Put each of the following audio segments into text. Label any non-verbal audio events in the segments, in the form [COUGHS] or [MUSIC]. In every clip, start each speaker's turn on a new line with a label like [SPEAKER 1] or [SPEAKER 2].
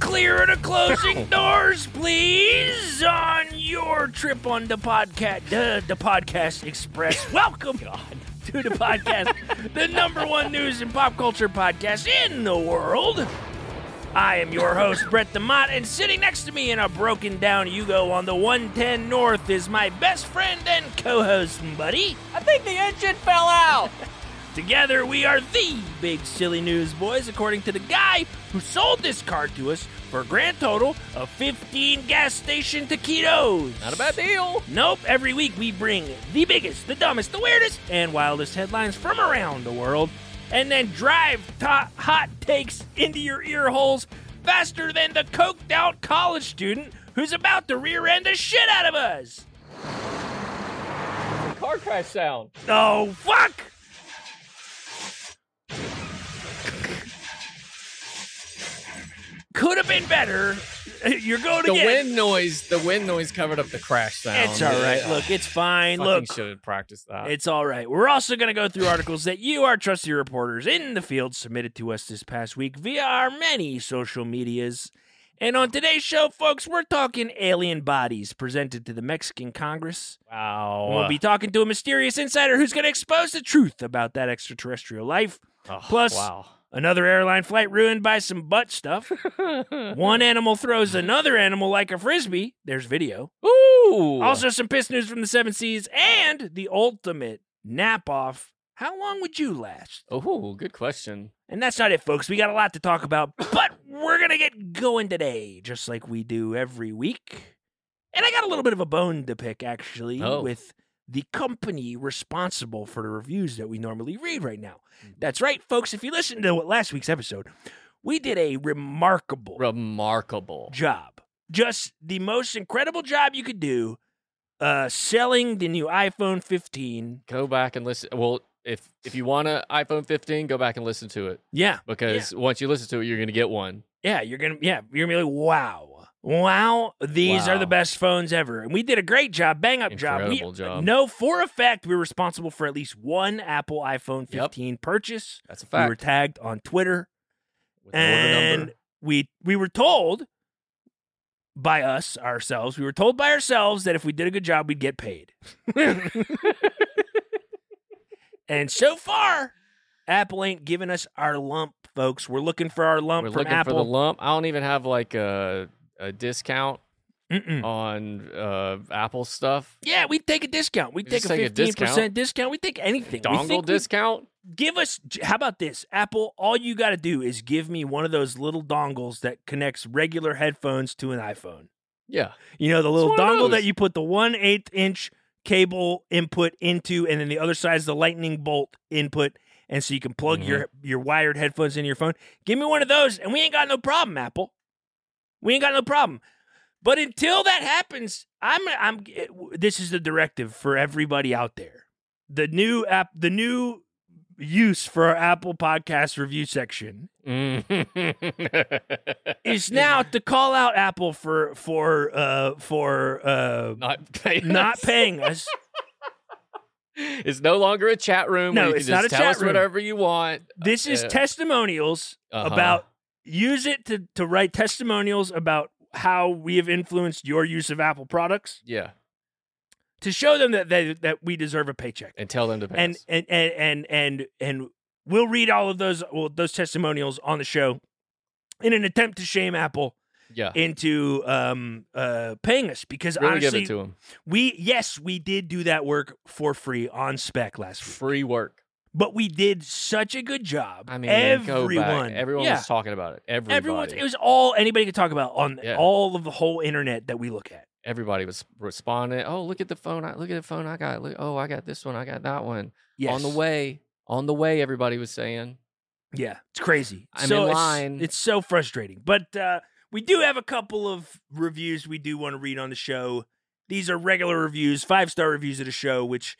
[SPEAKER 1] clear the closing doors, please, on your trip on the podcast, uh, the podcast express. Welcome to the podcast, the number one news and pop culture podcast in the world. I am your host, Brett DeMott, and sitting next to me in a broken down Yugo on the 110 North is my best friend and co host and buddy.
[SPEAKER 2] I think the engine fell out.
[SPEAKER 1] Together, we are the Big Silly News Boys, according to the guy who sold this car to us for a grand total of 15 gas station taquitos.
[SPEAKER 2] Not a bad deal.
[SPEAKER 1] Nope, every week we bring the biggest, the dumbest, the weirdest, and wildest headlines from around the world, and then drive ta- hot takes into your ear holes faster than the coked out college student who's about to rear end the shit out of us.
[SPEAKER 2] Car crash sound.
[SPEAKER 1] Oh, fuck! Could have been better. You're going
[SPEAKER 3] the
[SPEAKER 1] again.
[SPEAKER 3] wind noise the wind noise covered up the crash sound
[SPEAKER 1] It's all right. Look, it's fine. Look,
[SPEAKER 3] should have practiced that
[SPEAKER 1] It's all right. We're also going to go through articles that you, our trusty reporters in the field, submitted to us this past week via our many social medias. And on today's show, folks, we're talking alien bodies presented to the Mexican Congress.
[SPEAKER 3] wow
[SPEAKER 1] We'll be talking to a mysterious insider who's going to expose the truth about that extraterrestrial life.
[SPEAKER 3] Oh,
[SPEAKER 1] plus-
[SPEAKER 3] wow
[SPEAKER 1] Another airline flight ruined by some butt stuff. One animal throws another animal like a frisbee. There's video.
[SPEAKER 3] ooh
[SPEAKER 1] Also, some piss news from the seven seas and the ultimate nap off. How long would you last?
[SPEAKER 3] oh good question
[SPEAKER 1] And that's not it, folks. We got a lot to talk about, but we're going to get going today, just like we do every week. And I got a little bit of a bone to pick, actually,
[SPEAKER 3] Oh.
[SPEAKER 1] with the company responsible for the reviews that we normally read right now. That's right, folks. If you listened to last week's episode, we did a remarkable
[SPEAKER 3] remarkable
[SPEAKER 1] job. Just the most incredible job you could do uh, selling the new iPhone 15.
[SPEAKER 3] go back and listen well if if you want an iphone 15 go back and listen to it
[SPEAKER 1] Yeah.
[SPEAKER 3] because once you listen to it you're gonna get one
[SPEAKER 1] Yeah. You're going to, yeah, you're going to be like, wow. Wow. These are
[SPEAKER 3] Wow.
[SPEAKER 1] the best phones ever. And we did a great job, bang up job. We-
[SPEAKER 3] Incredible job.
[SPEAKER 1] No, for a fact, we were responsible for at least one Apple iPhone
[SPEAKER 3] Yep.
[SPEAKER 1] 15 purchase.
[SPEAKER 3] that's a
[SPEAKER 1] We were
[SPEAKER 3] fact
[SPEAKER 1] tagged on Twitter
[SPEAKER 3] With an order number.
[SPEAKER 1] and we we were told by us ourselves we were told by ourselves that if we did a good job we'd get
[SPEAKER 3] [LAUGHS]
[SPEAKER 1] paid and so far apple ain't giving us our lump folks we're looking for our lump
[SPEAKER 3] we're
[SPEAKER 1] from
[SPEAKER 3] looking for the
[SPEAKER 1] apple
[SPEAKER 3] lump i don't even have like a a discount
[SPEAKER 1] Mm-mm.
[SPEAKER 3] on uh apple stuff
[SPEAKER 1] yeah we take a discount we take
[SPEAKER 3] just
[SPEAKER 1] a
[SPEAKER 3] take a
[SPEAKER 1] 15% discount.
[SPEAKER 3] discount.
[SPEAKER 1] we take anything We
[SPEAKER 3] dongle
[SPEAKER 1] think we-
[SPEAKER 3] discount
[SPEAKER 1] give us how about this apple all you got to do is give me one of those little dongles that connects regular headphones to an iphone
[SPEAKER 3] yeah
[SPEAKER 1] You know, the little
[SPEAKER 3] one of
[SPEAKER 1] dongle that
[SPEAKER 3] those.
[SPEAKER 1] you put the one eighth inch cable input into, and then the other side's the lightning bolt input. And so you can plug your your wired headphones into your phone. Give me one of those, and we ain't got no problem, Apple. We ain't got no problem. But until that happens, I'm I'm eh, this is the directive for everybody out there. The new app, the new use for our Apple podcast review section is now to call out Apple for for uh for uh
[SPEAKER 3] [LAUGHS] not paying
[SPEAKER 1] not
[SPEAKER 3] us.
[SPEAKER 1] paying us.
[SPEAKER 3] It's no longer a chat room.
[SPEAKER 1] No,
[SPEAKER 3] where you
[SPEAKER 1] it's
[SPEAKER 3] can just
[SPEAKER 1] not a
[SPEAKER 3] tell
[SPEAKER 1] chat
[SPEAKER 3] us
[SPEAKER 1] room.
[SPEAKER 3] whatever you want
[SPEAKER 1] This is
[SPEAKER 3] Uh,
[SPEAKER 1] testimonials
[SPEAKER 3] Uh-huh.
[SPEAKER 1] about use it to, to write testimonials about how we have influenced your use of Apple products
[SPEAKER 3] Yeah,
[SPEAKER 1] to show them that they, that we deserve a paycheck.
[SPEAKER 3] and tell them to pay.
[SPEAKER 1] And
[SPEAKER 3] us.
[SPEAKER 1] and and and and and we'll read all of those well, those testimonials on the show in an attempt to shame Apple
[SPEAKER 3] yeah,
[SPEAKER 1] into um uh paying us because
[SPEAKER 3] really
[SPEAKER 1] honestly
[SPEAKER 3] give it to them.
[SPEAKER 1] we yes we did do that work for free on spec last week
[SPEAKER 3] Free work.
[SPEAKER 1] but we did such a good job
[SPEAKER 3] I mean, go
[SPEAKER 1] everyone
[SPEAKER 3] back. Everyone
[SPEAKER 1] yeah.
[SPEAKER 3] was talking about it. Everybody.
[SPEAKER 1] Everyone's it was all anybody could talk about on
[SPEAKER 3] Yeah.
[SPEAKER 1] all of the whole internet that we look at.
[SPEAKER 3] Everybody was responding. Oh, look at the phone! I, look at the phone I got. Look, oh, I got this one. I got that one.
[SPEAKER 1] Yes.
[SPEAKER 3] On the way. On the way. Everybody was saying.
[SPEAKER 1] Yeah. It's crazy.
[SPEAKER 3] I'm
[SPEAKER 1] so
[SPEAKER 3] in
[SPEAKER 1] it's-
[SPEAKER 3] line.
[SPEAKER 1] It's, so frustrating. But uh we do have a couple of reviews we do want to read on the show. These are regular reviews, five star reviews of the show, which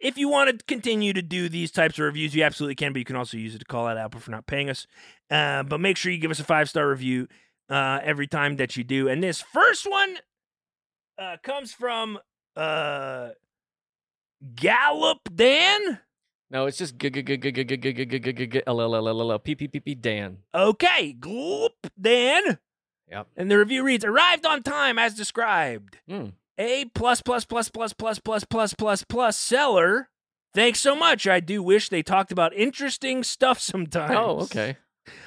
[SPEAKER 1] if you want to continue to do these types of reviews, you absolutely can, but you can also use it to call out Apple for not paying us. Uh, but make sure you give us a five star review uh, every time that you do. And this first one uh, comes from uh, Gallop Dan.
[SPEAKER 3] No, it's just g g g g g g g g g g g g l l l l l p p p p Dan.
[SPEAKER 1] Okay, Gloop Dan.
[SPEAKER 3] Yep.
[SPEAKER 1] And the review reads arrived on time as described.
[SPEAKER 3] Mm.
[SPEAKER 1] A plus plus plus plus plus plus plus plus plus seller. Thanks so much. I do wish they talked about interesting stuff sometimes.
[SPEAKER 3] Oh, okay.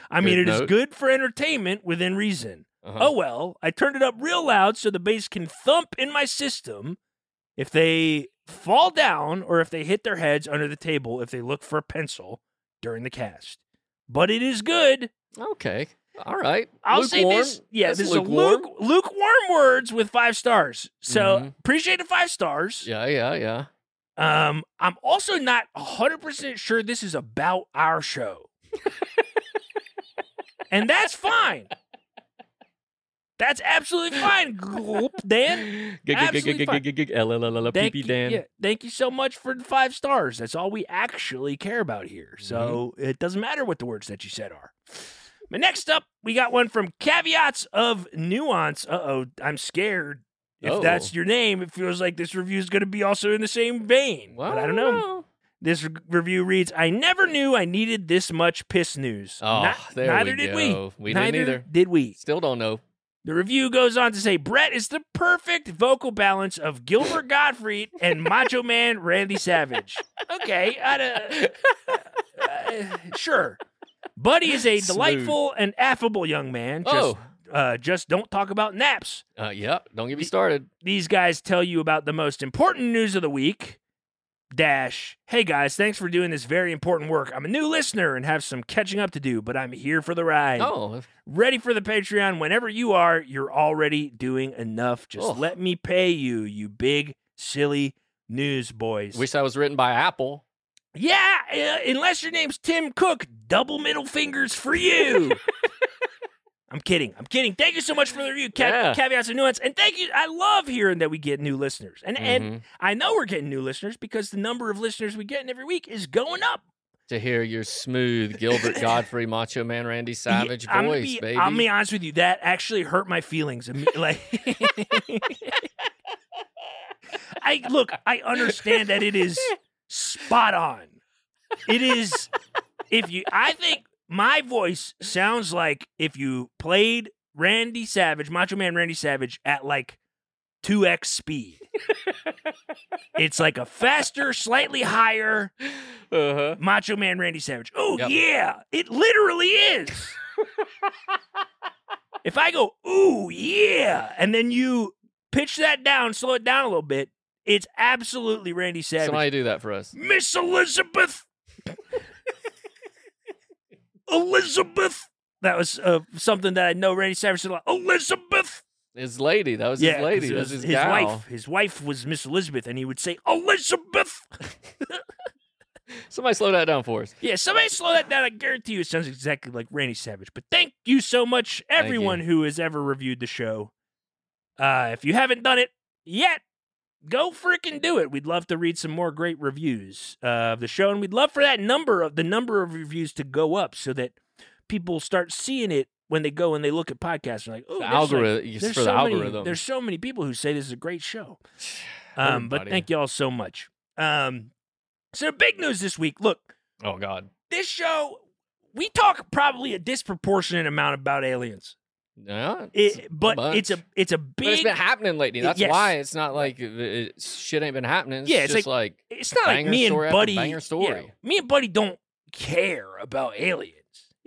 [SPEAKER 1] I mean, it
[SPEAKER 3] Good
[SPEAKER 1] is
[SPEAKER 3] note.
[SPEAKER 1] good for entertainment within reason.
[SPEAKER 3] Uh-huh.
[SPEAKER 1] Oh well, I turned it up real loud so the bass can thump in my system if they fall down or if they hit their heads under the table if they look for a pencil during the cast. But it is good.
[SPEAKER 3] Okay. All right.
[SPEAKER 1] I'll say
[SPEAKER 3] Lukewarm.
[SPEAKER 1] this. Yeah,
[SPEAKER 3] That's
[SPEAKER 1] this
[SPEAKER 3] lukewarm.
[SPEAKER 1] is a luke, lukewarm words with five stars. So
[SPEAKER 3] Mhm.
[SPEAKER 1] appreciate the five stars.
[SPEAKER 3] Yeah, yeah, yeah.
[SPEAKER 1] Um, I'm also not 100% sure this is about our show. and that's fine. That's absolutely fine, Gloop Dan.
[SPEAKER 3] [GASPS] Gig- gig- gig-
[SPEAKER 1] Absolutely
[SPEAKER 3] gig- gig- gig- LLLL,
[SPEAKER 1] Thank
[SPEAKER 3] PP
[SPEAKER 1] you,
[SPEAKER 3] Dan.
[SPEAKER 1] yeah, thank you so much for the five stars. That's all we actually care about here. So
[SPEAKER 3] Mm-hmm.
[SPEAKER 1] it doesn't matter what the words that you said are. But next up, we got one from Caveats of Nuance. Uh oh, I'm scared. If
[SPEAKER 3] Oh.
[SPEAKER 1] that's your name, it feels like this review is going to be also in the same vein.
[SPEAKER 3] Well,
[SPEAKER 1] but I don't know. This re- review reads, "I never knew I needed this much piss news.
[SPEAKER 3] Oh,
[SPEAKER 1] Not-
[SPEAKER 3] there
[SPEAKER 1] neither
[SPEAKER 3] we
[SPEAKER 1] did we.
[SPEAKER 3] go. We didn't
[SPEAKER 1] neither
[SPEAKER 3] either.
[SPEAKER 1] did we."
[SPEAKER 3] Still don't know.
[SPEAKER 1] The review goes on to say, "Brett is the perfect vocal balance of Gilbert Gottfried and Macho Man Randy Savage." Okay, I'd, uh, uh, sure. Buddy is a
[SPEAKER 3] Smooth.
[SPEAKER 1] delightful and affable young man. Just,
[SPEAKER 3] Oh,
[SPEAKER 1] uh, just don't talk about naps.
[SPEAKER 3] uh, yep. Don't get me started.
[SPEAKER 1] these guys tell you about the most important news of the week. Dash, hey guys, thanks for doing this very important work. I'm a new listener and have some catching up to do, but I'm here for the ride.
[SPEAKER 3] Oh,
[SPEAKER 1] Ready for the Patreon whenever you are. You're already doing enough. Just
[SPEAKER 3] Ugh.
[SPEAKER 1] let me pay you, you big, silly newsboys.
[SPEAKER 3] wish I was written by Apple.
[SPEAKER 1] yeah, uh, unless your name's Tim Cook, double middle fingers for
[SPEAKER 3] [LAUGHS]
[SPEAKER 1] you. I'm kidding. I'm kidding. Thank you so much for the review, Ca-
[SPEAKER 3] Yeah.
[SPEAKER 1] caveats and nuance, and thank you. I love hearing that we get new listeners, and and
[SPEAKER 3] Mhm.
[SPEAKER 1] I know we're getting new listeners because the number of listeners we get in every week is going up.
[SPEAKER 3] to hear your
[SPEAKER 1] [LAUGHS]
[SPEAKER 3] smooth Gilbert Godfrey, Macho Man, Randy Savage
[SPEAKER 1] I'm gonna
[SPEAKER 3] voice,
[SPEAKER 1] be,
[SPEAKER 3] baby.
[SPEAKER 1] I'm gonna be honest with you, that actually hurt my feelings. imme- [LAUGHS] Like, I look, I understand that it is spot on. It is if you. I think my voice sounds like if you played Randy Savage, Macho Man Randy Savage, at like. 2x speed. it's like a faster, slightly higher,
[SPEAKER 3] [LAUGHS] uh-huh.
[SPEAKER 1] Macho Man Randy Savage. Oh
[SPEAKER 3] Yep.
[SPEAKER 1] yeah, it literally
[SPEAKER 3] [LAUGHS]
[SPEAKER 1] is. if I go, ooh yeah, and then you pitch that down, slow it down a little bit, it's absolutely Randy Savage.
[SPEAKER 3] Somebody do that for us.
[SPEAKER 1] Miss Elizabeth,
[SPEAKER 3] [LAUGHS]
[SPEAKER 1] Elizabeth. That was uh, something that I know Randy Savage said a lot. Elizabeth.
[SPEAKER 3] His lady. That was his
[SPEAKER 1] 'cause
[SPEAKER 3] lady.
[SPEAKER 1] it
[SPEAKER 3] That
[SPEAKER 1] was
[SPEAKER 3] was his,
[SPEAKER 1] his
[SPEAKER 3] gal.
[SPEAKER 1] wife. His wife was Miss Elizabeth, and he would say Elizabeth.
[SPEAKER 3] Somebody slow that down for us.
[SPEAKER 1] Yeah, somebody slow that down. I guarantee you it sounds exactly like Randy Savage. But thank you so much,
[SPEAKER 3] you.
[SPEAKER 1] everyone who has ever reviewed the show. Uh, if you haven't done it yet, go freaking do it. We'd love to read some more great reviews uh, of the show, and we'd love for that number of the number of reviews to go up so that people start seeing it when they go and they look at podcasts. And like, oh,
[SPEAKER 3] The
[SPEAKER 1] there's like-
[SPEAKER 3] algorithm
[SPEAKER 1] there's
[SPEAKER 3] for
[SPEAKER 1] so
[SPEAKER 3] the
[SPEAKER 1] many-
[SPEAKER 3] algorithm.
[SPEAKER 1] there's so many people who say this is a great
[SPEAKER 3] [SIGHS]
[SPEAKER 1] show. Um, but
[SPEAKER 3] Everybody.
[SPEAKER 1] thank you all so much. Um, so big news this week. Look
[SPEAKER 3] Oh God.
[SPEAKER 1] this show we talk probably a disproportionate amount about aliens
[SPEAKER 3] Yeah. it's-
[SPEAKER 1] it, but
[SPEAKER 3] bunch.
[SPEAKER 1] it's a it's a
[SPEAKER 3] but it's
[SPEAKER 1] big
[SPEAKER 3] been happening lately. That's
[SPEAKER 1] Yes.
[SPEAKER 3] why it's not like it, it- shit ain't been happening. It's
[SPEAKER 1] Yeah, it's
[SPEAKER 3] just like,
[SPEAKER 1] it's not like
[SPEAKER 3] banger
[SPEAKER 1] me and
[SPEAKER 3] story after
[SPEAKER 1] buddy
[SPEAKER 3] banger
[SPEAKER 1] yeah,
[SPEAKER 3] story.
[SPEAKER 1] me and buddy don't care about aliens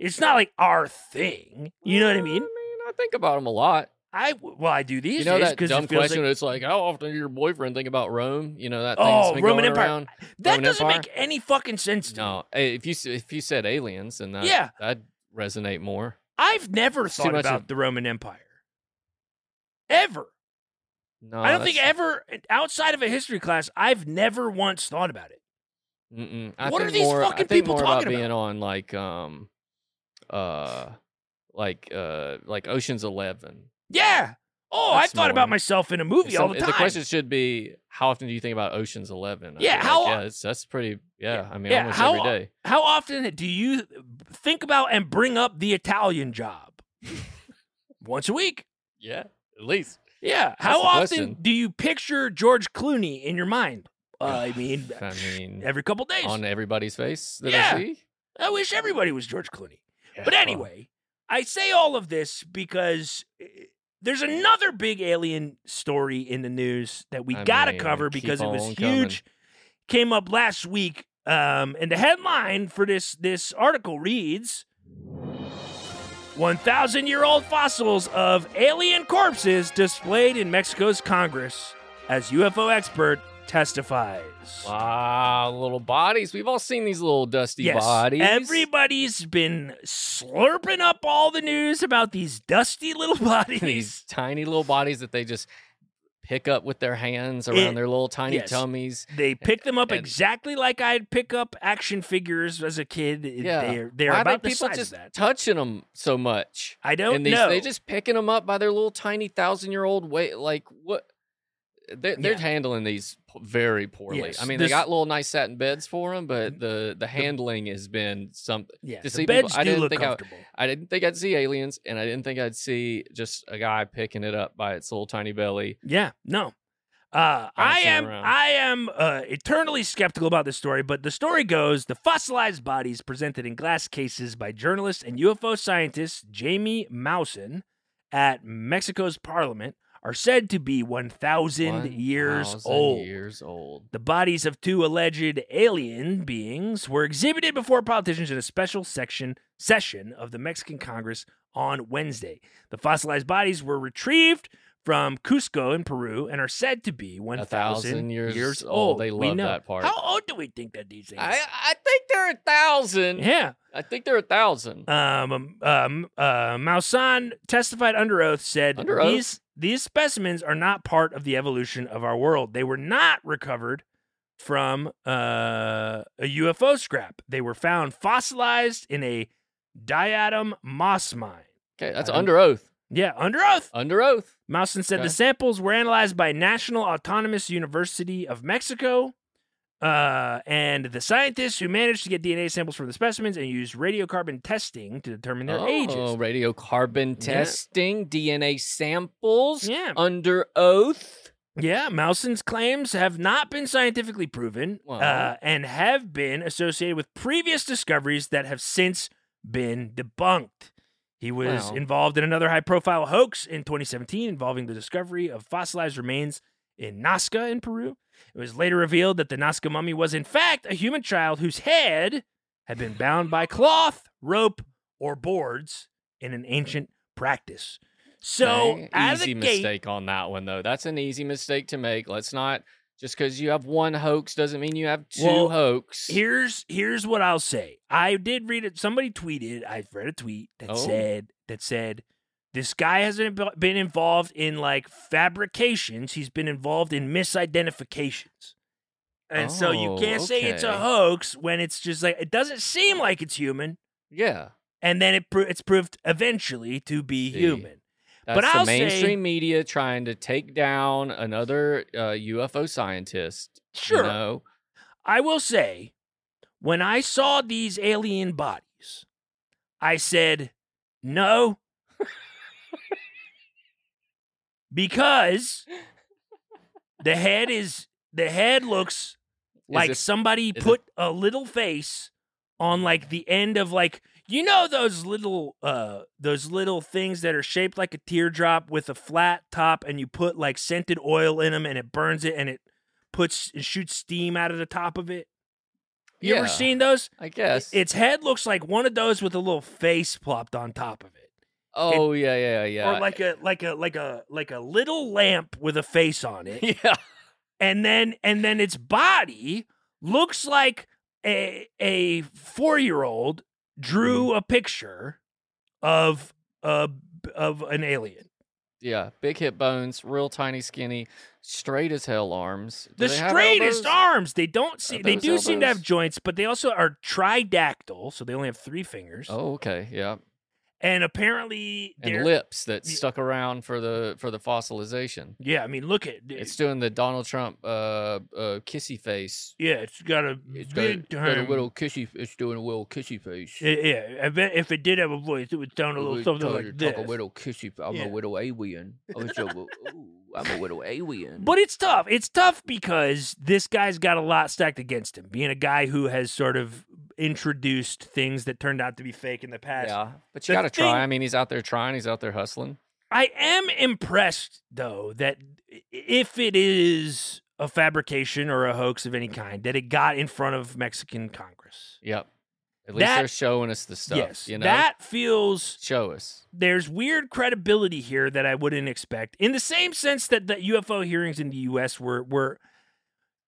[SPEAKER 1] it's not like our thing you know what i mean
[SPEAKER 3] I think about him a lot.
[SPEAKER 1] i well i do these
[SPEAKER 3] Mm-hmm. You know
[SPEAKER 1] days
[SPEAKER 3] that
[SPEAKER 1] because
[SPEAKER 3] dumb
[SPEAKER 1] it feels
[SPEAKER 3] question.
[SPEAKER 1] like,
[SPEAKER 3] it's like, how often do your boyfriend think about Rome? You know that thing
[SPEAKER 1] Oh,
[SPEAKER 3] that's been
[SPEAKER 1] Roman
[SPEAKER 3] going
[SPEAKER 1] Empire.
[SPEAKER 3] around.
[SPEAKER 1] that
[SPEAKER 3] Roman
[SPEAKER 1] doesn't
[SPEAKER 3] Empire?
[SPEAKER 1] make any fucking sense to me
[SPEAKER 3] No, eh, if you s- if you said aliens, and that
[SPEAKER 1] Yeah.
[SPEAKER 3] that'd resonate more.
[SPEAKER 1] i've never
[SPEAKER 3] It's too
[SPEAKER 1] thought
[SPEAKER 3] much
[SPEAKER 1] about
[SPEAKER 3] of-
[SPEAKER 1] the roman empire ever
[SPEAKER 3] No,
[SPEAKER 1] i don't think
[SPEAKER 3] Oh, that's-
[SPEAKER 1] ever outside of a history class i've never once thought about it
[SPEAKER 3] Mm-mm. I
[SPEAKER 1] What are
[SPEAKER 3] think
[SPEAKER 1] these
[SPEAKER 3] more,
[SPEAKER 1] fucking
[SPEAKER 3] I think
[SPEAKER 1] people
[SPEAKER 3] more
[SPEAKER 1] talking
[SPEAKER 3] about being
[SPEAKER 1] about?
[SPEAKER 3] on like um, uh, like uh, like Ocean's Eleven.
[SPEAKER 1] Yeah. Oh, I've
[SPEAKER 3] That's
[SPEAKER 1] thought about
[SPEAKER 3] annoying.
[SPEAKER 1] myself in a movie all
[SPEAKER 3] Some-
[SPEAKER 1] the time.
[SPEAKER 3] question should be, how often do you think about Ocean's Eleven? I
[SPEAKER 1] Yeah,
[SPEAKER 3] feel
[SPEAKER 1] how
[SPEAKER 3] like,
[SPEAKER 1] o-
[SPEAKER 3] yeah, it's- that's pretty. Yeah, I mean,
[SPEAKER 1] yeah,
[SPEAKER 3] almost
[SPEAKER 1] how
[SPEAKER 3] every
[SPEAKER 1] o-
[SPEAKER 3] day.
[SPEAKER 1] How often do you think about and bring up the Italian job?
[SPEAKER 3] [LAUGHS]
[SPEAKER 1] Once a week.
[SPEAKER 3] Yeah, at least.
[SPEAKER 1] Yeah. How
[SPEAKER 3] the
[SPEAKER 1] often
[SPEAKER 3] question.
[SPEAKER 1] do you picture George Clooney in your mind? Uh, I mean,
[SPEAKER 3] [LAUGHS] I mean,
[SPEAKER 1] every couple days.
[SPEAKER 3] on everybody's face that
[SPEAKER 1] Yeah.
[SPEAKER 3] I see.
[SPEAKER 1] I wish everybody was George Clooney.
[SPEAKER 3] Yeah,
[SPEAKER 1] But
[SPEAKER 3] well,
[SPEAKER 1] anyway, I say all of this because eh, there's another big alien story in the news that we
[SPEAKER 3] I
[SPEAKER 1] got to
[SPEAKER 3] mean,
[SPEAKER 1] cover
[SPEAKER 3] keep
[SPEAKER 1] because it was
[SPEAKER 3] on
[SPEAKER 1] huge.
[SPEAKER 3] coming.
[SPEAKER 1] Came up last week, um, and the headline for this this article reads: "1,000 year old fossils of alien corpses displayed in Mexico's Congress as UFO expert testifies."
[SPEAKER 3] Wow, little bodies. We've all seen these little dusty bodies.
[SPEAKER 1] Everybody's been slurping up all the news about these dusty little [LAUGHS] bodies.
[SPEAKER 3] [LAUGHS] these tiny little bodies that they just pick up with their hands around
[SPEAKER 1] It-
[SPEAKER 3] their little tiny
[SPEAKER 1] yes.
[SPEAKER 3] tummies.
[SPEAKER 1] They pick them up
[SPEAKER 3] And-
[SPEAKER 1] exactly like I'd pick up action figures as a kid. It-
[SPEAKER 3] Yeah.
[SPEAKER 1] They're, they're
[SPEAKER 3] Why are
[SPEAKER 1] about the
[SPEAKER 3] people
[SPEAKER 1] size
[SPEAKER 3] just
[SPEAKER 1] of that.
[SPEAKER 3] touching them so much?
[SPEAKER 1] I don't
[SPEAKER 3] and these,
[SPEAKER 1] know.
[SPEAKER 3] they just picking them up by their little tiny thousand year old weight. Like what? They're, they're
[SPEAKER 1] Yeah.
[SPEAKER 3] handling these p- very poorly.
[SPEAKER 1] Yes, Mm,
[SPEAKER 3] I mean,
[SPEAKER 1] this-
[SPEAKER 3] they got little nice satin beds for them, but the the handling has been something.
[SPEAKER 1] yeah,
[SPEAKER 3] to
[SPEAKER 1] the
[SPEAKER 3] see people-
[SPEAKER 1] beds
[SPEAKER 3] I
[SPEAKER 1] do
[SPEAKER 3] didn't
[SPEAKER 1] look
[SPEAKER 3] think I-
[SPEAKER 1] comfortable.
[SPEAKER 3] I didn't think I'd see aliens, and I didn't think I'd see just a guy picking it up by its little tiny belly.
[SPEAKER 1] Yeah, no. Uh, I
[SPEAKER 3] Bouncing
[SPEAKER 1] am
[SPEAKER 3] around.
[SPEAKER 1] I am uh, eternally skeptical about this story, but the story goes the fossilized bodies presented in glass cases by journalist and UFO scientist Jamie Mousen at Mexico's parliament are said to be 1,000 years
[SPEAKER 3] 1,000
[SPEAKER 1] old.
[SPEAKER 3] Years old.
[SPEAKER 1] The bodies of two alleged alien beings were exhibited before politicians in a special section session of the Mexican Congress on Wednesday. The fossilized bodies were retrieved from Cusco in Peru and are said to be 1,000
[SPEAKER 3] years old.
[SPEAKER 1] old.
[SPEAKER 3] They
[SPEAKER 1] We
[SPEAKER 3] love
[SPEAKER 1] know.
[SPEAKER 3] that part.
[SPEAKER 1] How old do we think that these things
[SPEAKER 3] I I think they're a thousand.
[SPEAKER 1] Yeah.
[SPEAKER 3] I think they're a thousand.
[SPEAKER 1] Um, um, uh, Maussan testified under oath said
[SPEAKER 3] Under oath?
[SPEAKER 1] these these specimens are not part of the evolution of our world. They were not recovered from uh, a UFO scrap. They were found fossilized in a diatom moss mine.
[SPEAKER 3] Okay, that's
[SPEAKER 1] I don't-
[SPEAKER 3] under oath.
[SPEAKER 1] Yeah, under oath.
[SPEAKER 3] Under oath.
[SPEAKER 1] Mousen said the
[SPEAKER 3] Okay.
[SPEAKER 1] samples were analyzed by National Autonomous University of Mexico. Uh, and the scientists who managed to get DNA samples from the specimens and used radiocarbon testing to determine their
[SPEAKER 3] oh,
[SPEAKER 1] ages.
[SPEAKER 3] radiocarbon
[SPEAKER 1] Yeah.
[SPEAKER 3] testing, DNA samples.
[SPEAKER 1] Yeah.
[SPEAKER 3] Under oath.
[SPEAKER 1] Yeah, Mousen's claims have not been scientifically proven
[SPEAKER 3] Well.
[SPEAKER 1] uh, and have been associated with previous discoveries that have since been debunked. He was
[SPEAKER 3] Well.
[SPEAKER 1] involved in another high profile hoax in 2017 involving the discovery of fossilized remains in Nazca in Peru. It was later revealed that the Nazca mummy was, in fact, a human child whose head had been bound by cloth, rope, or boards in an ancient practice. So,
[SPEAKER 3] Dang,
[SPEAKER 1] out of
[SPEAKER 3] easy
[SPEAKER 1] the
[SPEAKER 3] mistake
[SPEAKER 1] gate,
[SPEAKER 3] on that one though. That's an easy mistake to make. Let's not just because you have one hoax doesn't mean you have two
[SPEAKER 1] Well,
[SPEAKER 3] hoax.
[SPEAKER 1] Here's here's what I'll say. I did read it. Somebody tweeted. I read a tweet that
[SPEAKER 3] Oh.
[SPEAKER 1] said that said this guy hasn't been- been involved in like fabrications. He's been involved in misidentifications, and so you
[SPEAKER 3] Oh,
[SPEAKER 1] can't say it's a
[SPEAKER 3] okay.
[SPEAKER 1] hoax when it's just like it doesn't seem like it's human,
[SPEAKER 3] yeah,
[SPEAKER 1] and then it pro- it's proved eventually to be
[SPEAKER 3] See.
[SPEAKER 1] human.
[SPEAKER 3] that's the
[SPEAKER 1] I'll say-
[SPEAKER 3] mainstream media trying to take down another uh, UFO scientist.
[SPEAKER 1] Sure,
[SPEAKER 3] you know?
[SPEAKER 1] I will say, when I saw these alien bodies, I said, no. because the head is, the head looks like
[SPEAKER 3] it-
[SPEAKER 1] somebody
[SPEAKER 3] is it-
[SPEAKER 1] put a little face on like the end of like, you know those little uh those little things that are shaped like a teardrop with a flat top and you put like scented oil in them and it burns it and it puts it shoots steam out of the top of it. You
[SPEAKER 3] Yeah.
[SPEAKER 1] ever seen those?
[SPEAKER 3] I guess
[SPEAKER 1] Its head looks like one of those with a little face plopped on top of it,
[SPEAKER 3] Oh yeah, yeah, yeah.
[SPEAKER 1] or like a like a like a like a little lamp with a face on it,
[SPEAKER 3] [LAUGHS] yeah.
[SPEAKER 1] and then and then its body looks like a a four year old
[SPEAKER 3] Mm-hmm.
[SPEAKER 1] drew a picture of a of an alien.
[SPEAKER 3] Yeah, big hip bones, real tiny, skinny, straight as hell arms. Do
[SPEAKER 1] The
[SPEAKER 3] they have
[SPEAKER 1] straightest
[SPEAKER 3] elbows?
[SPEAKER 1] arms. They don't see.
[SPEAKER 3] Are
[SPEAKER 1] They
[SPEAKER 3] those
[SPEAKER 1] do seem to have
[SPEAKER 3] elbows?
[SPEAKER 1] joints, but they also are tridactyl, so they only have three fingers.
[SPEAKER 3] Oh, okay, yeah,
[SPEAKER 1] And apparently,
[SPEAKER 3] and
[SPEAKER 1] they're-
[SPEAKER 3] lips that
[SPEAKER 1] Yeah.
[SPEAKER 3] stuck around for the for the fossilization.
[SPEAKER 1] Yeah, I mean, look at
[SPEAKER 3] It's doing the Donald Trump uh, uh kissy face.
[SPEAKER 1] Yeah, it's got a
[SPEAKER 3] It's got,
[SPEAKER 1] big
[SPEAKER 3] a- got a
[SPEAKER 1] time-
[SPEAKER 3] little kissy. It's doing a little kissy face.
[SPEAKER 1] Yeah, yeah, I bet if it did have a voice, it would sound a little
[SPEAKER 3] We're
[SPEAKER 1] something
[SPEAKER 3] trying
[SPEAKER 1] like
[SPEAKER 3] to
[SPEAKER 1] this.
[SPEAKER 3] talk a little kissy. I'm
[SPEAKER 1] Yeah.
[SPEAKER 3] a little alien. I'm a little,
[SPEAKER 1] [LAUGHS]
[SPEAKER 3] ooh, I'm a little alien.
[SPEAKER 1] But it's tough. It's tough because this guy's got a lot stacked against him. Being a guy who has sort of introduced things that turned out to be fake in the past.
[SPEAKER 3] Yeah, but you
[SPEAKER 1] The
[SPEAKER 3] got to
[SPEAKER 1] thing-
[SPEAKER 3] try. I mean, he's out there trying. He's out there hustling.
[SPEAKER 1] I am impressed though that i- if it is a fabrication or a hoax of any kind, that it got in front of Mexican Congress.
[SPEAKER 3] Yep. At least
[SPEAKER 1] That-
[SPEAKER 3] they're showing us the stuff.
[SPEAKER 1] yes,
[SPEAKER 3] you know,
[SPEAKER 1] that feels
[SPEAKER 3] show us.
[SPEAKER 1] there's weird credibility here that I wouldn't expect. In the same sense that the UFO hearings in the US were were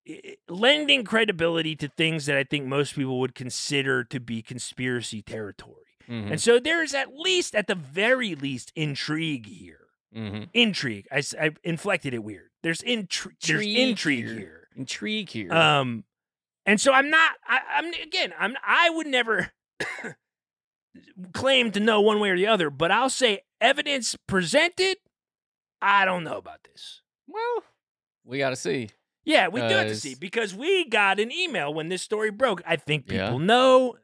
[SPEAKER 1] eh, lending credibility to things that I think most people would consider to be conspiracy territory.
[SPEAKER 3] Mhm,
[SPEAKER 1] And so there is at least at the very least intrigue here. mm-hmm.
[SPEAKER 3] mhm.
[SPEAKER 1] Intrigue. I, s- I inflected it weird. There's intrigue there's
[SPEAKER 3] Intrigue
[SPEAKER 1] intrigue
[SPEAKER 3] here.
[SPEAKER 1] here.
[SPEAKER 3] Intrigue here.
[SPEAKER 1] Um, and so I'm not. I, I'm again. I'm. I would never [COUGHS] claim to know one way or the other. But I'll say evidence presented. I don't know about this.
[SPEAKER 3] well, we got to see.
[SPEAKER 1] Yeah, we do have to
[SPEAKER 3] Guys.
[SPEAKER 1] see because we got an email when this story broke. I think people
[SPEAKER 3] Yeah.
[SPEAKER 1] know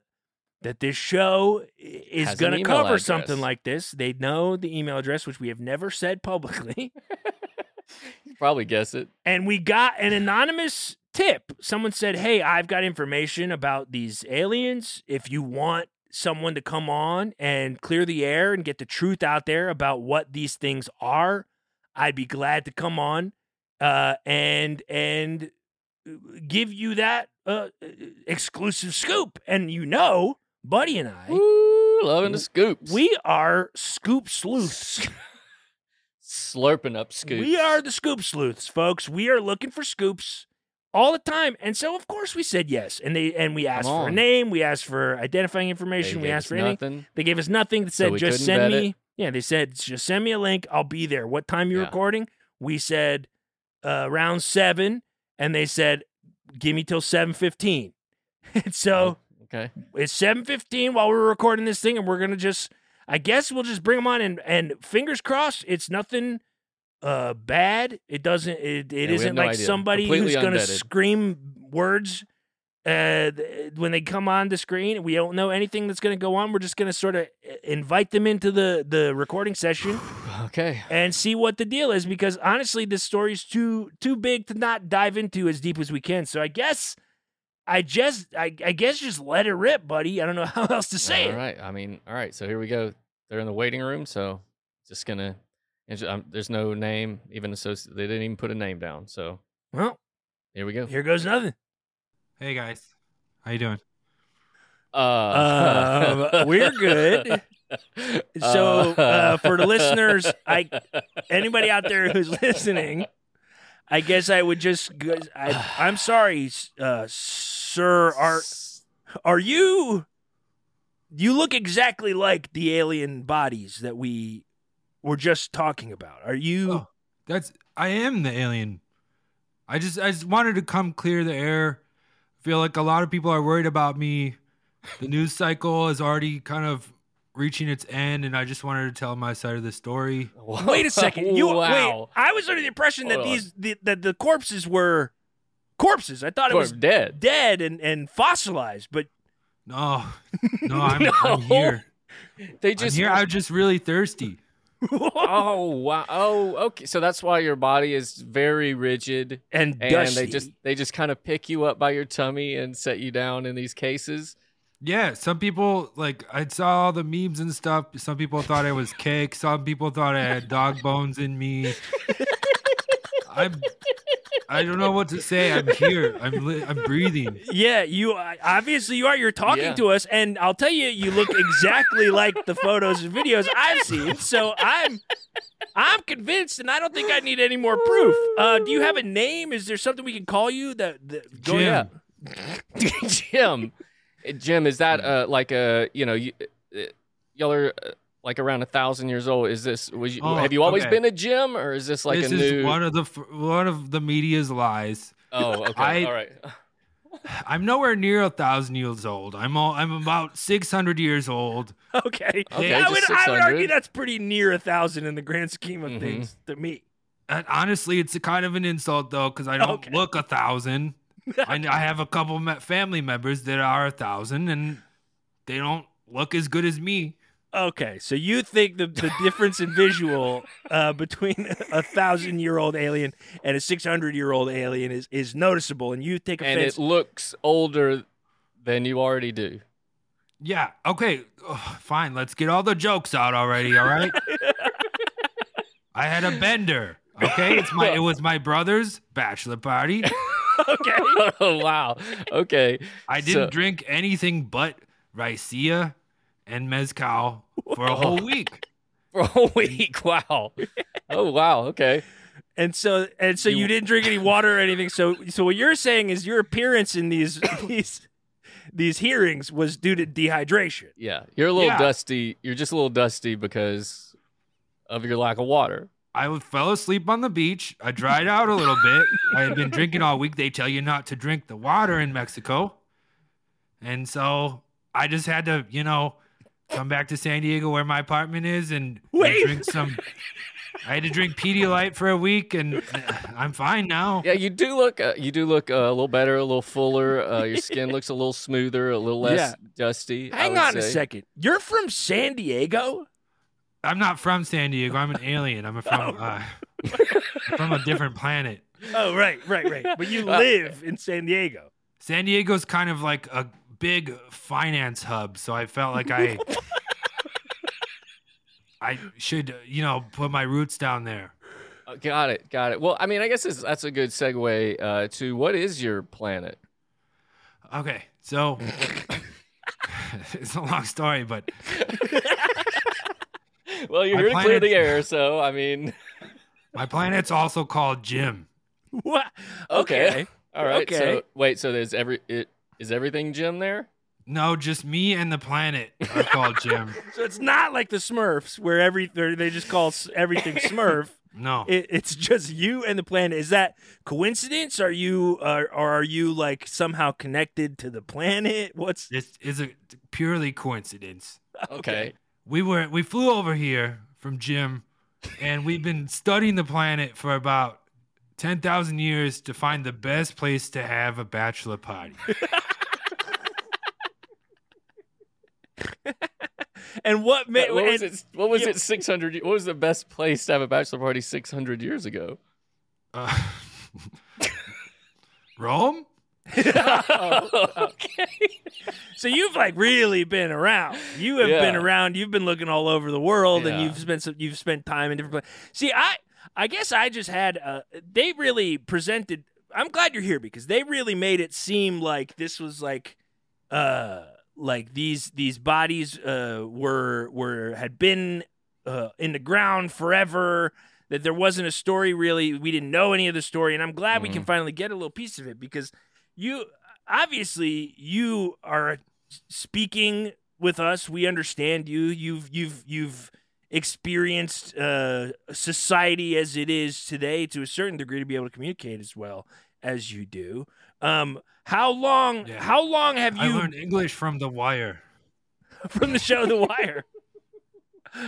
[SPEAKER 1] that this show i- is
[SPEAKER 3] Has an
[SPEAKER 1] going to
[SPEAKER 3] email
[SPEAKER 1] cover
[SPEAKER 3] address.
[SPEAKER 1] something like this. They know the email address, which we have never said publicly.
[SPEAKER 3] You Probably guess it.
[SPEAKER 1] and we got an anonymous tip. Someone said, "Hey, I've got information about these aliens. If you want someone to come on and clear the air and get the truth out there about what these things are, I'd be glad to come on uh, and and uh, give you that uh, exclusive scoop." And you know, Buddy and I,
[SPEAKER 3] Woo, loving the scoops.
[SPEAKER 1] we are scoop sleuths.
[SPEAKER 3] slurping up scoops.
[SPEAKER 1] We are the scoop sleuths, folks. We are looking for scoops all the time. And so of course we said yes. And they and we asked for a
[SPEAKER 3] on.
[SPEAKER 1] name, we asked for identifying
[SPEAKER 3] They
[SPEAKER 1] information, we
[SPEAKER 3] gave
[SPEAKER 1] asked
[SPEAKER 3] us
[SPEAKER 1] for anything.
[SPEAKER 3] nothing.
[SPEAKER 1] They gave us nothing. They said
[SPEAKER 3] we
[SPEAKER 1] just
[SPEAKER 3] couldn't
[SPEAKER 1] send
[SPEAKER 3] vet it.
[SPEAKER 1] me. Yeah, they said just send me a link. I'll be there. What time you
[SPEAKER 3] Yeah.
[SPEAKER 1] recording? We said uh, around seven, and they said give me till seven fifteen. [LAUGHS] and so [SIGHS]
[SPEAKER 3] okay.
[SPEAKER 1] it's seven fifteen while we're recording this thing, and we're gonna just, I guess we'll just bring them on, and and fingers crossed, it's nothing uh bad. It doesn't, it, it
[SPEAKER 3] have
[SPEAKER 1] isn't
[SPEAKER 3] no
[SPEAKER 1] like
[SPEAKER 3] idea.
[SPEAKER 1] somebody
[SPEAKER 3] Completely
[SPEAKER 1] who's gonna
[SPEAKER 3] unvetted.
[SPEAKER 1] scream words uh th- when they come on the screen. We don't know anything that's gonna go on. We're just gonna sort of invite them into the the recording session
[SPEAKER 3] Okay.
[SPEAKER 1] and see what the deal is because honestly this story's too too big to not dive into as deep as we can so i guess i just i, I guess just let it rip buddy i don't know [LAUGHS] how else to say
[SPEAKER 3] All
[SPEAKER 1] it
[SPEAKER 3] right. I mean, all right. So here we go. They're in the waiting room. So just gonna. it's- um, there's no name even associated. They didn't even put a name down. So
[SPEAKER 1] well
[SPEAKER 3] here we go.
[SPEAKER 1] here goes nothing
[SPEAKER 4] Hey guys, how you doing?
[SPEAKER 3] Uh, [LAUGHS]
[SPEAKER 1] Um, we're good. So, uh, for the listeners, I- anybody out there
[SPEAKER 3] [LAUGHS]
[SPEAKER 1] who's listening i guess i would just go, I, i'm sorry uh sir
[SPEAKER 3] [LAUGHS]
[SPEAKER 1] are are you you look exactly like the alien bodies that we were just talking about are you
[SPEAKER 4] Oh. That's I am the alien. I just I just wanted to come clear the air. I feel like a lot of people are worried about me. The news cycle is already kind of reaching its end, and I just wanted to tell my side of the story.
[SPEAKER 3] [LAUGHS]
[SPEAKER 1] [LAUGHS] Wait a second. You
[SPEAKER 3] wow.
[SPEAKER 1] wait. I was under the impression that
[SPEAKER 3] Hold on.
[SPEAKER 1] these the, that the corpses were corpses. I thought it
[SPEAKER 3] Or
[SPEAKER 1] was
[SPEAKER 3] dead.
[SPEAKER 1] dead and, and fossilized, but [LAUGHS]
[SPEAKER 4] No, no,
[SPEAKER 3] [LAUGHS]
[SPEAKER 4] I'm,
[SPEAKER 3] No.
[SPEAKER 4] I'm here.
[SPEAKER 3] They
[SPEAKER 4] I'm
[SPEAKER 3] just.
[SPEAKER 4] here. [LAUGHS] I'm just really thirsty.
[SPEAKER 3] oh wow. Oh okay. So that's why your body is very rigid.
[SPEAKER 1] and,
[SPEAKER 3] And
[SPEAKER 1] dusty.
[SPEAKER 3] they just they just kind of pick you up by your tummy and set you down in these
[SPEAKER 4] [LAUGHS]
[SPEAKER 3] cases.
[SPEAKER 4] Yeah, some people like I saw all the memes and stuff. Some people thought I was cake. Some people thought I had dog bones
[SPEAKER 3] [LAUGHS]
[SPEAKER 4] in me. I'm, I don't know what to say. I'm here. I'm li- I'm breathing.
[SPEAKER 1] yeah, you I- obviously you are. You're talking
[SPEAKER 3] Yeah.
[SPEAKER 1] to us, and I'll tell you, you look
[SPEAKER 3] [LAUGHS]
[SPEAKER 1] exactly like the photos and videos I've seen. So I'm. I'm convinced, and I don't think I need any more proof. Uh, do you have a name? Is there something we can call you? That, that
[SPEAKER 4] Jim,
[SPEAKER 1] going-
[SPEAKER 3] Jim, Uh, Jim, is that uh, like a you know you, uh, y'all are uh, like around a thousand years old? Is this was you,
[SPEAKER 4] Oh,
[SPEAKER 3] have you always
[SPEAKER 4] okay.
[SPEAKER 3] been a Jim or is this like
[SPEAKER 4] this
[SPEAKER 3] a
[SPEAKER 4] is
[SPEAKER 3] new?
[SPEAKER 4] one of the f- one of the media's lies.
[SPEAKER 3] Oh, okay,
[SPEAKER 4] I-
[SPEAKER 3] all right.
[SPEAKER 4] I'm nowhere near a thousand years old. I'm all, I'm about six hundred years old.
[SPEAKER 1] [LAUGHS] Okay.
[SPEAKER 3] Okay,
[SPEAKER 1] I, would, I
[SPEAKER 3] just
[SPEAKER 1] would
[SPEAKER 3] 600.
[SPEAKER 1] argue that's pretty near a thousand in the grand scheme of
[SPEAKER 3] Mhm.
[SPEAKER 1] things to me.
[SPEAKER 4] And honestly, it's a kind of an insult though, because I don't
[SPEAKER 1] Okay.
[SPEAKER 4] look a thousand. I, I have a couple me- family members that are a thousand, and they don't look as good as me.
[SPEAKER 1] Okay, so you think the, the difference in
[SPEAKER 3] [LAUGHS]
[SPEAKER 1] visual uh, between a thousand year old alien and a six hundred year old alien is, is noticeable, and you take
[SPEAKER 3] And
[SPEAKER 1] offense.
[SPEAKER 3] it looks older than you already do. [LAUGHS]
[SPEAKER 4] Yeah. Okay. Ugh, fine. Let's get all the jokes out already. All right. I had a bender. Okay. It's my. It was my brother's bachelor party.
[SPEAKER 1] [LAUGHS] Okay.
[SPEAKER 3] oh wow. Okay.
[SPEAKER 4] I didn't
[SPEAKER 3] So-
[SPEAKER 4] drink anything but ricea and mezcal for a whole week.
[SPEAKER 3] For a [LAUGHS] week. Wow. Oh wow. Okay.
[SPEAKER 1] And so and so you,
[SPEAKER 3] You-
[SPEAKER 1] didn't drink any water or anything. So so what you're saying is your appearance in
[SPEAKER 3] [COUGHS]
[SPEAKER 1] these these these hearings was due to dehydration.
[SPEAKER 3] Yeah. You're a little
[SPEAKER 4] Yeah.
[SPEAKER 3] dusty. You're just a little dusty because of your lack of water.
[SPEAKER 4] I fell asleep on the beach. I dried out a little bit. I had been drinking all week. They tell you not to drink the water in Mexico. And so I just had to, you know, come back to San Diego where my apartment is and, and
[SPEAKER 1] Wait.
[SPEAKER 4] drink some. I had to drink Pedialyte for a week and uh, I'm fine now.
[SPEAKER 3] Yeah, you do look uh, you do look uh, a little better, a little fuller. Uh, your skin looks a little smoother, a little less dusty. I
[SPEAKER 1] Hang
[SPEAKER 3] would
[SPEAKER 1] on a
[SPEAKER 3] say.
[SPEAKER 1] second. You're from San Diego?
[SPEAKER 4] I'm not from San Diego. I'm an alien. I'm from, uh, from a different planet.
[SPEAKER 1] Oh, right, right, right. But you
[SPEAKER 3] [LAUGHS] Uh,
[SPEAKER 1] live in San Diego.
[SPEAKER 4] San Diego's kind of like a big finance hub, so I felt like I I should, you know, put my roots down there.
[SPEAKER 3] Uh, Got it, got it. Well, I mean, I guess it's, that's a good segue uh, to what is your planet? [LAUGHS]
[SPEAKER 4] Okay. So [LAUGHS] it's a long story, but
[SPEAKER 3] Well, you're here
[SPEAKER 4] My
[SPEAKER 3] to clear
[SPEAKER 4] planet-
[SPEAKER 3] the air, so I mean, [LAUGHS]
[SPEAKER 4] my planet's also called Jim.
[SPEAKER 1] What?
[SPEAKER 3] okay, all right.
[SPEAKER 1] Okay.
[SPEAKER 3] So wait, so there's every it, is everything Jim there?
[SPEAKER 4] No, just me and the planet are called Jim.
[SPEAKER 1] So it's not like the Smurfs where every where they just call s- everything
[SPEAKER 3] [LAUGHS]
[SPEAKER 1] Smurf.
[SPEAKER 4] No.
[SPEAKER 1] It, it's just you and the planet. Is that coincidence? Are you uh, or are you like somehow connected to the planet? What's
[SPEAKER 4] This is a purely coincidence.
[SPEAKER 3] Okay.
[SPEAKER 4] we were we flew over here from Jim, and we've been studying the planet for about ten thousand years to find the best place to have a bachelor party.
[SPEAKER 1] and what made
[SPEAKER 3] Uh, what was
[SPEAKER 1] and-
[SPEAKER 3] it? What was
[SPEAKER 1] yeah.
[SPEAKER 3] it? Six hundred. What was the best place to have a bachelor party six hundred years
[SPEAKER 1] [LAUGHS]
[SPEAKER 3] ago? [LAUGHS]
[SPEAKER 4] Uh, [LAUGHS] Rome?
[SPEAKER 3] okay.
[SPEAKER 1] So you've like really been around. You have been
[SPEAKER 3] Yeah.
[SPEAKER 1] around. You've been looking all over the world, and
[SPEAKER 3] Yeah.
[SPEAKER 1] you've spent some, you've spent time in different places. See, I I guess I just had uh, they really presented. I'm glad you're here because they really made it seem like this was like uh like these these bodies uh were were had been uh, in the ground forever. That there wasn't a story really. We didn't know any of the story, and I'm glad we
[SPEAKER 3] Mhm.
[SPEAKER 1] can finally get a little piece of it because you obviously you are speaking with us. We understand you. You've you've you've experienced uh, society as it is today to a certain degree to be able to communicate as well as you do. Um, how long?
[SPEAKER 4] Yeah.
[SPEAKER 1] How long have
[SPEAKER 4] I
[SPEAKER 1] you
[SPEAKER 4] learned English from The Wire.
[SPEAKER 1] [LAUGHS] from the show The Wire.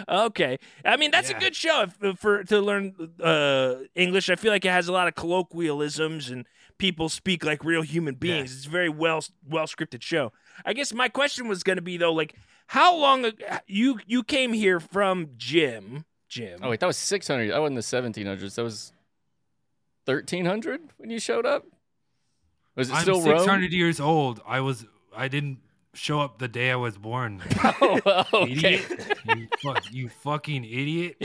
[SPEAKER 1] Okay, I mean that's a
[SPEAKER 4] Yeah.
[SPEAKER 1] good show if, for to learn uh, English. I feel like it has a lot of colloquialisms and people speak like real human beings. It's a very well well scripted show. I guess my question was going to be though, like how long ag- you you came here from Jim? Jim.
[SPEAKER 3] Oh wait, that was six hundred. That wasn't the seventeen hundreds. That was thirteen hundred when you showed up. Was it
[SPEAKER 4] I'm
[SPEAKER 3] still
[SPEAKER 4] six
[SPEAKER 3] Rome?
[SPEAKER 4] hundred years old. I was I didn't show up the day I was born.
[SPEAKER 3] [LAUGHS] Oh, well, [LAUGHS] okay.
[SPEAKER 4] Idiot. You, fuck, you fucking idiot.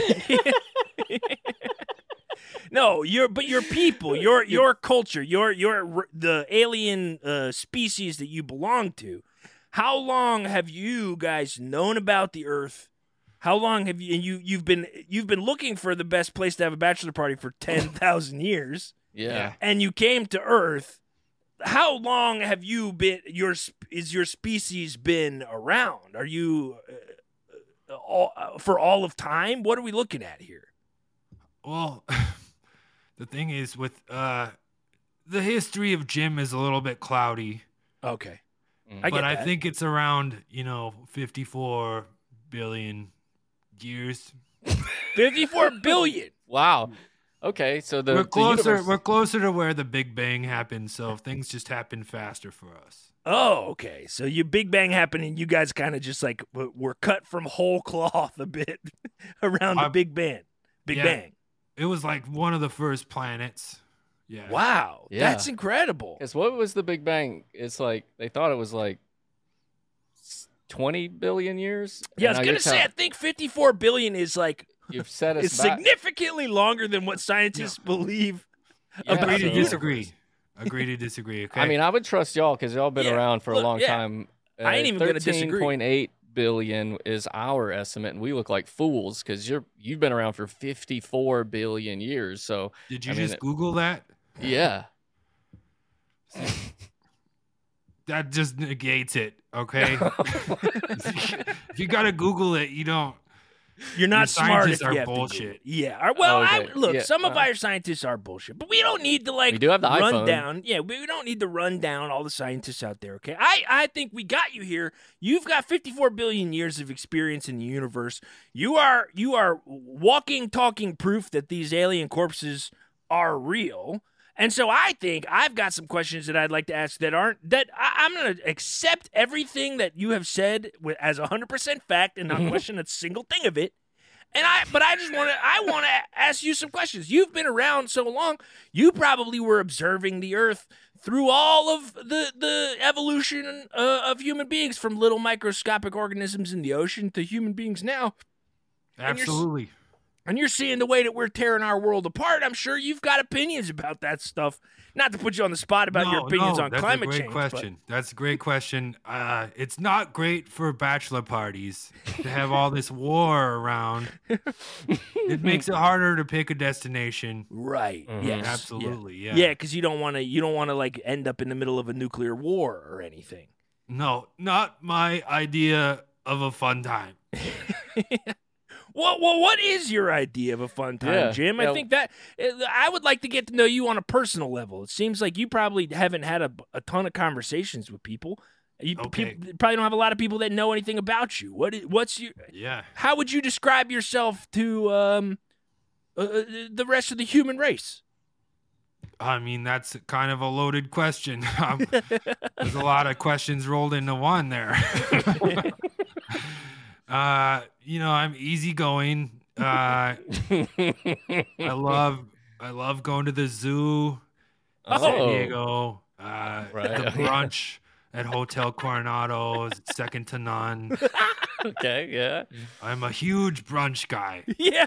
[SPEAKER 1] [LAUGHS] No, your but your people, your your culture, your your the alien uh, species that you belong to. How long have you guys known about the Earth? How long have you and you you've been you've been looking for the best place to have a bachelor party for ten thousand years,
[SPEAKER 3] [LAUGHS] Yeah.
[SPEAKER 1] and you came to Earth. How long have you been your sp- is your species been around? Are you uh, uh, all, uh, for all of time? What are we looking at here?
[SPEAKER 4] Well, [LAUGHS] the thing is with uh the history of Jim is a little bit cloudy,
[SPEAKER 1] Okay,
[SPEAKER 3] Mm.
[SPEAKER 1] I get
[SPEAKER 4] but I
[SPEAKER 1] that.
[SPEAKER 4] think it's around, you know, 54 billion years.
[SPEAKER 1] 54 billion.
[SPEAKER 3] Wow. Okay, so the
[SPEAKER 4] we're
[SPEAKER 3] the
[SPEAKER 4] closer
[SPEAKER 3] universe-
[SPEAKER 4] we're closer to where the Big Bang happened, so things just happen faster for us.
[SPEAKER 1] Oh, okay. So you Big Bang happened, and you guys kind of just like w- were cut from whole [LAUGHS] cloth a bit around the
[SPEAKER 4] I'm-
[SPEAKER 1] Big Bang. Big
[SPEAKER 4] Yeah.
[SPEAKER 1] Bang.
[SPEAKER 4] It was like one of the first planets Yeah.
[SPEAKER 1] Wow,
[SPEAKER 3] Yeah.
[SPEAKER 1] that's incredible.
[SPEAKER 3] Because what was the Big Bang? It's like they thought it was like s- 20 billion years.
[SPEAKER 1] Yeah, I
[SPEAKER 3] And
[SPEAKER 1] was
[SPEAKER 3] now
[SPEAKER 1] gonna
[SPEAKER 3] you're
[SPEAKER 1] say I
[SPEAKER 3] tell-
[SPEAKER 1] think 54 billion is like
[SPEAKER 3] You've set us
[SPEAKER 1] it's
[SPEAKER 3] back.
[SPEAKER 1] significantly longer than what scientists believe.
[SPEAKER 3] Yeah,
[SPEAKER 1] about
[SPEAKER 4] Agree
[SPEAKER 1] the
[SPEAKER 4] to
[SPEAKER 3] so-
[SPEAKER 1] universe.
[SPEAKER 4] disagree. Agree to disagree. Okay.
[SPEAKER 3] [LAUGHS] I mean, I would trust y'all because y'all been
[SPEAKER 1] Yeah,
[SPEAKER 3] around for
[SPEAKER 1] look,
[SPEAKER 3] a long
[SPEAKER 1] yeah.
[SPEAKER 3] time. Uh,
[SPEAKER 1] I ain't even gonna disagree.
[SPEAKER 3] 13.8 billion is our estimate, and we look like fools because you're you've been around for 54 billion years. So
[SPEAKER 4] did
[SPEAKER 3] I
[SPEAKER 4] you
[SPEAKER 3] mean,
[SPEAKER 4] just
[SPEAKER 3] it-
[SPEAKER 4] Google that?
[SPEAKER 3] yeah, [LAUGHS]
[SPEAKER 4] That just negates it.
[SPEAKER 3] [LAUGHS]
[SPEAKER 4] Okay. [LAUGHS] if you gotta Google it, you don't.
[SPEAKER 1] You're not smart if
[SPEAKER 4] scientists
[SPEAKER 1] you
[SPEAKER 4] are
[SPEAKER 1] have to do
[SPEAKER 4] bullshit.
[SPEAKER 1] it. Yeah. Or- Well,
[SPEAKER 3] Oh, Okay,
[SPEAKER 1] I, look,
[SPEAKER 3] yeah,
[SPEAKER 1] some of
[SPEAKER 3] uh,
[SPEAKER 1] our scientists are bullshit, but we don't need to like
[SPEAKER 3] we do have the
[SPEAKER 1] run
[SPEAKER 3] iPhone.
[SPEAKER 1] down. Yeah, we we don't need to run down all the scientists out there. Okay, I I think we got you here. You've got 54 billion years of experience in the universe. You are you are walking, talking proof that these alien corpses are real. And so I think I've got some questions that I'd like to ask that aren't that I, I'm going to accept everything that you have said with, as 100% fact and
[SPEAKER 3] [LAUGHS]
[SPEAKER 1] not question a single thing of it. And I, but I just want to, I want to ask you some questions. You've been around so long, you probably were observing the Earth through all of the the evolution uh, of human beings, from little microscopic organisms in the ocean to human beings now And you're s-
[SPEAKER 4] Absolutely.
[SPEAKER 1] and you're seeing the way that we're tearing our world apart, I'm sure you've got opinions about that stuff. Not to put you on the spot about your
[SPEAKER 4] No,
[SPEAKER 1] opinions
[SPEAKER 4] no,
[SPEAKER 1] on
[SPEAKER 4] that's
[SPEAKER 1] climate
[SPEAKER 4] a great
[SPEAKER 1] change. but-
[SPEAKER 4] Question. That's a great question. Uh, it's not great for bachelor parties to have all this war around.
[SPEAKER 1] [LAUGHS]
[SPEAKER 4] it makes it harder to pick a destination.
[SPEAKER 1] right.
[SPEAKER 3] Mhm.
[SPEAKER 1] Yes.
[SPEAKER 4] Mm-hmm. Absolutely.
[SPEAKER 1] Yeah,
[SPEAKER 4] Yeah.
[SPEAKER 1] because you don't want to you don't want to like end up in the middle of a nuclear war or anything.
[SPEAKER 4] No, not my idea of a fun time.
[SPEAKER 1] Well, well, what is your idea of a fun time,
[SPEAKER 3] Yeah,
[SPEAKER 1] Jim? I
[SPEAKER 3] yeah.
[SPEAKER 1] think that eh, I would like to get to know you on a personal level. It seems like you probably haven't had a, a ton of conversations with people. You
[SPEAKER 4] Okay.
[SPEAKER 1] peop- probably don't have a lot of people that know anything about you. What is, what's your
[SPEAKER 4] Yeah.
[SPEAKER 1] how would you describe yourself to um uh, uh, the rest of the human race? [LAUGHS]
[SPEAKER 4] I mean, that's kind of a loaded question. [LAUGHS] Um, there's a lot of questions rolled into
[SPEAKER 1] [LAUGHS]
[SPEAKER 4] one there. [LAUGHS] uh, you know, I'm easygoing. Uh, I love I love going to the zoo, San
[SPEAKER 3] Oh.
[SPEAKER 4] Diego, uh,
[SPEAKER 3] Right. [LAUGHS]
[SPEAKER 4] the brunch at Hotel Coronado is second to none.
[SPEAKER 3] okay, yeah.
[SPEAKER 4] I'm a huge brunch guy. [SIGHS]
[SPEAKER 1] yeah.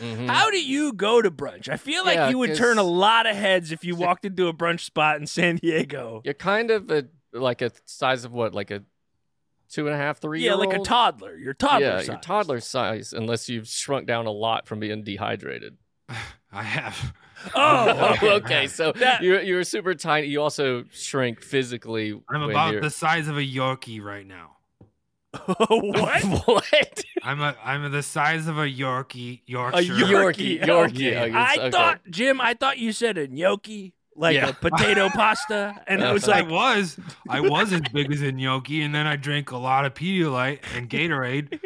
[SPEAKER 3] Mhm.
[SPEAKER 1] Hmm. How do you go to brunch? I feel like
[SPEAKER 3] Yeah,
[SPEAKER 1] you would
[SPEAKER 3] 'cause-
[SPEAKER 1] turn a lot of heads if you walked into a brunch spot in San Diego.
[SPEAKER 3] You're kind of a like a size of what, like a two and a half, three.
[SPEAKER 1] Yeah, like a toddler. You're toddler.
[SPEAKER 3] yeah,
[SPEAKER 1] size.
[SPEAKER 3] your toddler size, unless you've shrunk down a lot from being dehydrated.
[SPEAKER 4] I have.
[SPEAKER 3] [LAUGHS]
[SPEAKER 1] Oh,
[SPEAKER 3] Oh,
[SPEAKER 1] okay.
[SPEAKER 3] okay. So
[SPEAKER 1] That-
[SPEAKER 3] you're you're super tiny. You also shrink physically.
[SPEAKER 4] I'm
[SPEAKER 3] when
[SPEAKER 4] about
[SPEAKER 3] you're-
[SPEAKER 4] the size of a Yorkie right now.
[SPEAKER 1] [LAUGHS] [LAUGHS] what?
[SPEAKER 3] [LAUGHS] what?
[SPEAKER 4] I'm a I'm the size of a Yorkie
[SPEAKER 1] A
[SPEAKER 4] Yorkshire.
[SPEAKER 1] Yorkie.
[SPEAKER 3] Yorkie, Yorkie.
[SPEAKER 4] Yeah.
[SPEAKER 3] I guess,
[SPEAKER 1] I
[SPEAKER 3] okay.
[SPEAKER 1] thought, Jim, I thought you said a gnocchi, like
[SPEAKER 3] Yeah.
[SPEAKER 1] a potato pasta. And it was
[SPEAKER 3] [LAUGHS]
[SPEAKER 4] I
[SPEAKER 1] like,
[SPEAKER 4] was. I was as big as a gnocchi, and then I drank a lot of Pedialyte
[SPEAKER 3] [LAUGHS]
[SPEAKER 4] and Gatorade.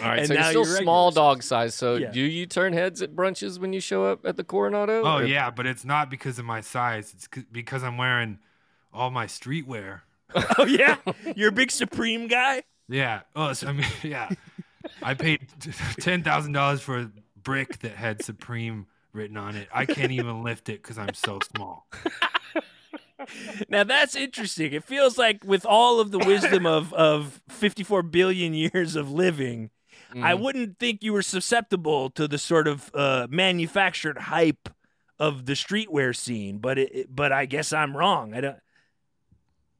[SPEAKER 3] All right,
[SPEAKER 1] And
[SPEAKER 3] so you're
[SPEAKER 1] now
[SPEAKER 3] still
[SPEAKER 1] you're regular
[SPEAKER 3] small
[SPEAKER 1] size.
[SPEAKER 3] dog size. So
[SPEAKER 1] Yeah.
[SPEAKER 3] do you turn heads at brunches when you show up at the Coronado?
[SPEAKER 4] Oh
[SPEAKER 3] Or-
[SPEAKER 4] yeah, but it's not because of my size. It's c- because I'm wearing all my streetwear.
[SPEAKER 1] oh, yeah, you're a big Supreme guy?
[SPEAKER 4] Yeah. Oh, so, I mean, [LAUGHS] yeah. I paid [LAUGHS] ten thousand dollars for a brick that had Supreme written on it. I can't even lift it because I'm so small.
[SPEAKER 1] Now that's interesting. It feels like with all of the wisdom of of 54 billion years of living, I
[SPEAKER 3] Mhm.
[SPEAKER 1] wouldn't think you were susceptible to the sort of uh, manufactured hype of the streetwear scene. But it, it- but I guess I'm wrong. I don't.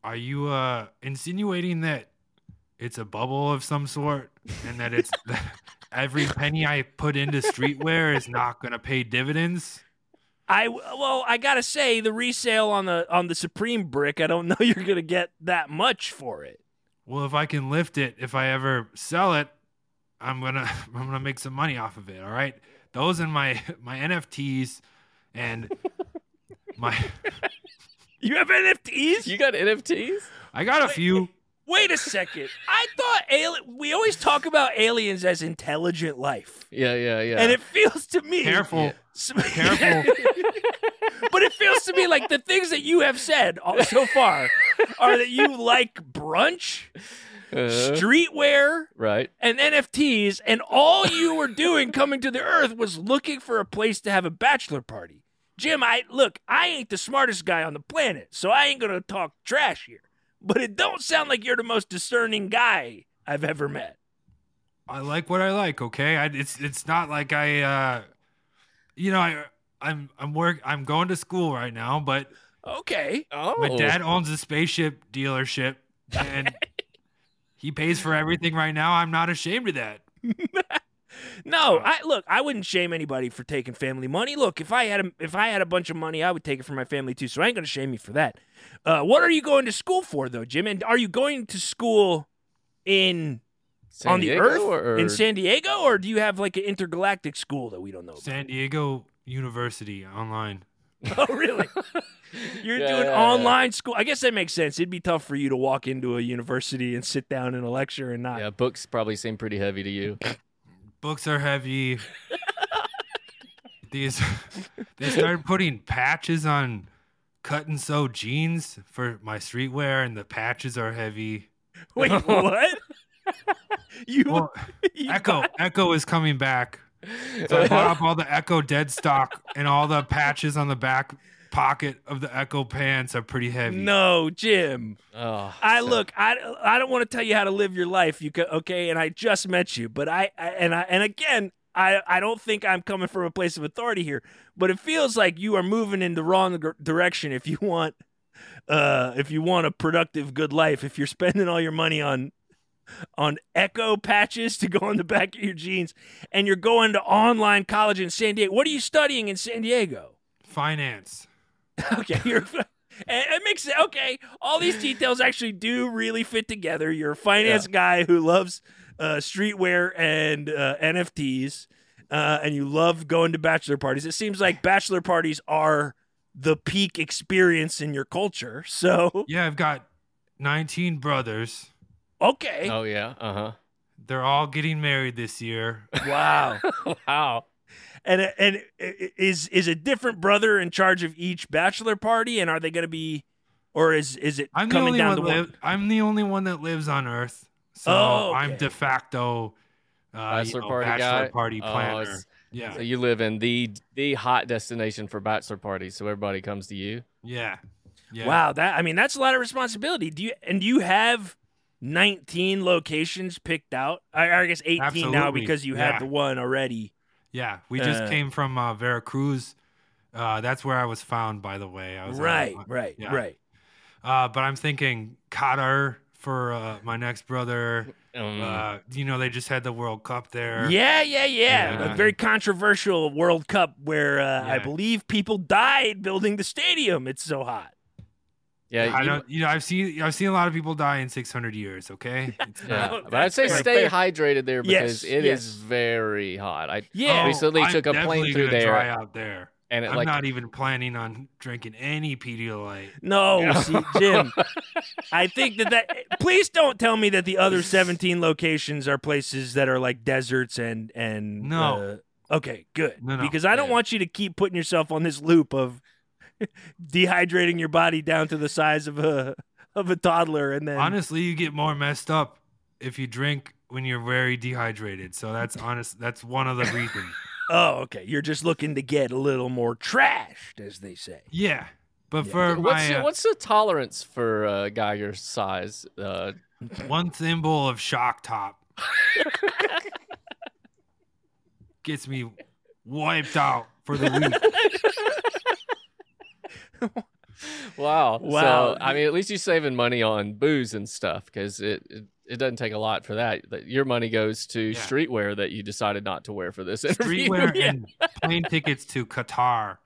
[SPEAKER 4] Are you uh insinuating that it's a bubble of some sort and that it's [LAUGHS] every penny I put into streetwear is not going to pay dividends?
[SPEAKER 1] I well, I gotta say the resale on the on the Supreme brick. I don't [LAUGHS] know you're gonna get that much for it.
[SPEAKER 4] Well, if I can lift it, if I ever sell it, I'm gonna [LAUGHS] I'm gonna make some money off of it. All right, those and my [LAUGHS] my NFTs and my
[SPEAKER 1] You have NFTs?
[SPEAKER 3] You got NFTs?
[SPEAKER 4] I got a few.
[SPEAKER 1] Wait a second. I thought ali- we always talk about aliens as intelligent life.
[SPEAKER 3] Yeah, yeah, yeah.
[SPEAKER 1] And it feels to me
[SPEAKER 4] Careful,
[SPEAKER 1] [LAUGHS] Some-
[SPEAKER 4] careful.
[SPEAKER 1] but it feels to me like the things that you have said all- so far are that you like brunch,
[SPEAKER 3] Uh,
[SPEAKER 1] streetwear,
[SPEAKER 3] right.
[SPEAKER 1] and NFTs, and all you were doing coming to the Earth was looking for a place to have a bachelor party. Jim, I look, I ain't the smartest guy on the planet, so I ain't gonna talk trash here. But it don't sound like you're the most discerning guy I've ever met.
[SPEAKER 4] I like what I like. Okay, I, it's it's not like I, uh, you know, I I'm I'm work I'm going to school right now, but
[SPEAKER 1] Okay.
[SPEAKER 3] Oh,
[SPEAKER 4] my dad owns a spaceship dealership, and he pays for everything right now. I'm not ashamed of that.
[SPEAKER 1] No, I look, I wouldn't shame anybody for taking family money. Look, if I had a, if I had a bunch of money, I would take it from my family too, so I ain't gonna shame you for that. Uh, what are you going to school for though, Jim? And are you going to school in
[SPEAKER 3] San
[SPEAKER 1] on the
[SPEAKER 3] Diego
[SPEAKER 1] earth
[SPEAKER 3] or-
[SPEAKER 1] in San Diego or do you have like an intergalactic school that we don't know about?
[SPEAKER 4] San Diego University online.
[SPEAKER 1] [LAUGHS] Oh,
[SPEAKER 3] [LAUGHS]
[SPEAKER 1] really? You're
[SPEAKER 3] Yeah,
[SPEAKER 1] doing
[SPEAKER 3] yeah, yeah.
[SPEAKER 1] online school. I guess that makes sense. It'd be tough for you to walk into a university and sit down in a lecture and not.
[SPEAKER 3] yeah, books probably seem pretty heavy
[SPEAKER 1] [LAUGHS]
[SPEAKER 3] to you.
[SPEAKER 4] Books are heavy. These they started putting patches on cut and sew jeans for my streetwear, and the patches are heavy.
[SPEAKER 3] [LAUGHS]
[SPEAKER 1] Wait, what? [LAUGHS] you,
[SPEAKER 4] Well,
[SPEAKER 1] [LAUGHS] you
[SPEAKER 4] Echo Echo is coming back. So
[SPEAKER 3] [LAUGHS]
[SPEAKER 4] I bought up all the Echo dead stock and all the patches on the back pocket of the Echo pants are pretty heavy.
[SPEAKER 1] No, Jim.
[SPEAKER 3] Oh,
[SPEAKER 1] I
[SPEAKER 3] so-
[SPEAKER 1] look. I, I don't want to tell you how to live your life. You co- okay? And I just met you, but I, I and I and again, I I don't think I'm coming from a place of authority here. But it feels like you are moving in the wrong gr- direction if you want, uh, if you want a productive, good life. If you're spending all your money on on echo patches to go on the back of your jeans, and you're going to online college in San Diego. What are you studying in San Diego?
[SPEAKER 4] Finance.
[SPEAKER 1] Okay, [LAUGHS] you're. and It makes sense. Okay, all these details actually do really fit together. You're a finance guy who loves uh, streetwear and uh, NFTs, uh, and you love going to bachelor parties. It seems like bachelor parties are the peak experience in your culture.
[SPEAKER 4] [LAUGHS]
[SPEAKER 1] So,
[SPEAKER 4] Yeah, I've got 19 brothers.
[SPEAKER 1] okay,
[SPEAKER 3] Oh yeah. Uh
[SPEAKER 4] They're all getting married this year. [LAUGHS]
[SPEAKER 1] wow.
[SPEAKER 3] huh. wow.
[SPEAKER 1] And and is is a different brother in charge of each bachelor party? And are they going to be, or is is it
[SPEAKER 4] I'm the
[SPEAKER 1] coming
[SPEAKER 4] only
[SPEAKER 1] down
[SPEAKER 4] one
[SPEAKER 1] to
[SPEAKER 4] li-
[SPEAKER 1] one?
[SPEAKER 4] I'm the only one that lives on Earth. So
[SPEAKER 1] Oh,
[SPEAKER 4] I'm
[SPEAKER 1] okay.
[SPEAKER 4] de facto uh,
[SPEAKER 3] Bachelor
[SPEAKER 4] you know,
[SPEAKER 3] party
[SPEAKER 4] bachelor
[SPEAKER 3] guy.
[SPEAKER 4] party
[SPEAKER 3] Oh,
[SPEAKER 4] planner.
[SPEAKER 3] it's-
[SPEAKER 4] yeah.
[SPEAKER 3] So you live in the the hot destination for bachelor parties, so everybody comes to you.
[SPEAKER 4] Yeah. Yeah.
[SPEAKER 1] Wow, that I mean that's a lot of responsibility. Do you and do you have 19 locations picked out? I, I guess 18 now
[SPEAKER 4] Absolutely,
[SPEAKER 1] because you
[SPEAKER 4] yeah.
[SPEAKER 1] had the one already.
[SPEAKER 4] Yeah, we just
[SPEAKER 1] Uh,
[SPEAKER 4] came from uh, Veracruz. Uh, that's where I was found, by the way. I was on-
[SPEAKER 1] Right, right,
[SPEAKER 4] yeah.
[SPEAKER 1] right.
[SPEAKER 4] Uh, but I'm thinking Qatar for uh, my next brother.
[SPEAKER 3] Um,
[SPEAKER 4] Uh, you know, they just had the World Cup there.
[SPEAKER 1] Mm. Yeah, yeah, yeah.
[SPEAKER 4] Yeah.
[SPEAKER 1] A very controversial World Cup where uh, I
[SPEAKER 4] Yeah.
[SPEAKER 1] believe people died building the stadium. It's so hot.
[SPEAKER 4] Oh,
[SPEAKER 3] yeah,
[SPEAKER 4] I
[SPEAKER 3] you-
[SPEAKER 4] don't. You know, I've seen I've seen a lot of people die in 600 years. Okay,
[SPEAKER 1] [LAUGHS]
[SPEAKER 4] It's
[SPEAKER 3] yeah.
[SPEAKER 4] not-
[SPEAKER 1] Oh,
[SPEAKER 3] but I'd
[SPEAKER 1] that's
[SPEAKER 3] say
[SPEAKER 1] fair.
[SPEAKER 3] stay
[SPEAKER 1] Fair.
[SPEAKER 3] hydrated there
[SPEAKER 1] Yes,
[SPEAKER 3] because it is
[SPEAKER 1] yes.
[SPEAKER 3] very hot. I
[SPEAKER 1] Yeah.
[SPEAKER 4] Oh,
[SPEAKER 3] recently
[SPEAKER 4] I'm
[SPEAKER 3] took a plane
[SPEAKER 4] definitely
[SPEAKER 3] through
[SPEAKER 4] gonna
[SPEAKER 3] there,
[SPEAKER 4] Dry out there.
[SPEAKER 3] and it
[SPEAKER 4] I'm
[SPEAKER 3] like
[SPEAKER 4] not even planning on drinking any Pedialyte.
[SPEAKER 1] No,
[SPEAKER 3] Yeah.
[SPEAKER 1] see,
[SPEAKER 4] [LAUGHS]
[SPEAKER 1] Jim. I think that that. Please don't tell me that the other 17 locations are places that are like deserts and and.
[SPEAKER 4] No.
[SPEAKER 1] uh, okay, good.
[SPEAKER 4] No, no,
[SPEAKER 1] because I don't
[SPEAKER 3] yeah.
[SPEAKER 1] want you to keep putting yourself on this loop of [LAUGHS] dehydrating your body down to the size of a of a toddler, and then
[SPEAKER 4] Honestly, you get more messed up if you drink when you're very dehydrated. So that's honest. That's one
[SPEAKER 3] [LAUGHS]
[SPEAKER 4] of the reasons.
[SPEAKER 1] oh, okay, you're just looking to get a little more trashed, as they
[SPEAKER 4] [LAUGHS]
[SPEAKER 1] say.
[SPEAKER 4] Yeah, but
[SPEAKER 1] Yeah.
[SPEAKER 4] for
[SPEAKER 3] what's
[SPEAKER 4] my
[SPEAKER 3] your-
[SPEAKER 4] uh,
[SPEAKER 3] what's the tolerance for uh, a guy your size? Uh,
[SPEAKER 4] one thimble of
[SPEAKER 3] [LAUGHS]
[SPEAKER 4] shock top gets me wiped out for the
[SPEAKER 3] [LAUGHS]
[SPEAKER 4] week.
[SPEAKER 3] wow,
[SPEAKER 1] Wow.
[SPEAKER 3] So, I mean, at least you're saving money on booze and stuff because it, it it doesn't take a lot for that. That- Your money goes to
[SPEAKER 4] Yeah.
[SPEAKER 3] streetwear that you decided not to wear for this interview.
[SPEAKER 4] Streetwear
[SPEAKER 1] Yeah.
[SPEAKER 4] and plane tickets to Qatar.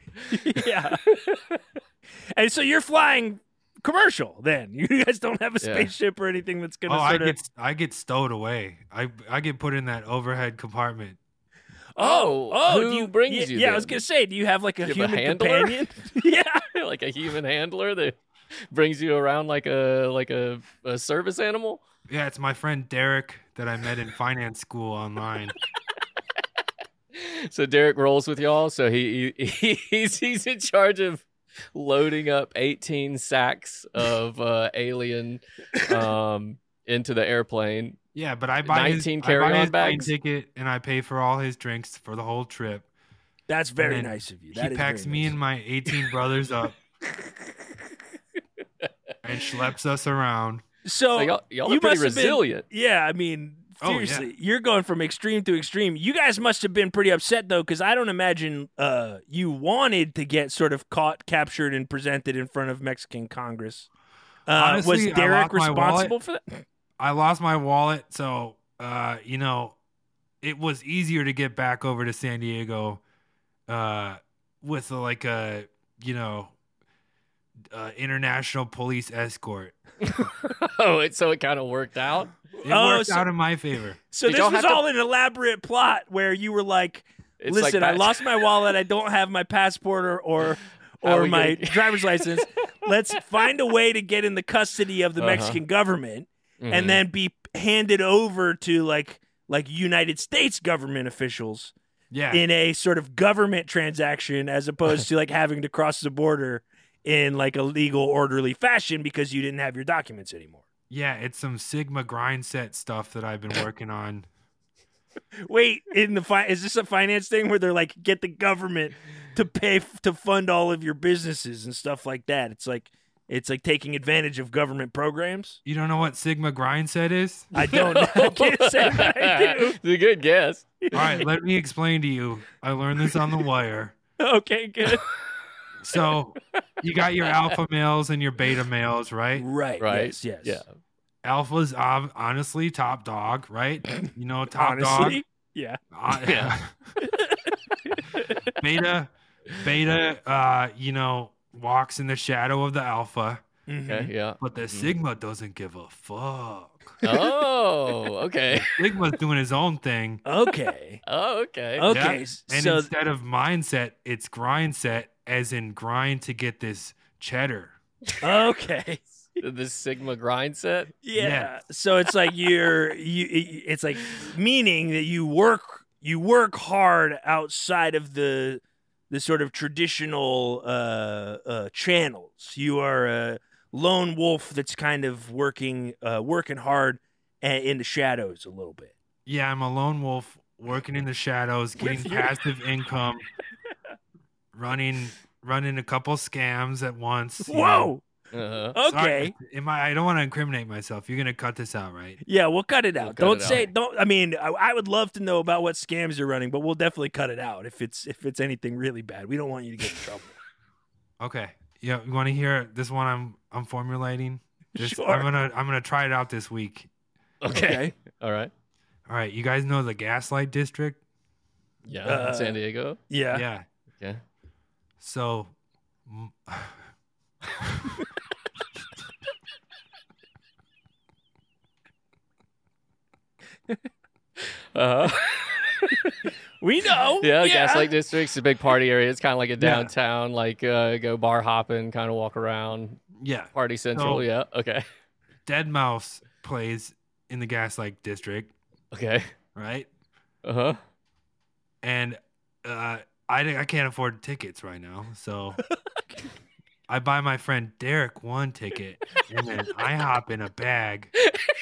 [SPEAKER 1] yeah. and so you're flying commercial then. You guys don't have a
[SPEAKER 3] Yeah.
[SPEAKER 1] spaceship or anything that's
[SPEAKER 4] Oh,
[SPEAKER 1] going to
[SPEAKER 4] I
[SPEAKER 1] sort of
[SPEAKER 4] get I get stowed away. I I get put in that overhead compartment.
[SPEAKER 1] Oh,
[SPEAKER 3] Oh,
[SPEAKER 1] oh,
[SPEAKER 3] who
[SPEAKER 1] do you,
[SPEAKER 3] brings
[SPEAKER 1] yeah,
[SPEAKER 3] you
[SPEAKER 1] Yeah, I was
[SPEAKER 3] then?
[SPEAKER 1] gonna say, do you have like a
[SPEAKER 3] [LAUGHS] You have a
[SPEAKER 1] human
[SPEAKER 3] handler? [LAUGHS]
[SPEAKER 1] companion? yeah,
[SPEAKER 3] like a human handler that brings you around like a like a, a service animal.
[SPEAKER 4] Yeah, it's my friend Derek that I met in finance school online.
[SPEAKER 3] So Derek rolls with y'all. So he, [LAUGHS] he he's he's in charge of loading up 18 sacks of uh, alien um, into the airplane.
[SPEAKER 4] Yeah, but I buy his,
[SPEAKER 3] 19
[SPEAKER 4] I buy
[SPEAKER 3] carry-on
[SPEAKER 4] his plane
[SPEAKER 3] bags?
[SPEAKER 4] ticket and I pay for all his drinks for the whole trip.
[SPEAKER 1] That's very
[SPEAKER 4] Man,
[SPEAKER 1] nice of you.
[SPEAKER 4] he packs me and my 18
[SPEAKER 1] [LAUGHS]
[SPEAKER 4] brothers up and schleps us around.
[SPEAKER 1] and
[SPEAKER 3] So
[SPEAKER 1] so
[SPEAKER 3] y'all, y'all are
[SPEAKER 1] Oh, you
[SPEAKER 3] pretty
[SPEAKER 1] must have been-
[SPEAKER 3] resilient. [LAUGHS]
[SPEAKER 1] yeah. I mean,
[SPEAKER 4] Oh, yeah.
[SPEAKER 1] seriously, you're going from extreme to extreme. You guys must have been pretty upset though, because I don't imagine uh, you wanted to get sort of caught, captured, and presented in front of Mexican Congress. Uh,
[SPEAKER 4] Honestly, I
[SPEAKER 1] was Derek
[SPEAKER 4] locked my wallet.
[SPEAKER 1] responsible for that?
[SPEAKER 4] I lost my wallet, so uh, you know, it was easier to get back over to San Diego uh, with like a you know uh, international police escort.
[SPEAKER 3] oh, it, so it kind of worked out.
[SPEAKER 4] It
[SPEAKER 1] Oh,
[SPEAKER 4] worked
[SPEAKER 1] so-
[SPEAKER 4] out in my favor.
[SPEAKER 1] So
[SPEAKER 3] Did
[SPEAKER 1] this
[SPEAKER 3] y'all
[SPEAKER 1] was
[SPEAKER 3] have to-
[SPEAKER 1] all an elaborate plot where you were like,
[SPEAKER 3] It's like
[SPEAKER 1] "Listen, I
[SPEAKER 3] that-
[SPEAKER 1] lost my wallet. I don't have my passport or or,
[SPEAKER 3] How
[SPEAKER 1] or
[SPEAKER 3] we
[SPEAKER 1] my
[SPEAKER 3] gonna-
[SPEAKER 1] driver's license. Let's find a way to get in the custody of the
[SPEAKER 3] Uh-huh.
[SPEAKER 1] Mexican government
[SPEAKER 3] Mhm.
[SPEAKER 1] and then be handed over to like like United States government officials
[SPEAKER 4] Yeah,
[SPEAKER 1] in a sort of government transaction as opposed to like having to cross the border in like a legal orderly fashion because you didn't have your documents anymore.
[SPEAKER 4] yeah, it's some Sigma grind set stuff that I've been working on.
[SPEAKER 1] Wait, in the fi- is this a finance thing where they're like get the government to pay f- to fund all of your businesses and stuff like that? It's like it's like taking advantage of government programs.
[SPEAKER 4] You don't know what Sigma grind set is?
[SPEAKER 1] I don't know. [LAUGHS] I can't say that
[SPEAKER 3] [LAUGHS]
[SPEAKER 1] I do.
[SPEAKER 3] It's a good guess.
[SPEAKER 4] All right, let me explain to you. I learned this on the wire.
[SPEAKER 1] Okay, good.
[SPEAKER 4] So you got your alpha males and your beta males, right?
[SPEAKER 1] Right.
[SPEAKER 3] Right.
[SPEAKER 1] Yes. Yes.
[SPEAKER 3] Yeah.
[SPEAKER 4] Alpha's ob- honestly top dog, right? You know, top
[SPEAKER 1] Honestly. Yeah.
[SPEAKER 4] dog. uh,
[SPEAKER 3] Yeah.
[SPEAKER 4] [LAUGHS] beta, beta, uh, you know, walks in the shadow of the alpha,
[SPEAKER 1] Mhm.
[SPEAKER 3] Okay. Yeah.
[SPEAKER 4] but the sigma doesn't give a fuck.
[SPEAKER 3] Oh. Okay. [LAUGHS]
[SPEAKER 4] Sigma's doing his own thing.
[SPEAKER 1] Mm-hmm. Okay.
[SPEAKER 3] Oh. Okay.
[SPEAKER 1] Okay.
[SPEAKER 4] [LAUGHS] Yeah.
[SPEAKER 1] s-
[SPEAKER 4] And
[SPEAKER 1] So
[SPEAKER 4] instead of mindset, it's grind set, as in grind to get this cheddar.
[SPEAKER 1] okay.
[SPEAKER 3] The Sigma grind set.
[SPEAKER 1] Yeah.
[SPEAKER 4] Yes.
[SPEAKER 1] So it's like you're you it- it's like meaning that you work you work hard outside of the the sort of traditional uh uh channels. You are a lone wolf that's kind of working uh working hard a- in the shadows a little
[SPEAKER 3] [LAUGHS]
[SPEAKER 1] bit.
[SPEAKER 4] Yeah, I'm a lone wolf working in the shadows, getting
[SPEAKER 1] your-
[SPEAKER 4] passive
[SPEAKER 1] [LAUGHS]
[SPEAKER 4] income, running running a couple scams at once. you know.
[SPEAKER 1] Whoa.
[SPEAKER 3] Uh-huh.
[SPEAKER 1] Okay.
[SPEAKER 4] Sorry, am I, I don't want to incriminate myself. You're gonna cut this out, right?
[SPEAKER 1] Yeah, we'll cut it
[SPEAKER 3] We'll
[SPEAKER 1] out.
[SPEAKER 3] cut
[SPEAKER 1] don't
[SPEAKER 3] it out.
[SPEAKER 1] say don't I mean I, I would love to know about what scams you're running, but we'll definitely cut it out if it's if it's anything really bad. We don't want you to get in trouble.
[SPEAKER 4] Okay. Yeah, you want to hear this one? I'm I'm formulating. This,
[SPEAKER 1] Sure.
[SPEAKER 4] I'm gonna I'm gonna try it out this week.
[SPEAKER 3] [LAUGHS]
[SPEAKER 1] Oh,
[SPEAKER 3] Okay. All right.
[SPEAKER 4] All right, you guys know the Gaslight District?
[SPEAKER 3] Yeah.
[SPEAKER 1] Uh,
[SPEAKER 3] San Diego.
[SPEAKER 1] Yeah.
[SPEAKER 4] yeah.
[SPEAKER 3] Okay.
[SPEAKER 4] So, m-
[SPEAKER 3] Uh
[SPEAKER 1] uh-huh.
[SPEAKER 3] huh.
[SPEAKER 1] We know.
[SPEAKER 3] Yeah, Gaslight District's a big party area. It's kind of like a downtown, like uh, go bar hopping, kind of walk around,
[SPEAKER 4] yeah,
[SPEAKER 3] party central.
[SPEAKER 1] Oh.
[SPEAKER 4] No.
[SPEAKER 3] Yeah. Okay.
[SPEAKER 4] Dead Mouse plays in the Gaslight District,
[SPEAKER 3] Okay.
[SPEAKER 4] right?
[SPEAKER 3] Uh huh.
[SPEAKER 4] and uh, I di- I can't afford tickets right now, so I buy my friend Derek one ticket, and then I hop in a bag,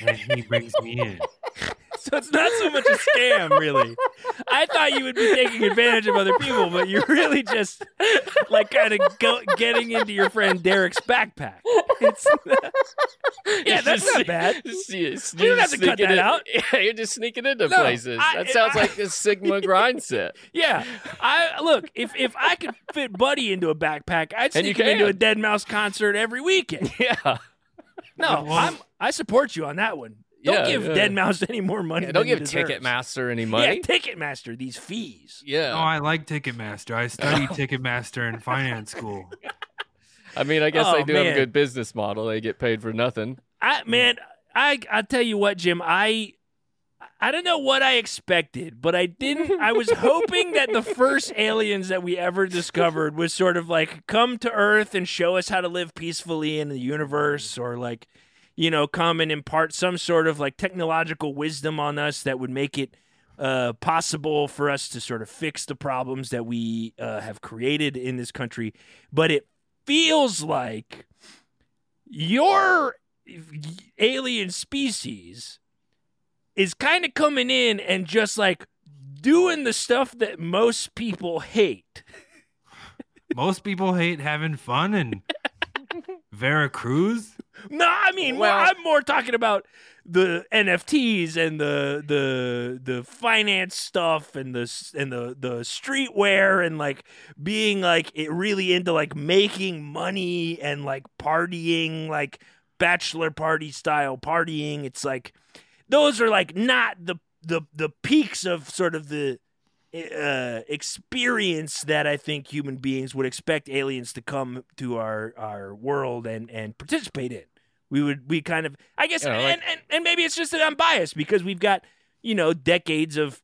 [SPEAKER 4] and he brings me in.
[SPEAKER 1] [LAUGHS] So it's not so much a scam, really. I thought you would be taking advantage of other people, but you're really just like kind of go- getting into your friend Derek's backpack. It's [LAUGHS] not- yeah, that's not
[SPEAKER 3] [LAUGHS]
[SPEAKER 1] bad.
[SPEAKER 3] You
[SPEAKER 1] We don't have to cut that out.
[SPEAKER 3] [LAUGHS] Yeah, you're just sneaking into
[SPEAKER 1] No,
[SPEAKER 3] places.
[SPEAKER 1] I-
[SPEAKER 3] that sounds
[SPEAKER 1] I-
[SPEAKER 3] like a
[SPEAKER 1] [LAUGHS]
[SPEAKER 3] Sigma grind set.
[SPEAKER 1] Yeah, I look if if I could fit Buddy into a backpack, I'd
[SPEAKER 3] And you
[SPEAKER 1] sneak him into
[SPEAKER 3] can.
[SPEAKER 1] a Dead Mouse concert every weekend.
[SPEAKER 3] Yeah. [LAUGHS]
[SPEAKER 1] No,
[SPEAKER 4] Well-
[SPEAKER 1] I'm I support you on that one. Don't
[SPEAKER 3] Yeah,
[SPEAKER 1] give
[SPEAKER 3] yeah.
[SPEAKER 1] Dead Mouse any more money.
[SPEAKER 3] Yeah, don't
[SPEAKER 1] than
[SPEAKER 3] give
[SPEAKER 1] he deserves.
[SPEAKER 3] Ticketmaster any
[SPEAKER 1] Yeah,
[SPEAKER 3] money.
[SPEAKER 1] Ticketmaster these fees.
[SPEAKER 3] Yeah.
[SPEAKER 4] Oh, I like Ticketmaster. I studied Ticketmaster in finance school.
[SPEAKER 3] I mean, I guess
[SPEAKER 1] Oh,
[SPEAKER 3] they do have
[SPEAKER 1] man.
[SPEAKER 3] a good business model. They get paid for nothing.
[SPEAKER 1] I man, I I tell you what, Jim, I I don't know what I expected, but I didn't. I was hoping that the first aliens that we ever discovered was sort of like come to Earth and show us how to live peacefully in the universe, or like you know come and impart some sort of like technological wisdom on us that would make it uh, possible for us to sort of fix the problems that we uh, have created in this country. But it feels like your alien species is kind of coming in and just like doing the stuff that most people hate. [LAUGHS]
[SPEAKER 4] Most people hate having fun in Veracruz.
[SPEAKER 1] No, I mean, well,
[SPEAKER 2] Well-
[SPEAKER 1] I'm more talking about the NFTs and the the the finance stuff and the s- and the the streetwear and like being like it really into like making money and like partying like bachelor party style partying. It's like those are like not the the the peaks of sort of the uh, experience that I think human beings would expect aliens to come to our our world and and participate in. We would we kind of I guess
[SPEAKER 3] Yeah, like-
[SPEAKER 1] and, and and maybe it's just that I'm biased because we've got you know decades of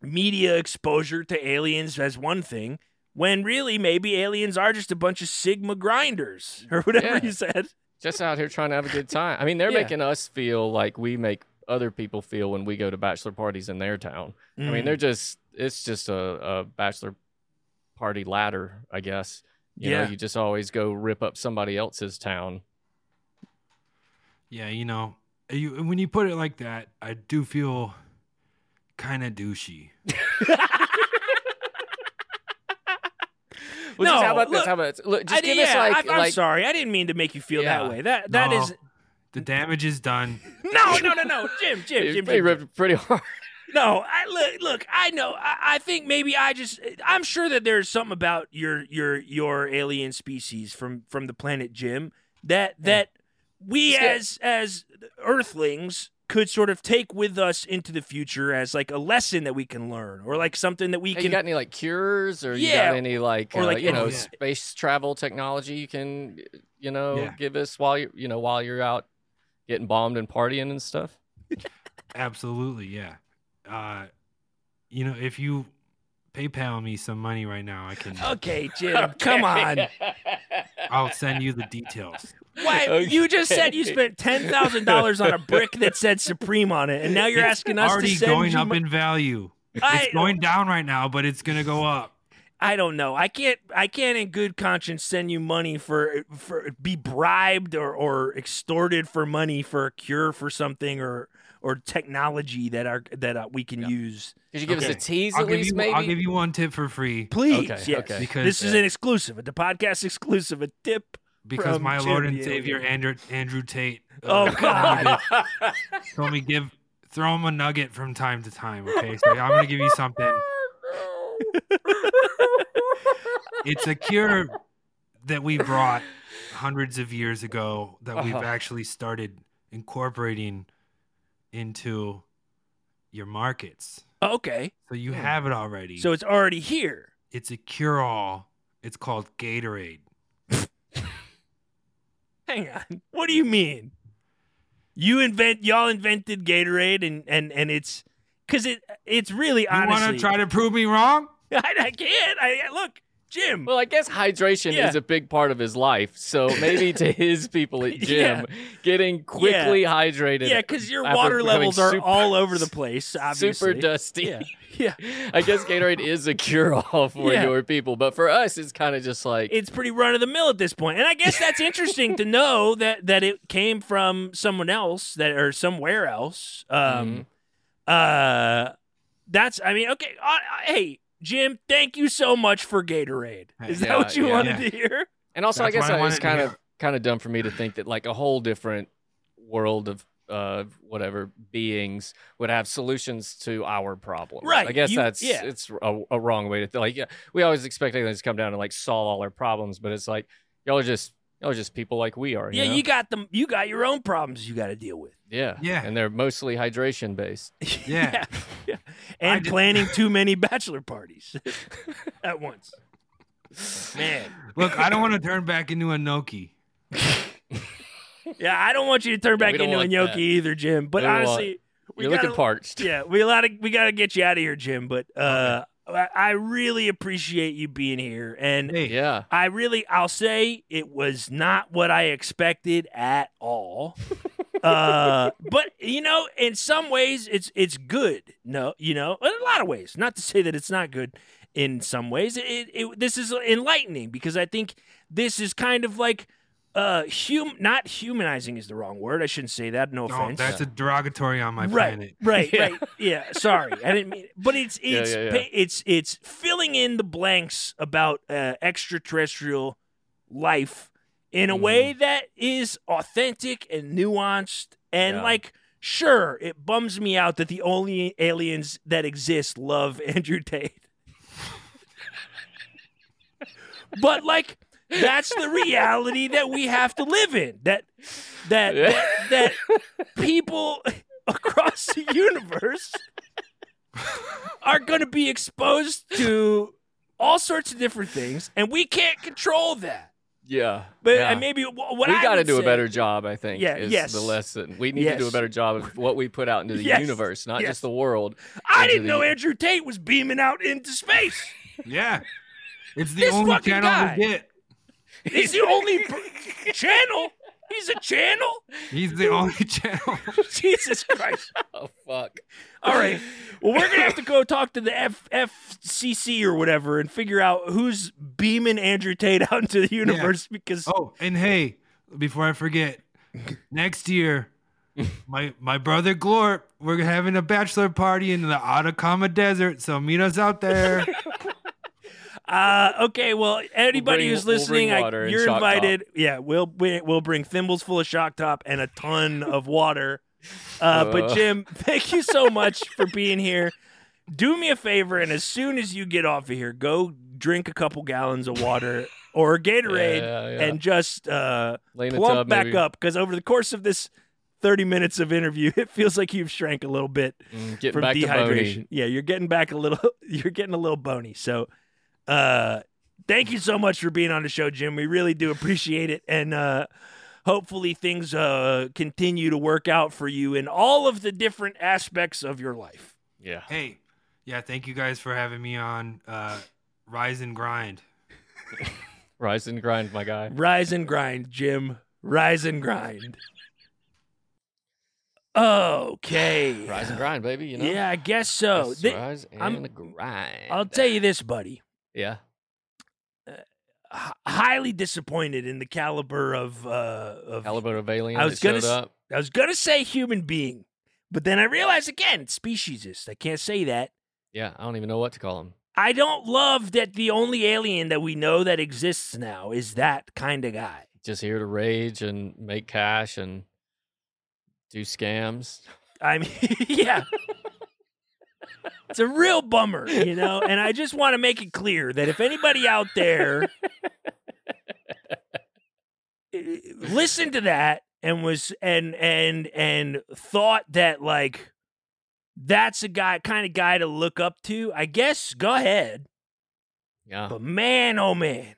[SPEAKER 1] media exposure to aliens as one thing when really maybe aliens are just a bunch of sigma grinders or whatever
[SPEAKER 3] Yeah.
[SPEAKER 1] you said.
[SPEAKER 3] just out here trying to have a good time. I mean, they're
[SPEAKER 1] Yeah.
[SPEAKER 3] making us feel like we make other people feel when we go to bachelor parties in their town. I mean, they're just it's just a, a bachelor party ladder, I guess. You
[SPEAKER 1] yeah.
[SPEAKER 3] know, you just always go rip up somebody else's town.
[SPEAKER 4] Yeah, you know, you when you put it like that, I do feel kind of douchey.
[SPEAKER 3] Well, just
[SPEAKER 1] No,
[SPEAKER 3] how about
[SPEAKER 1] look,
[SPEAKER 3] this? How about look? Just
[SPEAKER 1] I,
[SPEAKER 3] give
[SPEAKER 1] yeah,
[SPEAKER 3] us like
[SPEAKER 1] I'm, I'm
[SPEAKER 3] like
[SPEAKER 1] sorry. I didn't mean to make you feel
[SPEAKER 3] Yeah.
[SPEAKER 1] that way. That that
[SPEAKER 4] No.
[SPEAKER 1] is
[SPEAKER 4] The damage is done.
[SPEAKER 1] no, no, no, no, [LAUGHS] Jim, Jim,
[SPEAKER 3] they-
[SPEAKER 1] Jim,
[SPEAKER 3] they
[SPEAKER 1] Jim, Jim.
[SPEAKER 3] ripped pretty hard.
[SPEAKER 1] No, I look, look. I know. I, I think maybe I just. I'm sure that there's something about your your your alien species from from the planet Jim that that we
[SPEAKER 3] Just get-
[SPEAKER 1] as as Earthlings could sort of take with us into the future as like a lesson that we can learn or like something that we
[SPEAKER 3] Hey,
[SPEAKER 1] can.
[SPEAKER 3] you got any like cures or
[SPEAKER 1] Yeah,
[SPEAKER 3] you got any like,
[SPEAKER 1] or,
[SPEAKER 3] uh,
[SPEAKER 1] like,
[SPEAKER 3] you know
[SPEAKER 4] any-
[SPEAKER 3] space travel technology you can you know
[SPEAKER 4] Yeah.
[SPEAKER 3] give us while you you know while you're out getting bombed and partying and stuff.
[SPEAKER 4] Absolutely, yeah. Uh, you know, if you PayPal me some money right now, I can.
[SPEAKER 1] [LAUGHS] okay,
[SPEAKER 4] [LAUGHS]
[SPEAKER 1] Jim, come [LAUGHS] on.
[SPEAKER 4] I'll send you the
[SPEAKER 1] [LAUGHS]
[SPEAKER 4] details.
[SPEAKER 1] Why you just said you
[SPEAKER 3] Okay.
[SPEAKER 1] spent ten thousand dollars
[SPEAKER 4] [LAUGHS]
[SPEAKER 1] on a brick that said Supreme on it, and now you're asking us to
[SPEAKER 4] Already
[SPEAKER 1] send
[SPEAKER 4] going
[SPEAKER 1] you
[SPEAKER 4] up
[SPEAKER 1] mo-
[SPEAKER 4] in value.
[SPEAKER 1] I,
[SPEAKER 4] It's going down right now, but it's gonna go up.
[SPEAKER 1] I don't know. I can't. I can't, in good conscience, send you money for for be bribed or or extorted for money for a cure for something or or technology that are that uh, we can
[SPEAKER 3] Yeah.
[SPEAKER 1] use.
[SPEAKER 3] Could you give us
[SPEAKER 4] Okay.
[SPEAKER 3] a tease
[SPEAKER 4] I'll
[SPEAKER 3] at
[SPEAKER 4] give
[SPEAKER 3] least
[SPEAKER 4] you.
[SPEAKER 3] maybe? [LAUGHS]
[SPEAKER 4] I'll give you one tip for free
[SPEAKER 1] Please,
[SPEAKER 3] Okay,
[SPEAKER 1] yes.
[SPEAKER 3] okay.
[SPEAKER 4] Because- uh,
[SPEAKER 1] this is
[SPEAKER 3] yeah.
[SPEAKER 1] an exclusive, the podcast exclusive, a tip.
[SPEAKER 4] because
[SPEAKER 1] From
[SPEAKER 4] my Lord and
[SPEAKER 1] Jimmy.
[SPEAKER 4] Savior Andrew Andrew Tate. uh,
[SPEAKER 1] Oh, God.
[SPEAKER 4] [LAUGHS] told me
[SPEAKER 1] [LAUGHS]
[SPEAKER 4] to- Told me give throw him a nugget from time to time. Okay, so I'm gonna give you something. It's a cure that we brought hundreds of years ago that we've
[SPEAKER 3] Uh-huh.
[SPEAKER 4] actually started incorporating into your markets.
[SPEAKER 1] Okay,
[SPEAKER 4] So you
[SPEAKER 3] Hmm.
[SPEAKER 4] have it already.
[SPEAKER 1] so it's already here.
[SPEAKER 4] it's a cure all. It's called Gatorade.
[SPEAKER 1] Hang on. What do you mean? You invent y'all invented Gatorade and and and it's because it it's really
[SPEAKER 4] You
[SPEAKER 1] honestly.
[SPEAKER 4] want to try to prove me wrong?
[SPEAKER 1] [LAUGHS] I, I can't. I I- look, Jim.
[SPEAKER 3] Well, I guess hydration
[SPEAKER 1] Yeah.
[SPEAKER 3] is a big part of his life. So
[SPEAKER 1] [LAUGHS]
[SPEAKER 3] maybe to his people at gym, getting quickly hydrated.
[SPEAKER 1] yeah, because your
[SPEAKER 3] after
[SPEAKER 1] water
[SPEAKER 3] becoming
[SPEAKER 1] levels are
[SPEAKER 3] super-
[SPEAKER 1] all over the place. Obviously,
[SPEAKER 3] Super dusty.
[SPEAKER 1] Yeah. Yeah,
[SPEAKER 3] [LAUGHS] I guess Gatorade is a cure all for
[SPEAKER 1] Yeah.
[SPEAKER 3] your people, but for us, it's kind of just like
[SPEAKER 1] it's pretty run of the mill at this point, and I guess that's interesting to know that that it came from someone else that or somewhere else.
[SPEAKER 3] Mm-hmm.
[SPEAKER 1] Um, uh, that's I mean, okay, uh, hey Jim, thank you so much for Gatorade. Is
[SPEAKER 3] Yeah,
[SPEAKER 1] that what you
[SPEAKER 3] yeah.
[SPEAKER 1] wanted to hear?
[SPEAKER 3] And also,
[SPEAKER 4] That's
[SPEAKER 3] I
[SPEAKER 4] why
[SPEAKER 3] guess
[SPEAKER 4] I
[SPEAKER 3] I was
[SPEAKER 4] wanted to
[SPEAKER 3] kind of
[SPEAKER 4] hear.
[SPEAKER 3] kind of dumb for me to think that like a whole different world of uh whatever beings would have solutions to our problems.
[SPEAKER 1] Right,
[SPEAKER 3] I guess
[SPEAKER 1] you-
[SPEAKER 3] that's
[SPEAKER 1] yeah.
[SPEAKER 3] it's a, a wrong way to th- like. Yeah, we always expect aliens to come down and like solve all our problems, but it's like y'all are just y'all are just people like we are.
[SPEAKER 1] Yeah,
[SPEAKER 3] know?
[SPEAKER 1] you got them. You got your own problems you got to deal with. [LAUGHS]
[SPEAKER 3] yeah,
[SPEAKER 4] Yeah.
[SPEAKER 3] and they're mostly hydration based.
[SPEAKER 4] Yeah.
[SPEAKER 1] yeah.
[SPEAKER 4] I
[SPEAKER 1] And
[SPEAKER 4] did-
[SPEAKER 1] planning too many bachelor parties [LAUGHS] at once. Man.
[SPEAKER 4] Look, I don't want to turn back into
[SPEAKER 1] [LAUGHS]
[SPEAKER 4] a Noki.
[SPEAKER 1] Yeah, I don't want you to turn
[SPEAKER 3] Yeah,
[SPEAKER 1] back
[SPEAKER 3] we don't
[SPEAKER 1] into a
[SPEAKER 3] want
[SPEAKER 1] gnocchi
[SPEAKER 3] that.
[SPEAKER 1] either, Jim. But
[SPEAKER 3] We don't want-
[SPEAKER 1] honestly, we
[SPEAKER 3] You're
[SPEAKER 1] gotta,
[SPEAKER 3] looking parched.
[SPEAKER 1] Yeah, we gotta we gotta get you out of here, Jim. But uh, I, I really appreciate you being here, and
[SPEAKER 4] Hey,
[SPEAKER 3] Yeah,
[SPEAKER 1] I really I'll say it was not what I expected at all. uh, but you know, in some ways it's it's good. No, you know, in a lot of ways. Not to say that it's not good in some ways. It, it, this is enlightening because I think this is kind of like uh hum not humanizing is the wrong word. I shouldn't say that. No
[SPEAKER 4] No,
[SPEAKER 1] offense.
[SPEAKER 4] that's a derogatory on my
[SPEAKER 1] right,
[SPEAKER 3] [LAUGHS]
[SPEAKER 4] planet.
[SPEAKER 1] right,
[SPEAKER 3] Yeah.
[SPEAKER 1] right. Yeah, sorry, I didn't mean. But it's
[SPEAKER 3] [LAUGHS] Yeah,
[SPEAKER 1] it's
[SPEAKER 3] yeah, yeah.
[SPEAKER 1] pa- it's it's filling in the blanks about uh, extraterrestrial life in a
[SPEAKER 3] Mhm.
[SPEAKER 1] way that is authentic and nuanced and
[SPEAKER 3] Yeah.
[SPEAKER 1] like. Sure, it bums me out that the only aliens that exist love [LAUGHS] Andrew Tate. but like that's the reality that we have to live in. That that
[SPEAKER 3] Yeah.
[SPEAKER 1] that, that people [LAUGHS] across the universe are going to be exposed to all sorts of different things, and we can't control that.
[SPEAKER 3] Yeah.
[SPEAKER 1] But
[SPEAKER 3] yeah.
[SPEAKER 1] and maybe wh- what
[SPEAKER 3] we
[SPEAKER 1] I
[SPEAKER 3] got to
[SPEAKER 1] would
[SPEAKER 3] do a
[SPEAKER 1] say-
[SPEAKER 3] better job, I think.
[SPEAKER 1] Yeah,
[SPEAKER 3] is
[SPEAKER 1] yes.
[SPEAKER 3] the lesson. We need to do a
[SPEAKER 1] Yes.
[SPEAKER 3] better job of what we put out into the
[SPEAKER 1] [LAUGHS] Yes,
[SPEAKER 3] universe, not
[SPEAKER 1] yes.
[SPEAKER 3] just the world.
[SPEAKER 1] I
[SPEAKER 3] into
[SPEAKER 1] didn't
[SPEAKER 3] the-
[SPEAKER 1] know Andrew Tate was beaming out into space.
[SPEAKER 4] Yeah. It's the
[SPEAKER 1] This
[SPEAKER 4] only
[SPEAKER 1] fucking
[SPEAKER 4] channel
[SPEAKER 1] guy.
[SPEAKER 4] we get.
[SPEAKER 1] He's the only br- channel. He's a channel.
[SPEAKER 4] He's the only [LAUGHS] channel.
[SPEAKER 1] Jesus Christ.
[SPEAKER 3] Oh fuck.
[SPEAKER 1] All right. Well, we're gonna have to go talk to the F- FCC or whatever and figure out who's beaming Andrew Tate out into the universe because
[SPEAKER 4] Oh, and hey, before I forget, next year, my my brother Glorp, we're having a bachelor party in the Atacama Desert, so meet us out there.
[SPEAKER 1] Uh, okay, well, anybody
[SPEAKER 3] bring-
[SPEAKER 1] who's
[SPEAKER 3] we'll bring
[SPEAKER 1] listening, I-
[SPEAKER 3] water and
[SPEAKER 1] you're
[SPEAKER 3] shock top.
[SPEAKER 1] invited. Yeah, we'll we- we'll bring thimbles full of shock top and a ton of water. Uh, but
[SPEAKER 3] Uh.
[SPEAKER 1] Jim, thank you so much for being here. Do me a favor, and as soon as you get off of here, go drink a couple gallons of water or Gatorade,
[SPEAKER 3] Yeah, yeah.
[SPEAKER 1] and just uh,
[SPEAKER 3] Lena
[SPEAKER 1] plump
[SPEAKER 3] Tubb,
[SPEAKER 1] back
[SPEAKER 3] maybe.
[SPEAKER 1] up because over the course of this. 30 minutes of interview [LAUGHS] it feels like you've shrank a little bit
[SPEAKER 3] Mm, getting
[SPEAKER 1] from
[SPEAKER 3] back to
[SPEAKER 1] dehydration.
[SPEAKER 3] Boney.
[SPEAKER 1] yeah, you're getting back a little. [LAUGHS] You're getting a little bony. So, uh, thank you so much for being on the show, Jim. We really do appreciate it, and uh, hopefully things uh, continue to work out for you in all of the different aspects of your life.
[SPEAKER 3] Yeah.
[SPEAKER 4] hey, yeah, thank you guys for having me on uh, Rise and Grind.
[SPEAKER 3] Rise and grind, my guy.
[SPEAKER 1] Rise and grind, Jim. Rise and grind. Okay.
[SPEAKER 3] Rise and grind, baby. You know.
[SPEAKER 1] Yeah, I guess so.
[SPEAKER 3] Let's
[SPEAKER 1] Thi-
[SPEAKER 3] rise and
[SPEAKER 1] I'm-
[SPEAKER 3] grind.
[SPEAKER 1] I'll tell you this, buddy.
[SPEAKER 3] Yeah.
[SPEAKER 1] H- highly disappointed in the caliber of uh, of
[SPEAKER 3] Alabama of alien.
[SPEAKER 1] I was
[SPEAKER 3] that
[SPEAKER 1] gonna
[SPEAKER 3] showed
[SPEAKER 1] s-
[SPEAKER 3] up.
[SPEAKER 1] I was gonna say human being, but then I realized again, it's speciesist. I can't say that.
[SPEAKER 3] Yeah. I don't even know what to call him.
[SPEAKER 1] I don't love that the only alien that we know that exists now is that kind of guy.
[SPEAKER 3] Just here to rage and make cash and do scams.
[SPEAKER 1] I mean, [LAUGHS]
[SPEAKER 3] [LAUGHS]
[SPEAKER 1] yeah. It's a real bummer, you know? And I just want to make it clear that if anybody out
[SPEAKER 3] [LAUGHS]
[SPEAKER 1] there eh, listened to that and was and and and thought that like that's a guy kind of guy to look up to, I guess go ahead.
[SPEAKER 3] Yeah.
[SPEAKER 1] But man, oh man.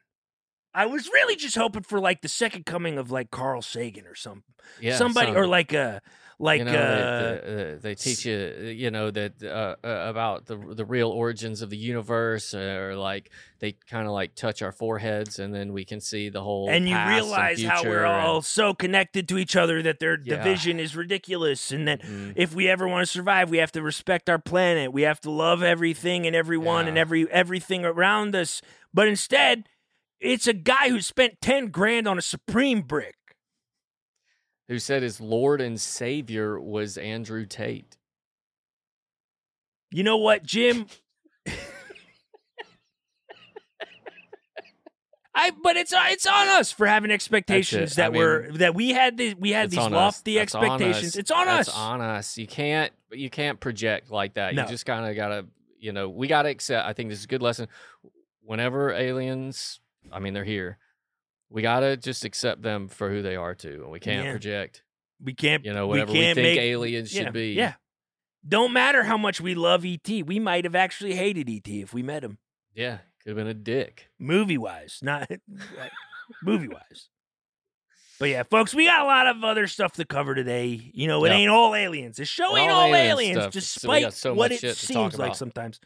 [SPEAKER 1] I was really just hoping for like the second coming of like Carl Sagan or something.
[SPEAKER 3] Yeah.
[SPEAKER 1] Somebody
[SPEAKER 3] some-
[SPEAKER 1] or like uh like
[SPEAKER 3] you know,
[SPEAKER 1] uh
[SPEAKER 3] they, they- uh, they teach you, uh, you know, that uh, uh, about the the real origins of the universe, or like they kind of like touch our foreheads, and then we can see the whole.
[SPEAKER 1] and you
[SPEAKER 3] past
[SPEAKER 1] realize how
[SPEAKER 3] future
[SPEAKER 1] we're all
[SPEAKER 3] and-
[SPEAKER 1] so connected to each other that their
[SPEAKER 3] Yeah.
[SPEAKER 1] division is ridiculous and that
[SPEAKER 3] Mhm.
[SPEAKER 1] if we ever want to survive we have to respect our planet we have to love everything and everyone and
[SPEAKER 3] Yeah.
[SPEAKER 1] every everything around us but instead it's a guy who spent 10 grand on a supreme brick
[SPEAKER 3] who said his Lord and Savior was Andrew Tate.
[SPEAKER 1] you know what jim [LAUGHS] I, but it's it's on us for having expectations
[SPEAKER 3] I
[SPEAKER 1] that were
[SPEAKER 3] mean,
[SPEAKER 1] that we had the, we had
[SPEAKER 3] It's
[SPEAKER 1] these
[SPEAKER 3] on us.
[SPEAKER 1] lofty
[SPEAKER 3] That's on us.
[SPEAKER 1] expectations. It's on
[SPEAKER 3] That's
[SPEAKER 1] us.
[SPEAKER 3] on us. You can't you can't project like that.
[SPEAKER 1] No.
[SPEAKER 3] You just kind of gotta you know we gotta accept. I think this is a good lesson. Whenever aliens, I mean they're here, we gotta just accept them for who they are too, and we can't
[SPEAKER 1] Yeah.
[SPEAKER 3] project.
[SPEAKER 1] We can't.
[SPEAKER 3] You know whatever
[SPEAKER 1] we
[SPEAKER 3] we,
[SPEAKER 1] can't
[SPEAKER 3] think
[SPEAKER 1] make,
[SPEAKER 3] aliens should
[SPEAKER 1] yeah,
[SPEAKER 3] be.
[SPEAKER 1] Yeah. Don't matter how much we love ET. We might have actually hated ET if we met him,
[SPEAKER 3] yeah. Could have been a dick.
[SPEAKER 1] movie wise, not [LAUGHS] movie wise. But yeah, folks, we got a lot of other stuff to cover today. You know, it
[SPEAKER 3] Yeah.
[SPEAKER 1] ain't all aliens. This show
[SPEAKER 3] Not
[SPEAKER 1] ain't
[SPEAKER 3] all
[SPEAKER 1] all
[SPEAKER 3] alien
[SPEAKER 1] aliens,
[SPEAKER 3] stuff. So we
[SPEAKER 1] despite
[SPEAKER 3] got so
[SPEAKER 1] what
[SPEAKER 3] much
[SPEAKER 1] it
[SPEAKER 3] shit to talk
[SPEAKER 1] seems like
[SPEAKER 3] about.
[SPEAKER 1] sometimes.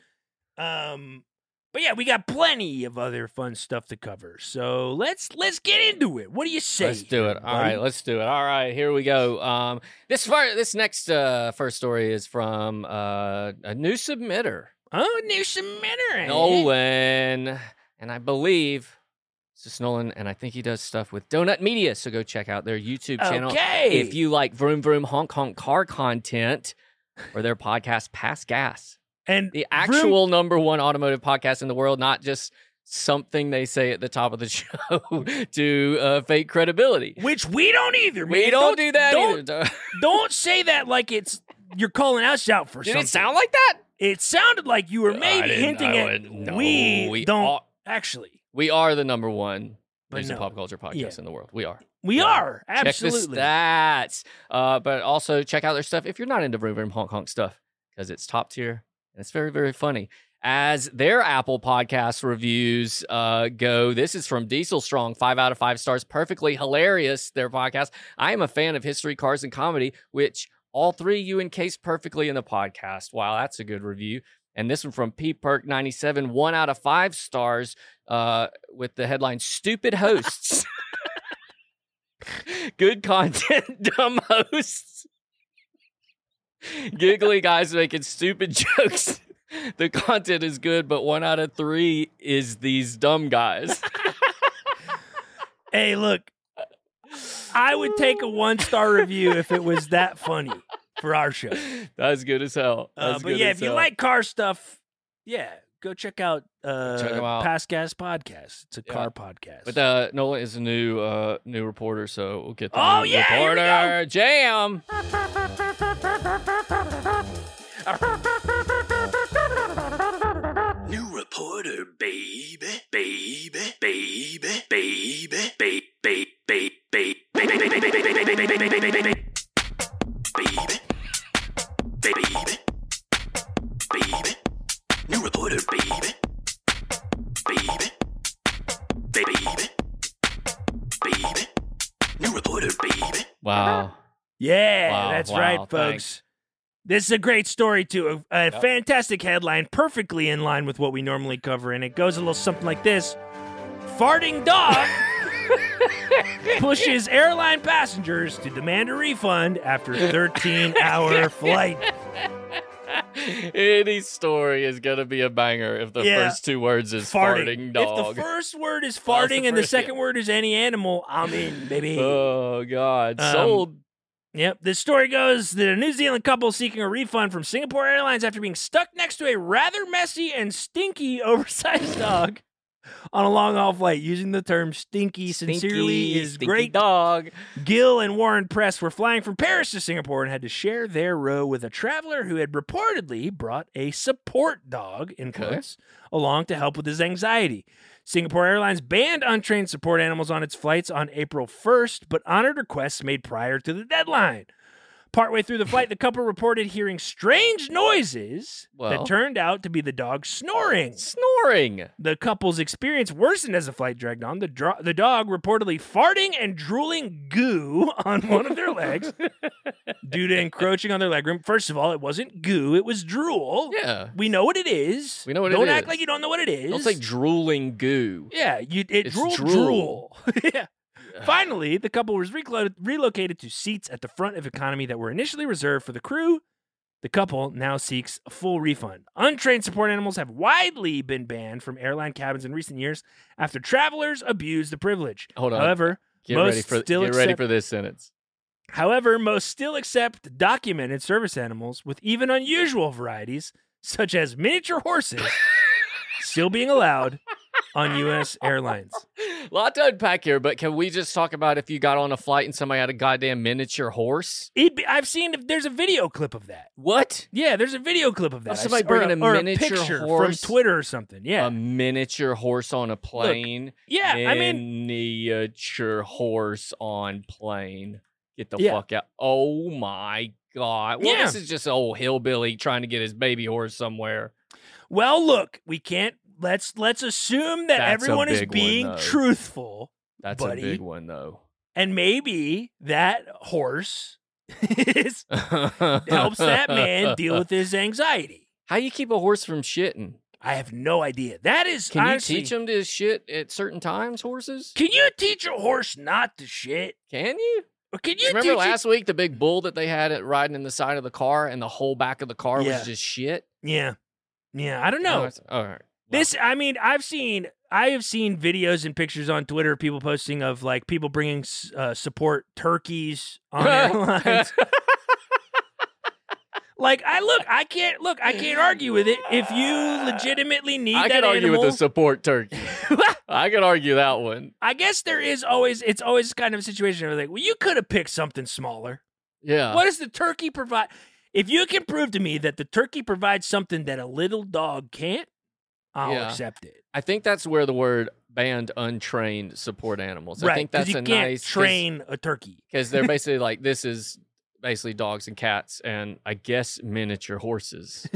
[SPEAKER 1] Um, but yeah, we got plenty of other fun stuff to cover. So let's let's get into it. What do you say?
[SPEAKER 3] Let's do it. All right, let's do it. All right, here we go. Um, this far, this next uh, first story is from uh, a new submitter,
[SPEAKER 1] Oh, new submitter. eh?
[SPEAKER 3] Nolan, and I believe Sis Nolan, and I think he does stuff with Donut Media. So go check out their YouTube channel
[SPEAKER 1] Okay.
[SPEAKER 3] if you like vroom vroom honk honk car content or their podcast Pass Gas,
[SPEAKER 1] and
[SPEAKER 3] the
[SPEAKER 1] Vroom-
[SPEAKER 3] actual number one automotive podcast in the world, not just something they say at the top of the [LAUGHS] show to uh, fake credibility.
[SPEAKER 1] which we don't either.
[SPEAKER 3] We
[SPEAKER 1] man.
[SPEAKER 3] don't, do that
[SPEAKER 1] don't,
[SPEAKER 3] either.
[SPEAKER 1] Don't say that like it's you're calling us out for
[SPEAKER 3] Did
[SPEAKER 1] something.
[SPEAKER 3] it sound like that?
[SPEAKER 1] It sounded like you were
[SPEAKER 3] I
[SPEAKER 1] maybe
[SPEAKER 3] didn't-
[SPEAKER 1] hinting
[SPEAKER 3] I
[SPEAKER 1] at
[SPEAKER 3] wouldn't- no,
[SPEAKER 1] we,
[SPEAKER 3] we
[SPEAKER 1] don't
[SPEAKER 3] are-
[SPEAKER 1] actually.
[SPEAKER 3] We are the number one
[SPEAKER 1] But
[SPEAKER 3] news and
[SPEAKER 1] no.
[SPEAKER 3] pop culture podcast
[SPEAKER 1] Yeah.
[SPEAKER 3] in the world. We are.
[SPEAKER 1] We
[SPEAKER 3] No.
[SPEAKER 1] are absolutely.
[SPEAKER 3] Check the stats. Uh, but also check out their stuff if you're not into Vroom Vroom Honk Honk stuff because it's top tier and it's very, very funny. As their Apple podcast reviews uh, go, this is from Diesel Strong, five out of five stars. Perfectly hilarious, their podcast. I am a fan of history, cars, and comedy, which all three you encase perfectly in the podcast. Wow, that's a good review. And this one from P Perk 97, one out of five stars uh, with the headline Stupid Hosts. Good content, [LAUGHS] dumb hosts. Giggly guys making stupid [LAUGHS] jokes. The content is good, but one out of three is these dumb guys. [LAUGHS]
[SPEAKER 1] Hey, look, I would take a one star review if it was that funny for our show.
[SPEAKER 3] [LAUGHS] That's good as hell.
[SPEAKER 1] Uh,
[SPEAKER 3] That's
[SPEAKER 1] but
[SPEAKER 3] good
[SPEAKER 1] yeah,
[SPEAKER 3] as
[SPEAKER 1] if you
[SPEAKER 3] hell.
[SPEAKER 1] like car stuff, yeah, go check out uh
[SPEAKER 3] Check 'em out.
[SPEAKER 1] Past Gas Podcast. It's a
[SPEAKER 3] Yeah.
[SPEAKER 1] car podcast.
[SPEAKER 3] But uh, Nola is a new uh, new reporter, so we'll get the
[SPEAKER 1] Oh,
[SPEAKER 3] new
[SPEAKER 1] yeah, here we go.
[SPEAKER 3] reporter jam.
[SPEAKER 1] new reporter, baby, baby, baby, baby, baby, baby, baby, baby, baby, baby, baby, baby, baby, baby, baby, baby, baby.
[SPEAKER 5] baby, baby, baby, new reporter, baby, baby, baby, baby, new reporter, baby.
[SPEAKER 1] [LAUGHS]
[SPEAKER 3] Wow.
[SPEAKER 1] Yeah,
[SPEAKER 3] Wow,
[SPEAKER 1] that's
[SPEAKER 3] wow,
[SPEAKER 1] right, folks.
[SPEAKER 3] thanks.
[SPEAKER 1] This is a great story too. A, a fantastic headline, perfectly in line with what we normally cover, and it goes a little something like this: Farting
[SPEAKER 3] [LAUGHS]
[SPEAKER 1] dog pushes airline passengers to demand a refund
[SPEAKER 3] [LAUGHS]
[SPEAKER 1] after 13-hour flight.
[SPEAKER 3] Any story is gonna be a banger if the
[SPEAKER 1] Yeah.
[SPEAKER 3] first two words is farting,
[SPEAKER 1] farting.
[SPEAKER 3] dog.
[SPEAKER 1] If the first word is
[SPEAKER 3] Well, that's the
[SPEAKER 1] farting and the
[SPEAKER 3] first, yeah.
[SPEAKER 1] second word is any animal, I'm in, baby.
[SPEAKER 3] Oh God,
[SPEAKER 1] Um,
[SPEAKER 3] sold.
[SPEAKER 1] Yep. This story goes that a New Zealand couple seeking a refund from Singapore Airlines after being stuck next to a rather messy and stinky [LAUGHS] oversized dog on a long haul flight. Using the term stinky sincerely is great.
[SPEAKER 3] dog.
[SPEAKER 1] Gill and Warren Press were flying from Paris to Singapore and had to share their row with a traveler who had reportedly brought a support dog, in
[SPEAKER 3] Okay.
[SPEAKER 1] quotes, along to help with his anxiety. Singapore Airlines banned untrained support animals on its flights on April 1st, but honored requests made prior to the deadline. Partway through the flight, the couple reported hearing strange noises
[SPEAKER 3] Well.
[SPEAKER 1] that turned out to be the dog snoring.
[SPEAKER 3] Snoring.
[SPEAKER 1] The couple's experience worsened as the flight dragged on. The, dro- the dog reportedly farting and drooling goo [LAUGHS] on one of their legs due to encroaching on their legroom. First of all, it wasn't goo, it was drool.
[SPEAKER 3] [LAUGHS] Yeah.
[SPEAKER 1] We know what it is.
[SPEAKER 3] We know what it
[SPEAKER 1] don't Don't act
[SPEAKER 3] is.
[SPEAKER 1] like you don't know what it is.
[SPEAKER 3] Don't say drooling goo.
[SPEAKER 1] yeah, you, it
[SPEAKER 3] It's
[SPEAKER 1] drooled drool. [LAUGHS]
[SPEAKER 3] drool.
[SPEAKER 1] yeah. Finally, the couple was reclo- relocated to seats at the front of economy that were initially reserved for the crew. The couple now seeks a full refund. Untrained support animals have widely been banned from airline cabins in recent years after travelers abused the privilege.
[SPEAKER 3] Hold on.
[SPEAKER 1] However,
[SPEAKER 3] get
[SPEAKER 1] most
[SPEAKER 3] ready for
[SPEAKER 1] still
[SPEAKER 3] get ready
[SPEAKER 1] accept-
[SPEAKER 3] for this sentence.
[SPEAKER 1] however, most still accept documented service animals with even unusual varieties such as miniature horses still being allowed on US airlines.
[SPEAKER 3] Lot to unpack here, but can we just talk about if you got on a flight and somebody had a goddamn miniature horse?
[SPEAKER 1] It'd be, I've seen there's a video clip of that.
[SPEAKER 3] What?
[SPEAKER 1] Yeah, there's a video clip of that. I s-
[SPEAKER 3] somebody
[SPEAKER 1] or
[SPEAKER 3] bringing a
[SPEAKER 1] or
[SPEAKER 3] miniature
[SPEAKER 1] picture
[SPEAKER 3] horse. um,
[SPEAKER 1] from Twitter or something. Yeah,
[SPEAKER 3] A miniature horse on a plane.
[SPEAKER 1] yeah. I mean,
[SPEAKER 3] miniature horse on plane. Get the
[SPEAKER 1] Yeah.
[SPEAKER 3] fuck out! Oh my god! Well,
[SPEAKER 1] Yeah.
[SPEAKER 3] this is just an old hillbilly trying to get his baby horse somewhere.
[SPEAKER 1] well, look, we can't. Let's let's assume that
[SPEAKER 3] That's a
[SPEAKER 1] everyone is
[SPEAKER 3] big one,
[SPEAKER 1] being
[SPEAKER 3] though.
[SPEAKER 1] truthful,
[SPEAKER 3] That's
[SPEAKER 1] Buddy.
[SPEAKER 3] a big one, though.
[SPEAKER 1] and maybe that horse [LAUGHS] is, helps that
[SPEAKER 3] [LAUGHS]
[SPEAKER 1] man deal with his anxiety.
[SPEAKER 3] How you keep a horse from shitting?
[SPEAKER 1] I have no idea. That is
[SPEAKER 3] Can
[SPEAKER 1] honestly-
[SPEAKER 3] you teach him to shit at certain times? Horses?
[SPEAKER 1] Can you teach a horse not to shit?
[SPEAKER 3] Can you?
[SPEAKER 1] Or can you
[SPEAKER 3] Remember
[SPEAKER 1] teach
[SPEAKER 3] last week the big bull that they had it riding in the side of the car, and the whole back of the car
[SPEAKER 1] Yeah.
[SPEAKER 3] was just shit.
[SPEAKER 1] It? Yeah, yeah. I don't know.
[SPEAKER 3] Oh, it's- all right. Wow.
[SPEAKER 1] This, I mean, I've seen I have seen videos and pictures on Twitter of people posting of like people bringing s- uh, support turkeys
[SPEAKER 3] [LAUGHS]
[SPEAKER 1] on [LAUGHS] airlines. like I look, I can't look, I can't argue with it. If you legitimately need
[SPEAKER 3] [LAUGHS] I
[SPEAKER 1] that
[SPEAKER 3] could argue
[SPEAKER 1] animal,
[SPEAKER 3] with the
[SPEAKER 1] [LAUGHS]
[SPEAKER 3] support turkey. I could argue that one.
[SPEAKER 1] I guess there is always it's always kind of a situation where like, well, you could have picked something smaller.
[SPEAKER 3] Yeah.
[SPEAKER 1] what does the turkey provide? If you can prove to me that the turkey provides something that a little dog can't, I'll
[SPEAKER 3] Yeah.
[SPEAKER 1] accept it.
[SPEAKER 3] I think that's where the word banned untrained support animals. I
[SPEAKER 1] right?
[SPEAKER 3] think
[SPEAKER 1] Because
[SPEAKER 3] that's
[SPEAKER 1] you
[SPEAKER 3] a
[SPEAKER 1] can't
[SPEAKER 3] nice 'cause-
[SPEAKER 1] train a turkey. [LAUGHS]
[SPEAKER 3] because they're basically like this is basically dogs and cats and I guess
[SPEAKER 1] [LAUGHS]
[SPEAKER 3] miniature horses.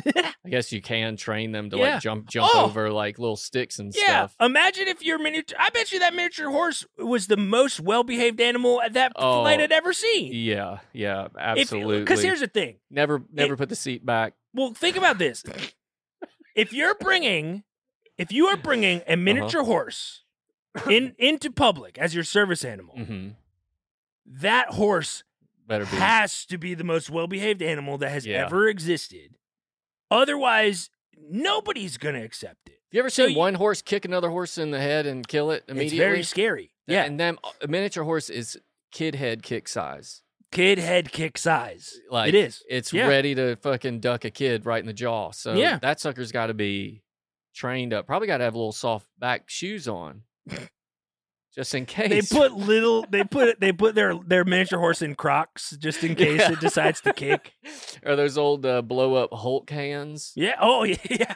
[SPEAKER 3] I guess you can train them to
[SPEAKER 1] Yeah.
[SPEAKER 3] like jump jump
[SPEAKER 1] Oh!
[SPEAKER 3] over like little sticks and
[SPEAKER 1] Yeah,
[SPEAKER 3] stuff.
[SPEAKER 1] imagine if your miniature. I bet you that miniature horse was the most well-behaved animal that
[SPEAKER 3] Oh,
[SPEAKER 1] flight had ever seen.
[SPEAKER 3] Yeah, yeah, absolutely.
[SPEAKER 1] Because here's the thing.
[SPEAKER 3] never never put the seat back.
[SPEAKER 1] Well, think about this. if you're bringing, if you are bringing
[SPEAKER 3] Uh-huh.
[SPEAKER 1] a miniature horse in into public as your service animal,
[SPEAKER 3] hmm
[SPEAKER 1] that horse
[SPEAKER 3] Better be.
[SPEAKER 1] has to be the most well-behaved animal that has
[SPEAKER 3] Yeah.
[SPEAKER 1] ever existed. Otherwise, nobody's going to accept it.
[SPEAKER 3] you ever
[SPEAKER 1] so
[SPEAKER 3] seen
[SPEAKER 1] you-
[SPEAKER 3] one horse kick another horse in the head and kill it immediately?
[SPEAKER 1] It's very scary.
[SPEAKER 3] Th-
[SPEAKER 1] Yeah,
[SPEAKER 3] and then a miniature horse is kid head kick size.
[SPEAKER 1] kid head kick size.
[SPEAKER 3] Like
[SPEAKER 1] it is.
[SPEAKER 3] It's
[SPEAKER 1] Yeah.
[SPEAKER 3] ready to fucking duck a kid right in the jaw. So
[SPEAKER 1] Yeah.
[SPEAKER 3] that sucker's got to be trained up. Probably got to have little soft back shoes on, just in
[SPEAKER 1] They
[SPEAKER 3] case.
[SPEAKER 1] put little. They put they put their their miniature horse in Crocs just in case
[SPEAKER 3] Yeah.
[SPEAKER 1] it decides to kick.
[SPEAKER 3] or those old uh, blow up Hulk hands.
[SPEAKER 1] Yeah. Oh yeah, [LAUGHS] yeah.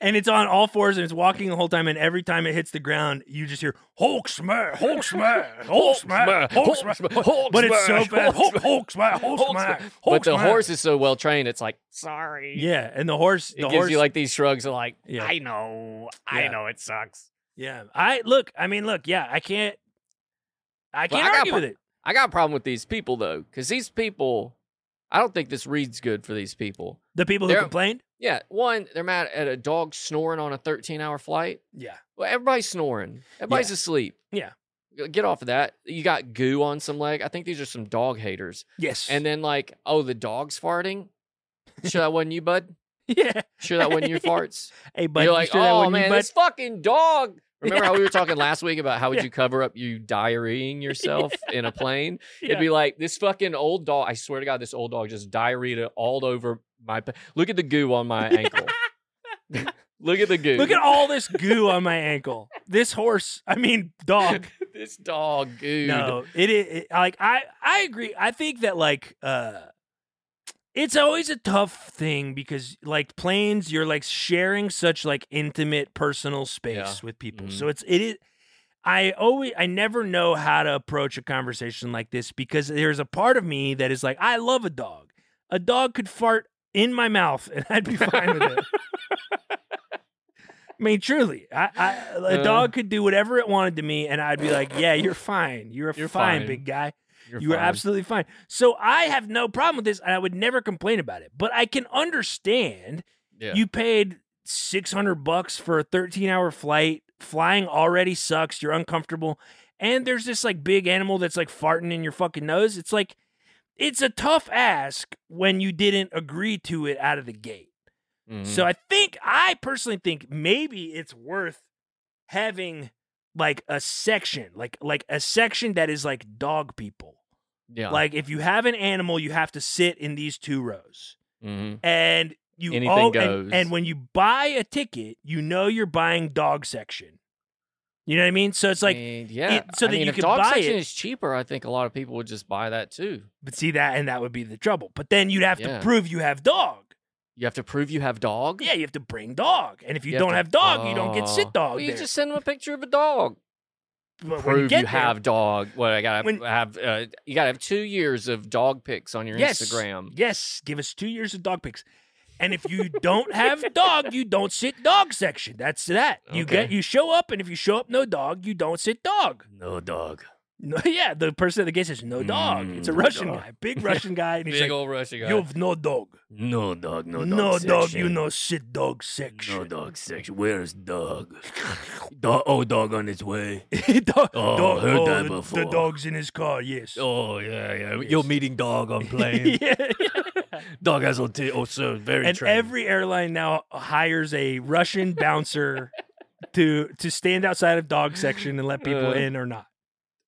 [SPEAKER 1] And it's on all fours and it's walking the whole time. And every time it hits the ground, you just hear Hulk smash, Hulk
[SPEAKER 3] [LAUGHS]
[SPEAKER 1] smash, Hulk smash, Hulk smash.
[SPEAKER 3] Hulk
[SPEAKER 1] But it's so
[SPEAKER 3] smash,
[SPEAKER 1] bad.
[SPEAKER 3] Hulk
[SPEAKER 1] Hulk, Hulk smash, Hulk
[SPEAKER 3] Hulk
[SPEAKER 1] smash. Hulk
[SPEAKER 3] But the
[SPEAKER 1] smash.
[SPEAKER 3] horse is so well trained, it's like sorry.
[SPEAKER 1] Yeah, and the horse.
[SPEAKER 3] It
[SPEAKER 1] The
[SPEAKER 3] gives
[SPEAKER 1] horse.
[SPEAKER 3] you like these shrugs of like
[SPEAKER 1] Yeah.
[SPEAKER 3] I know,
[SPEAKER 1] Yeah.
[SPEAKER 3] I know it sucks.
[SPEAKER 1] yeah. I look. I mean, look. Yeah. I can't. I
[SPEAKER 3] Well,
[SPEAKER 1] can't
[SPEAKER 3] I got
[SPEAKER 1] argue
[SPEAKER 3] pro-
[SPEAKER 1] with it.
[SPEAKER 3] I got a problem with these people though, because these people, I don't think this reads good for these people.
[SPEAKER 1] The people who
[SPEAKER 3] They're-
[SPEAKER 1] complained.
[SPEAKER 3] Yeah, one, they're mad at a dog snoring on a 13 hour flight.
[SPEAKER 1] Yeah.
[SPEAKER 3] Well, everybody's snoring, everybody's
[SPEAKER 1] Yeah.
[SPEAKER 3] asleep.
[SPEAKER 1] Yeah.
[SPEAKER 3] G- Get off of that. You got goo on some leg. I think these are some dog haters.
[SPEAKER 1] Yes.
[SPEAKER 3] And then, like, oh, the dog's farting.
[SPEAKER 1] [LAUGHS]
[SPEAKER 3] Sure, that wasn't you, bud.
[SPEAKER 1] yeah.
[SPEAKER 3] Sure, that wasn't
[SPEAKER 1] [LAUGHS]
[SPEAKER 3] your farts.
[SPEAKER 1] Hey, bud.
[SPEAKER 3] You're
[SPEAKER 1] you
[SPEAKER 3] like,
[SPEAKER 1] sure that
[SPEAKER 3] oh,
[SPEAKER 1] wasn't you,
[SPEAKER 3] man,
[SPEAKER 1] bud?
[SPEAKER 3] this
[SPEAKER 1] [LAUGHS]
[SPEAKER 3] fucking dog. Remember how we were talking last week about how would
[SPEAKER 1] Yeah.
[SPEAKER 3] you cover up you
[SPEAKER 1] [LAUGHS]
[SPEAKER 3] diarrheaing yourself in a plane?
[SPEAKER 1] Yeah.
[SPEAKER 3] It'd be like this fucking old dog. I swear to God, this old dog just diarrhea all over my. pa- Look at the goo on
[SPEAKER 1] [LAUGHS]
[SPEAKER 3] my ankle. [LAUGHS] Look at the goo.
[SPEAKER 1] Look at all this
[SPEAKER 3] [LAUGHS]
[SPEAKER 1] goo on my ankle. This horse, I mean dog.
[SPEAKER 3] this dog goo.
[SPEAKER 1] No, it is like I I agree. I think that like uh it's always a tough thing because like planes you're like sharing such like intimate personal space
[SPEAKER 3] Yeah.
[SPEAKER 1] with people.
[SPEAKER 3] Mhm.
[SPEAKER 1] So it's it is I always I never know how to approach a conversation like this because there's a part of me that is like I love a dog. A dog could fart in my mouth and I'd be fine with it. I mean, truly, I, I, a
[SPEAKER 3] Uh.
[SPEAKER 1] dog could do whatever it wanted to me, and I'd be like, "Yeah, you're fine. You're,
[SPEAKER 3] You're
[SPEAKER 1] fine,
[SPEAKER 3] fine.
[SPEAKER 1] big guy.
[SPEAKER 3] You're
[SPEAKER 1] You're
[SPEAKER 3] fine.
[SPEAKER 1] absolutely fine." So I have no problem with this, and I would never complain about it. But I can understand
[SPEAKER 3] Yeah.
[SPEAKER 1] you paid six hundred bucks for a thirteen hour flight. Flying already sucks. You're uncomfortable, and there's this like big animal that's like farting in your fucking nose. It's like it's a tough ask when you didn't agree to it out of the gate.
[SPEAKER 3] Mhm.
[SPEAKER 1] So I think I personally think maybe it's worth having like a section, like like a section that is like dog people.
[SPEAKER 3] yeah.
[SPEAKER 1] Like if you have an animal, you have to sit in these two rows.
[SPEAKER 3] Mhm.
[SPEAKER 1] And you
[SPEAKER 3] Anything
[SPEAKER 1] oh, and-
[SPEAKER 3] goes.
[SPEAKER 1] And, when you buy a ticket, you know you're buying dog section. You know what I mean? So it's like
[SPEAKER 3] And yeah.
[SPEAKER 1] it- so
[SPEAKER 3] I
[SPEAKER 1] that
[SPEAKER 3] mean,
[SPEAKER 1] you
[SPEAKER 3] if
[SPEAKER 1] could
[SPEAKER 3] dog
[SPEAKER 1] buy
[SPEAKER 3] section
[SPEAKER 1] it-
[SPEAKER 3] is cheaper, I think a lot of people would just buy that too.
[SPEAKER 1] but see that and that would be the trouble. But then you'd have
[SPEAKER 3] Yeah.
[SPEAKER 1] to prove you have dog.
[SPEAKER 3] You have to prove you have dog.
[SPEAKER 1] Yeah, you have to bring dog. And if you,
[SPEAKER 3] You have
[SPEAKER 1] don't
[SPEAKER 3] to-
[SPEAKER 1] have dog, you don't get
[SPEAKER 3] Oh.
[SPEAKER 1] sit dog.
[SPEAKER 3] Well, you
[SPEAKER 1] there.
[SPEAKER 3] just send them a picture of a dog.
[SPEAKER 1] But when
[SPEAKER 3] prove you
[SPEAKER 1] get there-
[SPEAKER 3] have dog. What I gotta
[SPEAKER 1] When-
[SPEAKER 3] have, uh, you gotta have two years of dog pics on your
[SPEAKER 1] yes,
[SPEAKER 3] Instagram.
[SPEAKER 1] Yes, give us two years of dog pics. And if you don't have dog, you don't sit dog section. That's that. You
[SPEAKER 3] Okay.
[SPEAKER 1] get you show up, and if you show up no dog, you don't sit dog.
[SPEAKER 3] No dog.
[SPEAKER 1] No, [LAUGHS] yeah, the person at the gate says no dog.
[SPEAKER 3] Mm,
[SPEAKER 1] it's a
[SPEAKER 3] no
[SPEAKER 1] Russian
[SPEAKER 3] dog.
[SPEAKER 1] guy,
[SPEAKER 5] [LAUGHS]
[SPEAKER 1] big Russian guy, and he's
[SPEAKER 3] Big
[SPEAKER 1] like,
[SPEAKER 3] old Russian guy.
[SPEAKER 1] "You have no dog,
[SPEAKER 5] No dog, no dog.
[SPEAKER 1] no dog, you
[SPEAKER 5] section.
[SPEAKER 1] no sit dog
[SPEAKER 5] No
[SPEAKER 1] section.
[SPEAKER 5] dog section. Where's dog? dog? Oh, dog on its way.
[SPEAKER 1] [LAUGHS] dog,
[SPEAKER 5] Oh,
[SPEAKER 1] dog-
[SPEAKER 5] heard that
[SPEAKER 1] the-
[SPEAKER 5] before.
[SPEAKER 1] The dog's in his car. Yes. [LAUGHS]
[SPEAKER 5] Oh yeah, yeah.
[SPEAKER 1] Yes.
[SPEAKER 5] You're meeting dog on plane.
[SPEAKER 1] yeah.
[SPEAKER 5] [LAUGHS] Dog has auti- also very
[SPEAKER 1] And
[SPEAKER 5] trained.
[SPEAKER 1] every airline now hires a Russian bouncer to to stand outside of dog section and let people
[SPEAKER 3] Uh.
[SPEAKER 1] in or not.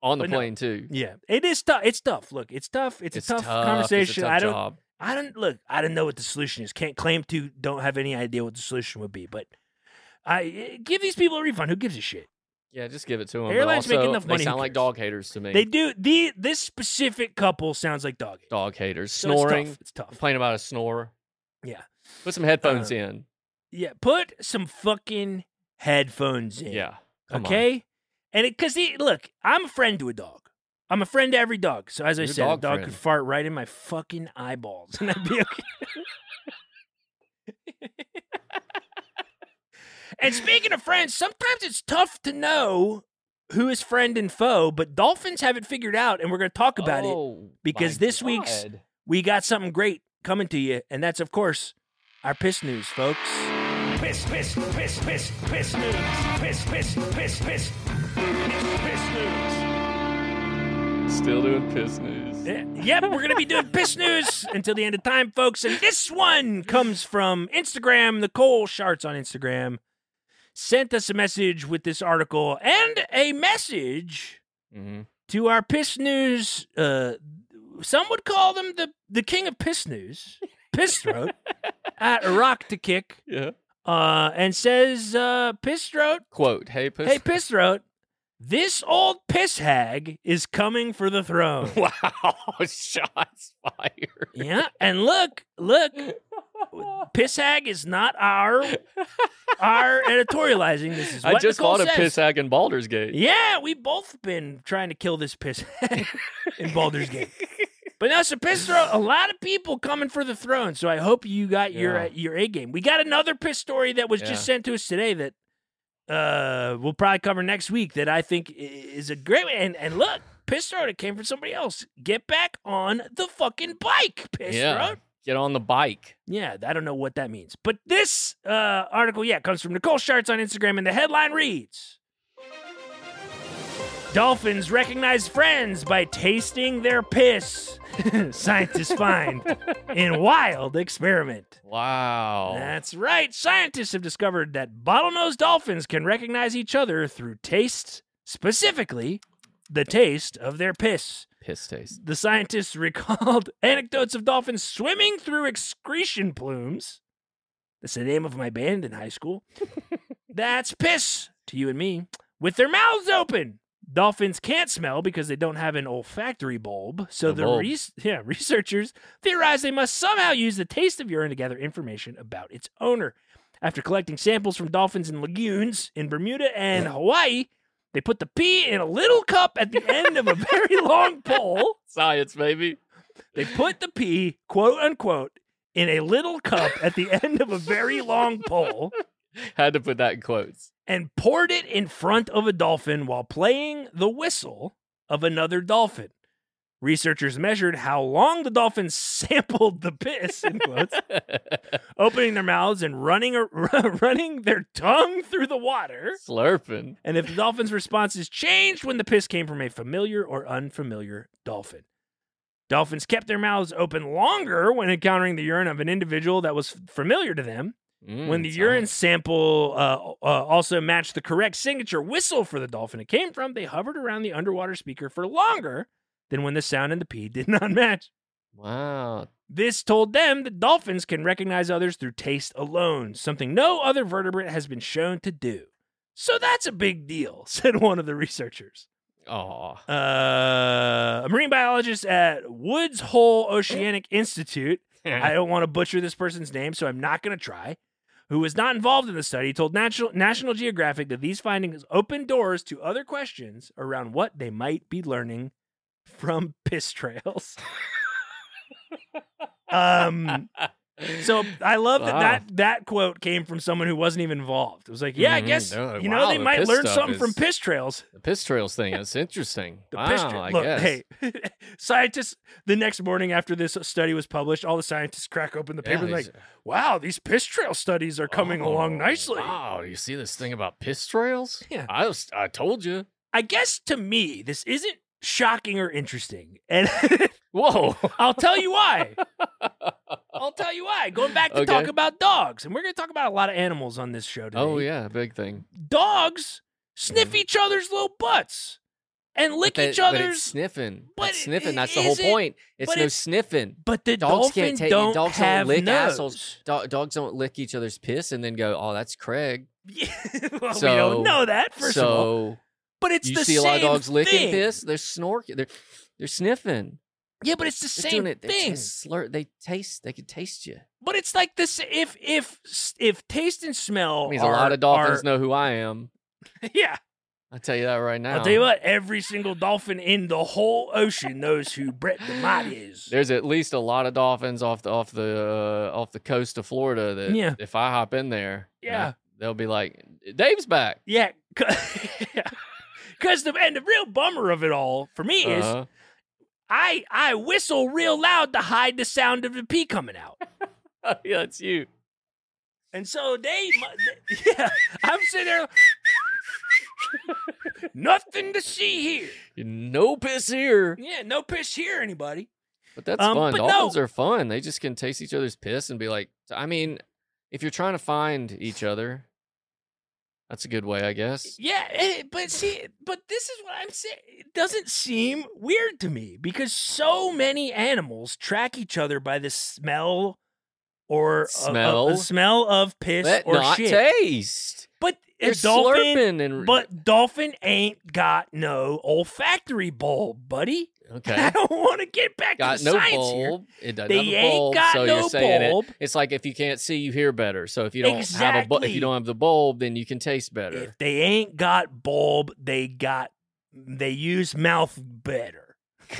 [SPEAKER 3] on the
[SPEAKER 1] But no.
[SPEAKER 3] plane too.
[SPEAKER 1] Yeah, it is tough. It's tough. Look, it's tough. It's, a tough, conversation.
[SPEAKER 3] It's a tough
[SPEAKER 1] I don't.
[SPEAKER 3] Job.
[SPEAKER 1] I don't look. I don't know what the solution is. Can't claim to. Don't have any idea what the solution would be. But I eh, give these people a refund. Who gives a shit?
[SPEAKER 3] Yeah, just give it to them.
[SPEAKER 1] Airlines
[SPEAKER 3] but
[SPEAKER 1] make
[SPEAKER 3] also,
[SPEAKER 1] enough
[SPEAKER 3] they
[SPEAKER 1] money, who
[SPEAKER 3] sound like
[SPEAKER 1] cares?
[SPEAKER 3] dog haters to me.
[SPEAKER 1] They do. The this specific couple sounds like dog. haters.
[SPEAKER 3] dog haters
[SPEAKER 1] So it's tough.
[SPEAKER 3] snoring.
[SPEAKER 1] It's tough.
[SPEAKER 3] Complain about a snore.
[SPEAKER 1] Yeah.
[SPEAKER 3] Put some headphones
[SPEAKER 1] Uh,
[SPEAKER 3] in.
[SPEAKER 1] Yeah. Put some fucking headphones in.
[SPEAKER 3] Yeah. Come on.
[SPEAKER 1] okay. And it because look, I'm a friend to a dog. I'm a friend to every dog. So as I
[SPEAKER 3] You're a
[SPEAKER 1] said,
[SPEAKER 3] dog
[SPEAKER 1] a dog
[SPEAKER 3] friend.
[SPEAKER 1] could fart right in my fucking eyeballs, and I'd
[SPEAKER 3] [LAUGHS]
[SPEAKER 1] be okay. and speaking of friends, sometimes it's tough to know who is friend and foe. But dolphins have it figured out, and we're going to talk about it.
[SPEAKER 3] Oh,
[SPEAKER 1] because
[SPEAKER 3] my
[SPEAKER 1] this week's-
[SPEAKER 3] God.
[SPEAKER 1] We got something great coming to you, and that's of course our piss news, folks.
[SPEAKER 5] Piss, piss, piss, piss, piss news. Piss, piss, piss, piss. Piss, piss news.
[SPEAKER 3] still doing piss news.
[SPEAKER 1] Yeah, Eh, yep, we're gonna be doing piss
[SPEAKER 5] [LAUGHS]
[SPEAKER 1] news until the end of time, folks. And this one comes from Instagram. Nicole Sharts on Instagram sent us a message with this article and a message
[SPEAKER 3] Mhm.
[SPEAKER 1] to our piss news. Uh, some would call them the the king of piss news, piss
[SPEAKER 3] [LAUGHS]
[SPEAKER 1] throat at Rock to Kick,
[SPEAKER 3] Yeah.
[SPEAKER 1] uh, and says uh, piss throat.
[SPEAKER 3] Quote: Hey, piss.
[SPEAKER 1] Hey, piss throat. This old piss hag is coming for the
[SPEAKER 3] [LAUGHS]
[SPEAKER 1] throne.
[SPEAKER 3] [LAUGHS] wow! Shots fired.
[SPEAKER 1] Yeah, and look,
[SPEAKER 3] [LAUGHS]
[SPEAKER 1] look, piss hag is not our
[SPEAKER 3] [LAUGHS]
[SPEAKER 1] our editorializing. This is what
[SPEAKER 3] I just
[SPEAKER 1] Nicole
[SPEAKER 3] bought a
[SPEAKER 1] says.
[SPEAKER 3] piss hag in Baldur's Gate.
[SPEAKER 1] Yeah, we both been trying to kill this piss [LAUGHS] hag in Baldur's Gate. But now it's a piss throw. A lot of people coming for the throne. So I hope you got your
[SPEAKER 3] Yeah.
[SPEAKER 1] uh, your A game. We got another piss story that was
[SPEAKER 3] Yeah.
[SPEAKER 1] just sent to us today that uh we'll probably cover next week that I think i- is a great way. And and look, piss throw it came from somebody else. Get back on the fucking bike, piss
[SPEAKER 3] Yeah.
[SPEAKER 1] throw.
[SPEAKER 3] Get on the bike.
[SPEAKER 1] Yeah, I don't know what that means. But this uh, article, yeah, comes from Nicole Sharts on Instagram, and the headline reads Dolphins recognize friends by tasting their piss, [LAUGHS] scientists find in wild experiment.
[SPEAKER 3] Wow.
[SPEAKER 1] That's right. Scientists have discovered that bottlenose dolphins can recognize each other through taste, specifically the taste of their piss.
[SPEAKER 3] piss taste.
[SPEAKER 1] The scientists [LAUGHS] recalled anecdotes of dolphins swimming through excretion plumes. That's the name of my band in high school. That's piss to you and me. With their mouths open. Dolphins can't smell because they don't have an olfactory bulb. So
[SPEAKER 3] A
[SPEAKER 1] the
[SPEAKER 3] bulb.
[SPEAKER 1] res- [LAUGHS] yeah, researchers theorize they must somehow use the taste of urine to gather information about its owner. After collecting samples from dolphins in lagoons in Bermuda
[SPEAKER 3] [LAUGHS]
[SPEAKER 1] and Hawaii, they put the pee in a little cup at the end of a
[SPEAKER 3] [LAUGHS]
[SPEAKER 1] very long pole.
[SPEAKER 3] Science, baby.
[SPEAKER 1] They put the pee, quote unquote, in a little cup at the end of a very long pole
[SPEAKER 3] Had to put that in quotes. [LAUGHS]
[SPEAKER 1] and poured it in front of a dolphin while playing the whistle of another dolphin. Researchers measured how long the dolphins sampled the piss, in quotes, opening their mouths and running, [LAUGHS] running their tongue through the water.
[SPEAKER 3] Slurping.
[SPEAKER 1] And if the dolphin's responses changed when the piss came from a familiar or unfamiliar dolphin. Dolphins kept their mouths open longer when encountering the urine of an individual that was f- familiar to them.
[SPEAKER 3] Mm,
[SPEAKER 1] when the
[SPEAKER 3] science.
[SPEAKER 1] urine sample uh, uh, also matched the correct signature whistle for the dolphin it came from, they hovered around the underwater speaker for longer than when the sound and the pee did [LAUGHS] not match.
[SPEAKER 3] Wow.
[SPEAKER 1] This told them that dolphins can recognize others through taste alone, something no other vertebrate has been shown to do. So that's a big deal, [LAUGHS] said one of the researchers.
[SPEAKER 3] Aw.
[SPEAKER 1] Uh, a marine biologist at Woods Hole Oceanic Institute, I don't want to butcher this person's name, so I'm not going to try, who was not involved in the study, told National, National Geographic that these findings open doors to other questions around what they might be learning from [LAUGHS] piss trails. um. So I love that,
[SPEAKER 3] Wow.
[SPEAKER 1] that that quote came from someone who wasn't even involved. It was like, yeah, I
[SPEAKER 3] Mhm,
[SPEAKER 1] guess
[SPEAKER 3] no,
[SPEAKER 1] you know
[SPEAKER 3] wow,
[SPEAKER 1] they
[SPEAKER 3] the
[SPEAKER 1] might
[SPEAKER 3] piss
[SPEAKER 1] learn
[SPEAKER 3] stuff
[SPEAKER 1] something from
[SPEAKER 3] is-
[SPEAKER 1] piss trails.
[SPEAKER 3] [LAUGHS] the piss trails thing. That's interesting.
[SPEAKER 1] The
[SPEAKER 3] wow.
[SPEAKER 1] piss trail.
[SPEAKER 3] I
[SPEAKER 1] Look,
[SPEAKER 3] guess.
[SPEAKER 1] hey, [LAUGHS] scientists. The next morning after this study was published, all the scientists crack open the
[SPEAKER 3] Yeah,
[SPEAKER 1] paper and
[SPEAKER 3] these-
[SPEAKER 1] like, wow, these piss trail studies are coming
[SPEAKER 3] Oh,
[SPEAKER 1] along nicely.
[SPEAKER 3] Wow. You see this thing about piss trails?
[SPEAKER 1] Yeah.
[SPEAKER 3] I was. I told you.
[SPEAKER 1] I guess to me this isn't
[SPEAKER 5] [LAUGHS]
[SPEAKER 3] [LAUGHS]
[SPEAKER 1] shocking or interesting, and
[SPEAKER 3] Whoa. [LAUGHS]
[SPEAKER 1] I'll tell you why.
[SPEAKER 5] I'll tell you why. Going back to
[SPEAKER 3] Okay.
[SPEAKER 5] talk about dogs, and we're going to talk about a lot of animals on this show today.
[SPEAKER 3] Oh yeah, big thing.
[SPEAKER 5] dogs sniff each other's little butts and lick
[SPEAKER 3] But that-
[SPEAKER 5] each
[SPEAKER 3] but it's
[SPEAKER 5] other's.
[SPEAKER 3] sniffing.
[SPEAKER 5] but
[SPEAKER 3] That's sniffing. That's the
[SPEAKER 5] is
[SPEAKER 3] whole
[SPEAKER 5] it-
[SPEAKER 3] point. It's
[SPEAKER 5] but
[SPEAKER 3] no
[SPEAKER 5] it's-
[SPEAKER 3] sniffing.
[SPEAKER 5] But the
[SPEAKER 3] Dogs
[SPEAKER 5] dolphin
[SPEAKER 3] can't take-
[SPEAKER 5] don't
[SPEAKER 3] dogs don't
[SPEAKER 5] have
[SPEAKER 3] lick
[SPEAKER 5] nose. [LAUGHS]
[SPEAKER 3] assholes. Do- dogs don't lick each other's piss and then go, "Oh, that's Craig."
[SPEAKER 5] Yeah, well, we
[SPEAKER 3] So-
[SPEAKER 5] don't know that first
[SPEAKER 3] so
[SPEAKER 5] of all. But it's
[SPEAKER 3] you
[SPEAKER 5] the
[SPEAKER 3] see
[SPEAKER 5] same
[SPEAKER 3] a lot of dogs licking
[SPEAKER 5] thing.
[SPEAKER 3] piss. They're snorking. They're they're sniffing.
[SPEAKER 5] Yeah, but it's the
[SPEAKER 3] They're
[SPEAKER 5] same
[SPEAKER 3] doing it. They
[SPEAKER 5] thing.
[SPEAKER 3] taste slur. They taste. They can taste you.
[SPEAKER 5] But it's like this: if if if taste and smell
[SPEAKER 3] That means
[SPEAKER 5] are,
[SPEAKER 3] a lot of dolphins
[SPEAKER 5] are-
[SPEAKER 3] know who I am.
[SPEAKER 5] [LAUGHS] Yeah,
[SPEAKER 3] I'll tell you that right now.
[SPEAKER 5] I'll tell you what: every single dolphin in the whole ocean knows who Brett DeMott is.
[SPEAKER 3] There's at least a lot of dolphins off the off the uh, off the coast of Florida that
[SPEAKER 5] Yeah.
[SPEAKER 3] if I hop in there, and I-
[SPEAKER 5] Yeah.
[SPEAKER 3] they'll be like, "Dave's back."
[SPEAKER 5] Yeah, [LAUGHS] because the and the real bummer of it all for me is [LAUGHS]
[SPEAKER 3] Uh-huh.
[SPEAKER 5] I I whistle real loud to hide the sound of the pee coming out. Oh,
[SPEAKER 3] yeah, it's you.
[SPEAKER 5] And so they, [LAUGHS] mu- yeah, I'm sitting there. [LAUGHS] Nothing to see here.
[SPEAKER 3] No piss here.
[SPEAKER 5] Yeah, no piss here, anybody.
[SPEAKER 3] But that's
[SPEAKER 5] Um,
[SPEAKER 3] fun.
[SPEAKER 5] but
[SPEAKER 3] Dolphins
[SPEAKER 5] no.
[SPEAKER 3] are fun. They just can taste each other's piss and be like, I mean, if you're trying to find each other, that's a good way, I guess.
[SPEAKER 5] Yeah, eh, but see, but this is what I'm saying. It doesn't seem weird to me because so many animals track each other by the smell or uh,
[SPEAKER 3] Smell?
[SPEAKER 5] the smell of piss
[SPEAKER 3] Let
[SPEAKER 5] or
[SPEAKER 3] not
[SPEAKER 5] shit.
[SPEAKER 3] taste.
[SPEAKER 5] but a
[SPEAKER 3] You're
[SPEAKER 5] dolphin,
[SPEAKER 3] slurping and
[SPEAKER 5] but dolphin ain't got no olfactory bulb, buddy. [LAUGHS] I
[SPEAKER 3] okay,
[SPEAKER 5] don't want to get back
[SPEAKER 3] got
[SPEAKER 5] to the
[SPEAKER 3] no
[SPEAKER 5] science here.
[SPEAKER 3] bulb. It doesn't
[SPEAKER 5] They
[SPEAKER 3] have a
[SPEAKER 5] ain't
[SPEAKER 3] bulb,
[SPEAKER 5] got
[SPEAKER 3] so
[SPEAKER 5] no
[SPEAKER 3] you're saying it-
[SPEAKER 5] bulb.
[SPEAKER 3] It's like if you can't see, you hear better. So if you don't have a bu- if
[SPEAKER 5] Exactly.
[SPEAKER 3] you don't have the bulb, then you can taste better.
[SPEAKER 5] If they ain't got bulb, they got they use mouth better.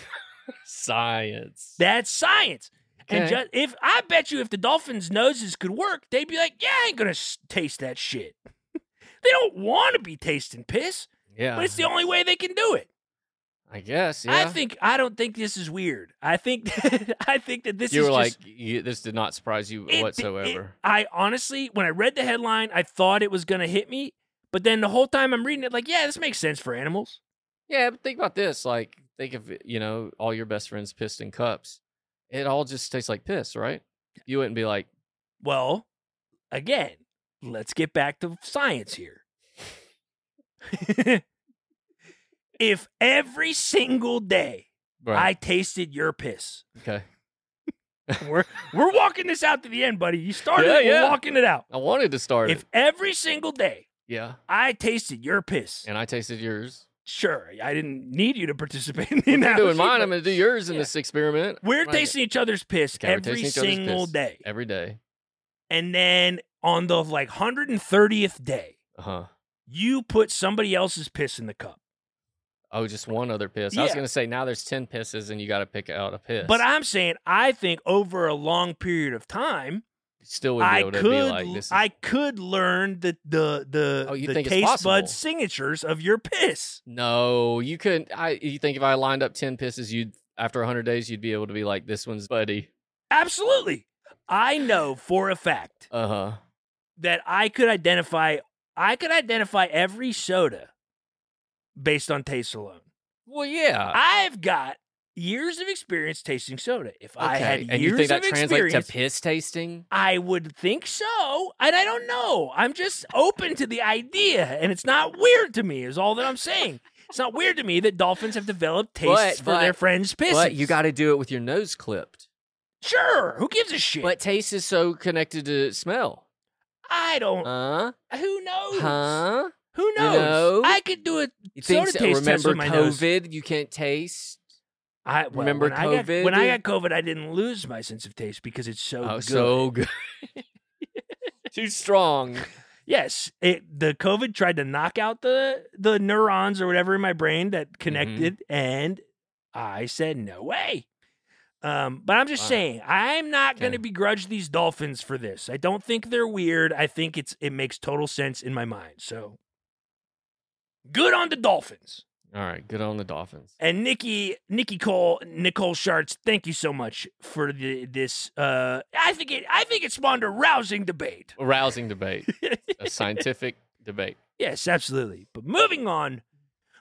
[SPEAKER 3] [LAUGHS] Science.
[SPEAKER 5] That's science. And
[SPEAKER 3] Okay.
[SPEAKER 5] just, if I bet you, if the dolphins' noses could work, they'd be like, "Yeah, I ain't gonna s- taste that shit." [LAUGHS] they don't want to be tasting piss,
[SPEAKER 3] yeah,
[SPEAKER 5] but it's the only way they can do it.
[SPEAKER 3] I guess. Yeah.
[SPEAKER 5] I think I don't think this is weird. I think [LAUGHS] I think that this
[SPEAKER 3] you
[SPEAKER 5] is
[SPEAKER 3] were like,
[SPEAKER 5] just,
[SPEAKER 3] you, this did not surprise you
[SPEAKER 5] it-
[SPEAKER 3] whatsoever.
[SPEAKER 5] it- I honestly, when I read the headline, I thought it was gonna hit me, but then the whole time I'm reading it, like, yeah, this makes sense for animals.
[SPEAKER 3] Yeah, but think about this. Like, think of you know all your best friends pissed in cups. It all just tastes like piss, right? You wouldn't be like,
[SPEAKER 5] Well, again, let's get back to science here. [LAUGHS] if every single day I
[SPEAKER 3] right,
[SPEAKER 5] tasted your piss,
[SPEAKER 3] okay,
[SPEAKER 5] we're we're walking this out to the end, buddy. You started
[SPEAKER 3] Yeah,
[SPEAKER 5] it, we're
[SPEAKER 3] yeah.
[SPEAKER 5] walking it out.
[SPEAKER 3] I wanted to start
[SPEAKER 5] If
[SPEAKER 3] it.
[SPEAKER 5] every single day
[SPEAKER 3] Yeah,
[SPEAKER 5] I tasted your piss,
[SPEAKER 3] and I tasted yours.
[SPEAKER 5] sure, I didn't need you to participate in
[SPEAKER 3] If
[SPEAKER 5] that.
[SPEAKER 3] you're doing mine. I'm going to do yours in
[SPEAKER 5] Yeah.
[SPEAKER 3] this experiment.
[SPEAKER 5] we're
[SPEAKER 3] Like,
[SPEAKER 5] tasting each other's piss
[SPEAKER 3] Okay, we're
[SPEAKER 5] every
[SPEAKER 3] tasting each other's
[SPEAKER 5] single
[SPEAKER 3] piss.
[SPEAKER 5] day.
[SPEAKER 3] every day.
[SPEAKER 5] And then on the like 130th day,
[SPEAKER 3] Uh huh.
[SPEAKER 5] you put somebody else's piss in the cup.
[SPEAKER 3] Oh, just one other piss. I was
[SPEAKER 5] Yeah.
[SPEAKER 3] going to say now there's ten pisses and you got to pick out a piss.
[SPEAKER 5] But I'm saying I think over a long period of time,
[SPEAKER 3] still would be
[SPEAKER 5] I
[SPEAKER 3] able to be
[SPEAKER 5] could
[SPEAKER 3] like this. Is,
[SPEAKER 5] I could learn the the the,
[SPEAKER 3] Oh, you
[SPEAKER 5] the
[SPEAKER 3] think it's
[SPEAKER 5] taste
[SPEAKER 3] possible?
[SPEAKER 5] bud signatures of your piss.
[SPEAKER 3] no, you couldn't. I you think if I lined up ten pisses, you'd after hundred days you'd be able to be like this one's buddy.
[SPEAKER 5] Absolutely. I know for a fact
[SPEAKER 3] Uh huh.
[SPEAKER 5] that I could identify I could identify every soda based on taste alone.
[SPEAKER 3] Well, yeah.
[SPEAKER 5] I've got years of experience tasting soda. If I had years
[SPEAKER 3] and you think
[SPEAKER 5] of
[SPEAKER 3] that translates to
[SPEAKER 5] experience,
[SPEAKER 3] piss tasting?
[SPEAKER 5] I would think so, and I don't know. I'm just open to the idea, and it's not weird to me. Is all that I'm saying. It's not weird to me that dolphins have developed tastes
[SPEAKER 3] But-
[SPEAKER 5] for their
[SPEAKER 3] but-
[SPEAKER 5] friends' pisses.
[SPEAKER 3] But you got to do it with your nose clipped.
[SPEAKER 5] sure. Who gives a shit?
[SPEAKER 3] But taste is so connected to smell.
[SPEAKER 5] I don't.
[SPEAKER 3] Huh?
[SPEAKER 5] who knows?
[SPEAKER 3] uh, Huh?
[SPEAKER 5] Who knows?
[SPEAKER 3] know?
[SPEAKER 5] I could do it.
[SPEAKER 3] You
[SPEAKER 5] Soda
[SPEAKER 3] think so-
[SPEAKER 5] taste test
[SPEAKER 3] remember
[SPEAKER 5] with my nose.
[SPEAKER 3] COVID? You can't taste.
[SPEAKER 5] I well,
[SPEAKER 3] Remember
[SPEAKER 5] when I got-
[SPEAKER 3] COVID,
[SPEAKER 5] when I
[SPEAKER 3] dude?
[SPEAKER 5] got COVID, I didn't lose my sense of taste because it's so
[SPEAKER 3] oh,
[SPEAKER 5] good.
[SPEAKER 3] so good. [LAUGHS] Too strong.
[SPEAKER 5] Yes, it the COVID tried to knock out the the neurons or whatever in my brain
[SPEAKER 3] Mm-hmm.
[SPEAKER 5] that connected, and I said no way. Um, but I'm just
[SPEAKER 3] Wow.
[SPEAKER 5] saying, I'm not going
[SPEAKER 3] Okay.
[SPEAKER 5] to begrudge these dolphins for this. I don't think they're weird. I think it's it makes total sense in my mind. So good on the dolphins.
[SPEAKER 3] All right, good on the Dolphins.
[SPEAKER 5] And Nikki, Nikki Cole, Nicole Sharts, thank you so much for the, this. Uh, I think it, I think it spawned a rousing debate.
[SPEAKER 3] A rousing debate, a scientific debate.
[SPEAKER 5] Yes, absolutely. But moving on,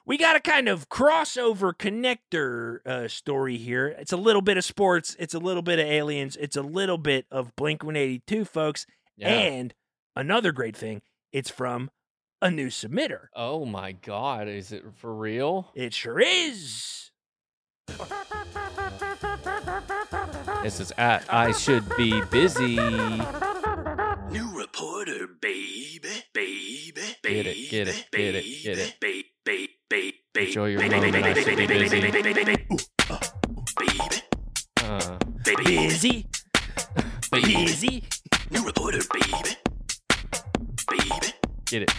[SPEAKER 5] we got a kind of crossover connector uh, story here. It's a little bit of sports, it's a little bit of aliens, it's a little bit of Blink 182, folks.
[SPEAKER 3] Yeah.
[SPEAKER 5] And another great thing, it's from a new submitter.
[SPEAKER 3] oh my God, is it for real?
[SPEAKER 5] It sure is.
[SPEAKER 3] This is at I should be busy. Uh,
[SPEAKER 6] New reporter, baby, baby,
[SPEAKER 3] Get it, get it, get it, get it.
[SPEAKER 6] baby, baby, baby, baby,
[SPEAKER 3] Enjoy your moment. I should be busy. Uh,
[SPEAKER 5] Busy,
[SPEAKER 3] baby,
[SPEAKER 5] busy.
[SPEAKER 6] New reporter, baby, baby,
[SPEAKER 3] get it,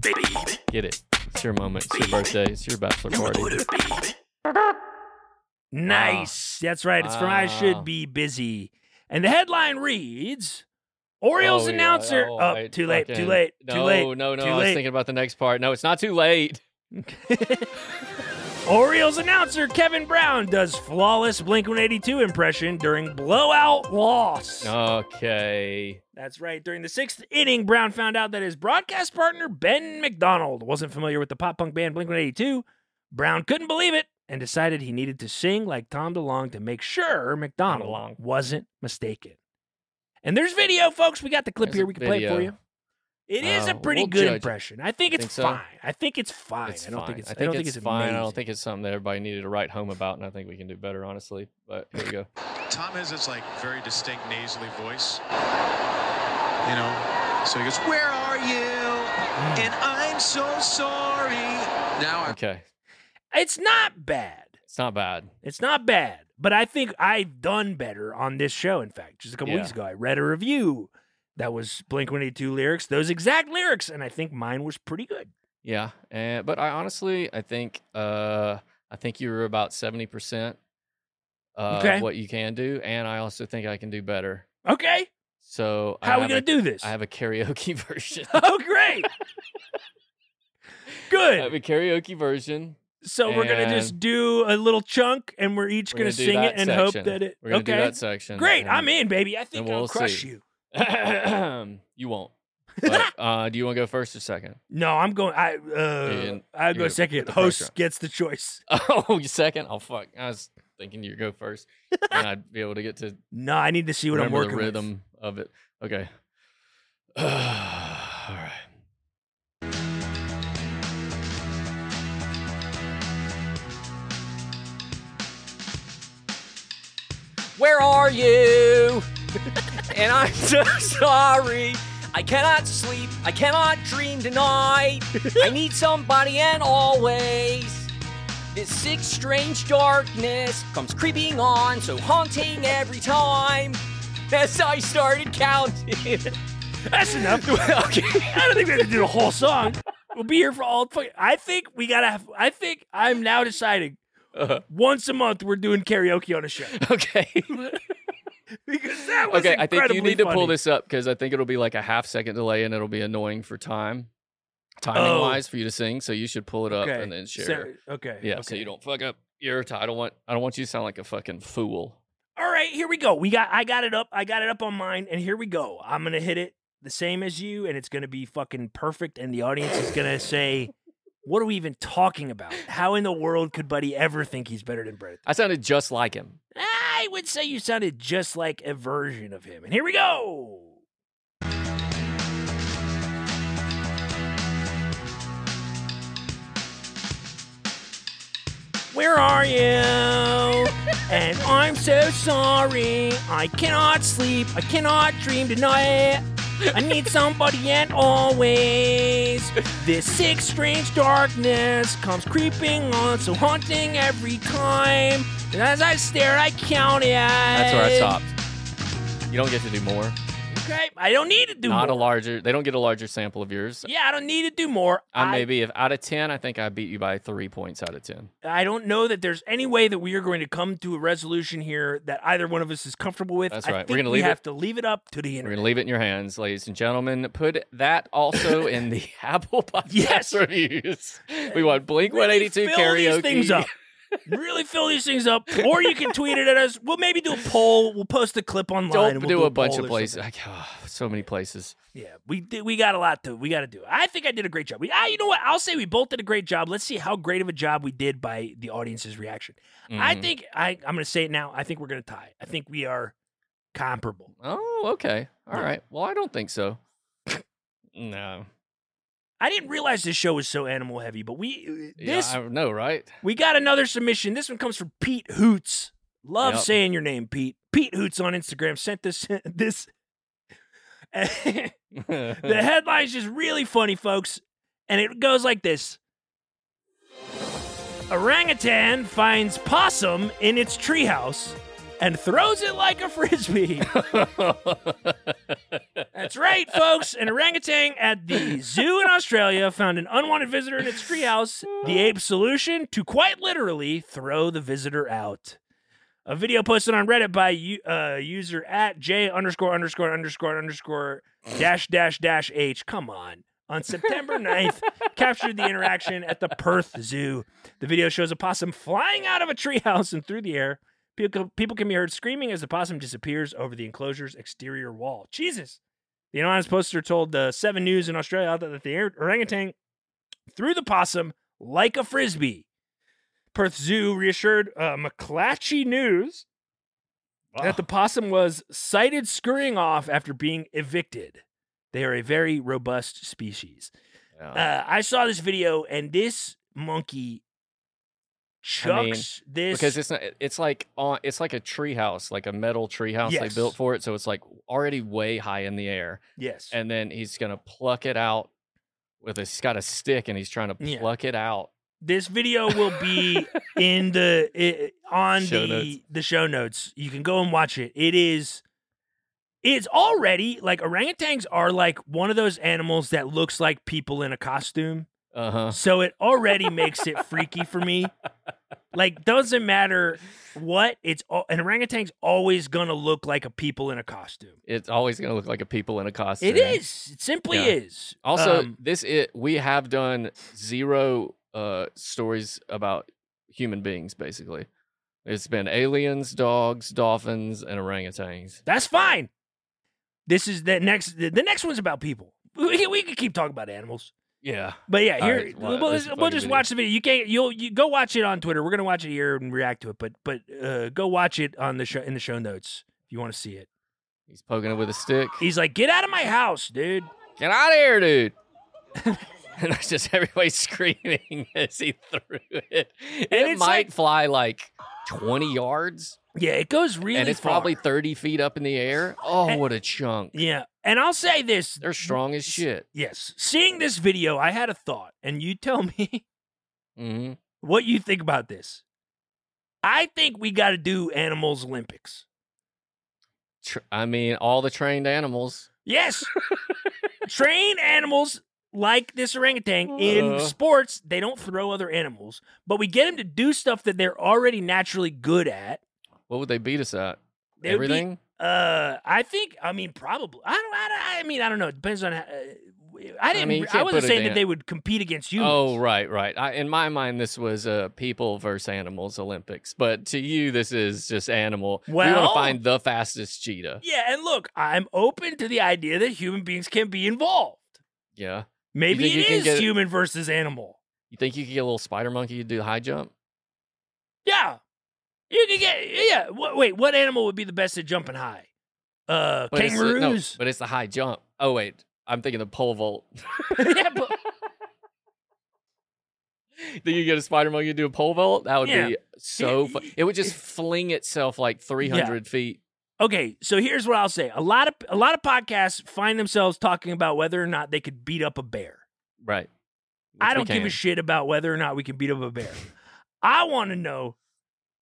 [SPEAKER 6] baby,
[SPEAKER 3] get it. It's your moment. It's your birthday. It's your bachelor party.
[SPEAKER 6] baby.
[SPEAKER 5] Nice.
[SPEAKER 3] Ah.
[SPEAKER 5] That's right. It's from I
[SPEAKER 3] Wow.
[SPEAKER 5] Should Be Busy. And the headline reads Orioles
[SPEAKER 3] Oh, yeah.
[SPEAKER 5] announcer.
[SPEAKER 3] Oh,
[SPEAKER 5] Oh,
[SPEAKER 3] I
[SPEAKER 5] too late, too
[SPEAKER 3] fucking-
[SPEAKER 5] late,
[SPEAKER 3] No,
[SPEAKER 5] too late.
[SPEAKER 3] no, no.
[SPEAKER 5] too
[SPEAKER 3] I was
[SPEAKER 5] late.
[SPEAKER 3] thinking about the next part. No, it's not too late.
[SPEAKER 5] Orioles announcer Kevin Brown does flawless Blink 182 impression during blowout loss.
[SPEAKER 3] Okay.
[SPEAKER 5] That's right. During the sixth inning, Brown found out that his broadcast partner, Ben McDonald, wasn't familiar with the pop punk band Blink 182. Brown couldn't believe it and decided he needed to sing like Tom DeLonge to make sure McDonald
[SPEAKER 3] DeLonge.
[SPEAKER 5] wasn't mistaken. And there's video, folks. We got the clip
[SPEAKER 3] There's
[SPEAKER 5] here.
[SPEAKER 3] a
[SPEAKER 5] We can play it for
[SPEAKER 3] video.
[SPEAKER 5] you. It is a
[SPEAKER 3] Uh,
[SPEAKER 5] pretty
[SPEAKER 3] we'll
[SPEAKER 5] good
[SPEAKER 3] judge it.
[SPEAKER 5] impression. I think it's
[SPEAKER 3] Think so?
[SPEAKER 5] fine. I think it's fine.
[SPEAKER 3] It's
[SPEAKER 5] I don't
[SPEAKER 3] fine.
[SPEAKER 5] think it's.
[SPEAKER 3] I think
[SPEAKER 5] don't
[SPEAKER 3] it's,
[SPEAKER 5] think it's
[SPEAKER 3] fine. I
[SPEAKER 5] amazing.
[SPEAKER 3] don't think it's something that everybody needed to write home about, and I think we can do better, honestly. But here we go.
[SPEAKER 4] Tom has this like very distinct nasally voice. You know, so he goes, "Where are you?" And I'm so sorry. Now I
[SPEAKER 3] Mm. Okay,
[SPEAKER 5] It's not bad.
[SPEAKER 3] it's not bad.
[SPEAKER 5] It's not bad, but I think I've done better on this show. In fact, just a couple
[SPEAKER 3] Yeah.
[SPEAKER 5] weeks ago, I read a review that was Blink 182 lyrics, those exact lyrics, and I think mine was pretty good.
[SPEAKER 3] Yeah, and, but I honestly, I think, uh, I think you were about seventy percent uh,
[SPEAKER 5] Okay.
[SPEAKER 3] of what you can do, and I also think I can do better.
[SPEAKER 5] Okay,
[SPEAKER 3] So I
[SPEAKER 5] how are we
[SPEAKER 3] have
[SPEAKER 5] gonna
[SPEAKER 3] a-
[SPEAKER 5] do this? [LAUGHS]
[SPEAKER 3] I have a karaoke [LAUGHS] version. [LAUGHS]
[SPEAKER 5] oh, great,
[SPEAKER 3] I have
[SPEAKER 5] good.
[SPEAKER 3] a karaoke version.
[SPEAKER 5] So we're gonna just
[SPEAKER 3] Um, and-
[SPEAKER 5] do a little chunk, and we're each
[SPEAKER 3] We're
[SPEAKER 5] gonna,
[SPEAKER 3] gonna do
[SPEAKER 5] sing it
[SPEAKER 3] that
[SPEAKER 5] and hope
[SPEAKER 3] section.
[SPEAKER 5] that it.
[SPEAKER 3] We're gonna
[SPEAKER 5] okay,
[SPEAKER 3] do that section.
[SPEAKER 5] great.
[SPEAKER 3] and-
[SPEAKER 5] I'm in, baby. I think
[SPEAKER 3] and
[SPEAKER 5] I'll
[SPEAKER 3] we'll
[SPEAKER 5] crush
[SPEAKER 3] see.
[SPEAKER 5] you.
[SPEAKER 3] [CLEARS THROAT] you
[SPEAKER 5] [LAUGHS]
[SPEAKER 3] won't. But, uh, do you want to go first or second? [LAUGHS]
[SPEAKER 5] No, I'm going. I uh,
[SPEAKER 3] And
[SPEAKER 5] I
[SPEAKER 3] you're gonna
[SPEAKER 5] go
[SPEAKER 3] put
[SPEAKER 5] second.
[SPEAKER 3] the
[SPEAKER 5] Host
[SPEAKER 3] pressure on.
[SPEAKER 5] gets the choice.
[SPEAKER 3] Oh, you second? Oh fuck! I was thinking you go first, and I'd be able to get to
[SPEAKER 5] No, I need to see what
[SPEAKER 3] remember
[SPEAKER 5] I'm working
[SPEAKER 3] the
[SPEAKER 5] with.
[SPEAKER 3] rhythm of it. Okay. [SIGHS] All right. Where are you? [LAUGHS] and I'm so sorry. I cannot sleep. I cannot dream tonight.
[SPEAKER 5] [LAUGHS]
[SPEAKER 3] I need somebody and always. This sick, strange darkness comes creeping on, so haunting every time. [LAUGHS] As I started
[SPEAKER 5] [LAUGHS]
[SPEAKER 3] counting.
[SPEAKER 5] That's enough. [LAUGHS] I don't think we have to do the whole song. We'll be here for all. Fucking, I think we gotta have. I think I'm now deciding.
[SPEAKER 3] Uh-huh.
[SPEAKER 5] Once a month, we're doing karaoke on
[SPEAKER 3] [LAUGHS]
[SPEAKER 5] a show
[SPEAKER 3] okay.
[SPEAKER 5] because that was
[SPEAKER 3] Okay, I think you
[SPEAKER 5] incredibly
[SPEAKER 3] need to pull
[SPEAKER 5] funny.
[SPEAKER 3] this up because I think it'll be like a half second delay and it'll be annoying for time, timing
[SPEAKER 5] Oh.
[SPEAKER 3] wise, for you to sing. So you should pull it up
[SPEAKER 5] Okay,
[SPEAKER 3] and then share.
[SPEAKER 5] so- okay.
[SPEAKER 3] yeah,
[SPEAKER 5] okay.
[SPEAKER 3] so you don't fuck up your time. I don't want. I don't want you to sound like a fucking fool.
[SPEAKER 5] All right, here we go. We got. I got it up. I got it up on mine, and here we go. I'm gonna hit it the same as you, and it's gonna be fucking perfect. And the audience is gonna say, "What are we even talking about? How in the world could Buddy ever think he's better than Brett?"
[SPEAKER 3] I sounded just like him.
[SPEAKER 5] I would say you sounded just like a version of him. And here we go. Where are you? and I'm so sorry. I cannot sleep. I cannot dream tonight. I need somebody and always. This sick, strange darkness comes creeping on, so haunting every time. And as I stare, I count it.
[SPEAKER 3] That's where I stopped. You don't get to do more.
[SPEAKER 5] Okay, I don't need to do
[SPEAKER 3] Not
[SPEAKER 5] more.
[SPEAKER 3] a larger. They don't get a larger sample of yours.
[SPEAKER 5] yeah, I don't need to do more.
[SPEAKER 3] I maybe if out of ten, I think I beat you by three points out of ten.
[SPEAKER 5] I don't know that there's any way that we are going to come to a resolution here that either one of us is comfortable with.
[SPEAKER 3] That's
[SPEAKER 5] I
[SPEAKER 3] right. We're
[SPEAKER 5] think
[SPEAKER 3] gonna
[SPEAKER 5] we
[SPEAKER 3] leave it-
[SPEAKER 5] have to leave it up to the
[SPEAKER 3] We're
[SPEAKER 5] internet.
[SPEAKER 3] gonna leave it in your hands, ladies and gentlemen. Put that also in the [LAUGHS] Apple Podcast
[SPEAKER 5] Yes.
[SPEAKER 3] reviews. We want Blink One Eighty Two
[SPEAKER 5] Fill
[SPEAKER 3] karaoke.
[SPEAKER 5] these things up. really fill these things up, or you can tweet it at us. We'll maybe do a poll. We'll post a clip online.
[SPEAKER 3] [LAUGHS] Don't
[SPEAKER 5] and
[SPEAKER 3] do
[SPEAKER 5] we'll
[SPEAKER 3] a bunch
[SPEAKER 5] poll
[SPEAKER 3] of
[SPEAKER 5] or
[SPEAKER 3] places.
[SPEAKER 5] something.
[SPEAKER 3] I ca- [SIGHS] so many places.
[SPEAKER 5] Yeah, we did, we got a lot to we got to do. I think I did a great job. We, ah, you know what? I'll say we both did a great job. Let's see how great of a job we did by the audience's reaction. I
[SPEAKER 3] Mhm.
[SPEAKER 5] think I I'm going to say it now. I think we're going to tie. I think we are comparable.
[SPEAKER 3] Oh, okay. All right.
[SPEAKER 5] Yeah.
[SPEAKER 3] Well, I don't think so. no.
[SPEAKER 5] I didn't realize this show was so animal heavy, but we uh,
[SPEAKER 3] Yeah,
[SPEAKER 5] this
[SPEAKER 3] I don't know, right?
[SPEAKER 5] we got another submission. This one comes from Pete Hoots. Love
[SPEAKER 3] Yep.
[SPEAKER 5] saying your name, Pete. Pete Hoots on Instagram sent this [LAUGHS] this.
[SPEAKER 3] [LAUGHS]
[SPEAKER 5] the headline's just really funny, folks. And it goes like this Orangutan finds possum in its treehouse and throws it like a frisbee. That's right, folks. An orangutan at the zoo in Australia found an unwanted visitor in its treehouse. The ape's solution to quite literally throw the visitor out. A video posted on Reddit by u- uh, user at j underscore underscore underscore underscore dash dash dash h. Come on. On September 9th, captured the interaction at the Perth Zoo. The video shows a possum flying out of a treehouse and through the air. People, people can be heard screaming as the possum disappears over the enclosure's exterior wall. Jesus. The anonymous poster told the Seven News in Australia that the or- orangutan threw the possum like a frisbee. Perth Zoo reassured uh, McClatchy News that the possum was sighted scurrying off after being evicted. They are a very robust species.
[SPEAKER 3] Yeah.
[SPEAKER 5] Uh, I saw this video, and this monkey
[SPEAKER 3] I mean,
[SPEAKER 5] chucks this.
[SPEAKER 3] because it's not, it's like on it's like a tree house, like a metal tree house
[SPEAKER 5] Yes.
[SPEAKER 3] they built for it, so it's like already way high in the air.
[SPEAKER 5] yes,
[SPEAKER 3] and then he's gonna pluck it out with a, he's got a stick and he's trying to
[SPEAKER 5] Yeah.
[SPEAKER 3] pluck it out.
[SPEAKER 5] this video will be in the i on
[SPEAKER 3] Show
[SPEAKER 5] the
[SPEAKER 3] notes.
[SPEAKER 5] the show notes. You can go and watch it. It is it's already like orangutans are like one of those animals that looks like people in a costume.
[SPEAKER 3] Uh huh.
[SPEAKER 5] So it already makes it freaky for me. Like doesn't matter what, it's all, an orangutan's always going to look like a people in a costume.
[SPEAKER 3] It's always gonna look like a people in a costume.
[SPEAKER 5] It is. It simply
[SPEAKER 3] Yeah.
[SPEAKER 5] is.
[SPEAKER 3] Also,
[SPEAKER 5] Um,
[SPEAKER 3] this it we have done zero uh stories about human beings. Basically, it's been aliens, dogs, dolphins, and orangutans.
[SPEAKER 5] That's fine. This is the next. The the next one's about people. We can, we can keep talking about animals,
[SPEAKER 3] Yeah.
[SPEAKER 5] but yeah,
[SPEAKER 3] All
[SPEAKER 5] here
[SPEAKER 3] right, well,
[SPEAKER 5] we'll,
[SPEAKER 3] this is a
[SPEAKER 5] we'll
[SPEAKER 3] fucking
[SPEAKER 5] just
[SPEAKER 3] video.
[SPEAKER 5] watch the video. You can't. You'll you go watch it on Twitter. We're gonna watch it here and react to it, but but uh, go watch it on the show in the show notes if you want to see it.
[SPEAKER 3] He's poking it with a stick.
[SPEAKER 5] He's like, "Get out of my house, dude!"
[SPEAKER 3] Get out of here, dude. [LAUGHS] and that's just everybody [LAUGHS] screaming as he threw it. it
[SPEAKER 5] it's
[SPEAKER 3] might
[SPEAKER 5] like-
[SPEAKER 3] fly like 20 yards.
[SPEAKER 5] Yeah, it goes really.
[SPEAKER 3] and it's
[SPEAKER 5] far.
[SPEAKER 3] probably 30 feet up in the air. Oh,
[SPEAKER 5] And-
[SPEAKER 3] what a chunk.
[SPEAKER 5] yeah. And I'll say this:
[SPEAKER 3] They're strong as shit.
[SPEAKER 5] yes, seeing this video, I had a thought, and you tell [LAUGHS] me
[SPEAKER 3] hmm
[SPEAKER 5] what you think about this. I think we got to do animals Olympics.
[SPEAKER 3] Tr- I mean, all the trained animals.
[SPEAKER 5] Yes. Train animals like this orangutan in
[SPEAKER 3] Uh.
[SPEAKER 5] sports. They don't throw other animals, but we get them to do stuff that they're already naturally good at.
[SPEAKER 3] What would they beat us at?
[SPEAKER 5] They would be-
[SPEAKER 3] Everything?
[SPEAKER 5] uh, I think. I mean, probably. I don't. I, don't- I mean, I don't know. It depends on. How, uh, I didn't. I,
[SPEAKER 3] mean, you can't
[SPEAKER 5] wasn't
[SPEAKER 3] put it
[SPEAKER 5] saying
[SPEAKER 3] in.
[SPEAKER 5] that they would compete against humans.
[SPEAKER 3] Oh, right, right. I, in my mind, this was uh, people versus animals Olympics, but to you, this is just animal. we want
[SPEAKER 5] Well-
[SPEAKER 3] to find the fastest cheetah.
[SPEAKER 5] yeah. And look, I'm open to the idea that human beings can be involved.
[SPEAKER 3] Yeah.
[SPEAKER 5] Maybe
[SPEAKER 3] think
[SPEAKER 5] it
[SPEAKER 3] you can
[SPEAKER 5] is
[SPEAKER 3] get-
[SPEAKER 5] human versus animal.
[SPEAKER 3] You think you could get a little spider monkey to do the high jump?
[SPEAKER 5] Yeah. You could get. Yeah. Wh- Wait. What animal would be the best at jumping high? Uh,
[SPEAKER 3] But it's the- no,
[SPEAKER 5] kangaroos.
[SPEAKER 3] but it's the high jump. Oh wait, I'm thinking the pole vault. [LAUGHS]
[SPEAKER 5] yeah, but
[SPEAKER 3] Think you get a spider monkey to do a pole vault? That would
[SPEAKER 5] Yeah.
[SPEAKER 3] be so.
[SPEAKER 5] Yeah,
[SPEAKER 3] Fu-
[SPEAKER 5] y-
[SPEAKER 3] it would just fling itself like 300 feet.
[SPEAKER 5] okay, so here's what I'll say. A lot of a lot of podcasts find themselves talking about whether or not they could beat up a bear.
[SPEAKER 3] Right.
[SPEAKER 5] I don't give a shit about whether or not we can beat up a bear. I want to know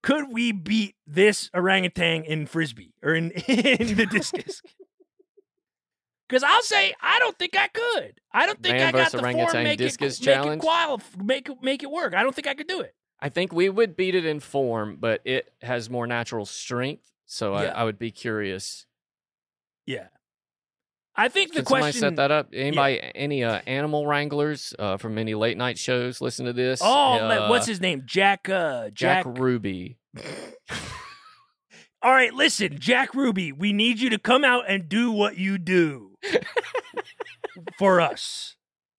[SPEAKER 5] could we beat this orangutan in frisbee or in, [LAUGHS] in the
[SPEAKER 3] [LAUGHS]
[SPEAKER 5] discus? Because I'll say I don't think I could. I don't think
[SPEAKER 3] Man
[SPEAKER 5] I got
[SPEAKER 3] versus
[SPEAKER 5] the
[SPEAKER 3] orangutan
[SPEAKER 5] form make
[SPEAKER 3] discus
[SPEAKER 5] it, make it,
[SPEAKER 3] challenge?
[SPEAKER 5] qualif- make it make it work. I don't think I could do it.
[SPEAKER 3] I think we would beat it in form, but it has more natural strength. So I,
[SPEAKER 5] Yeah.
[SPEAKER 3] I would be curious.
[SPEAKER 5] Yeah. I think the
[SPEAKER 3] Can somebody
[SPEAKER 5] question.
[SPEAKER 3] set that up? Anybody, any uh, animal wranglers uh, from any late night shows listen to this?
[SPEAKER 5] Oh,
[SPEAKER 3] Uh,
[SPEAKER 5] man, what's his name? Jack. Uh,
[SPEAKER 3] Jack,
[SPEAKER 5] Jack. [LAUGHS]
[SPEAKER 3] Ruby?
[SPEAKER 5] All right, listen, Jack Ruby. We need you to come out and do what
[SPEAKER 3] [LAUGHS]
[SPEAKER 5] you do for us.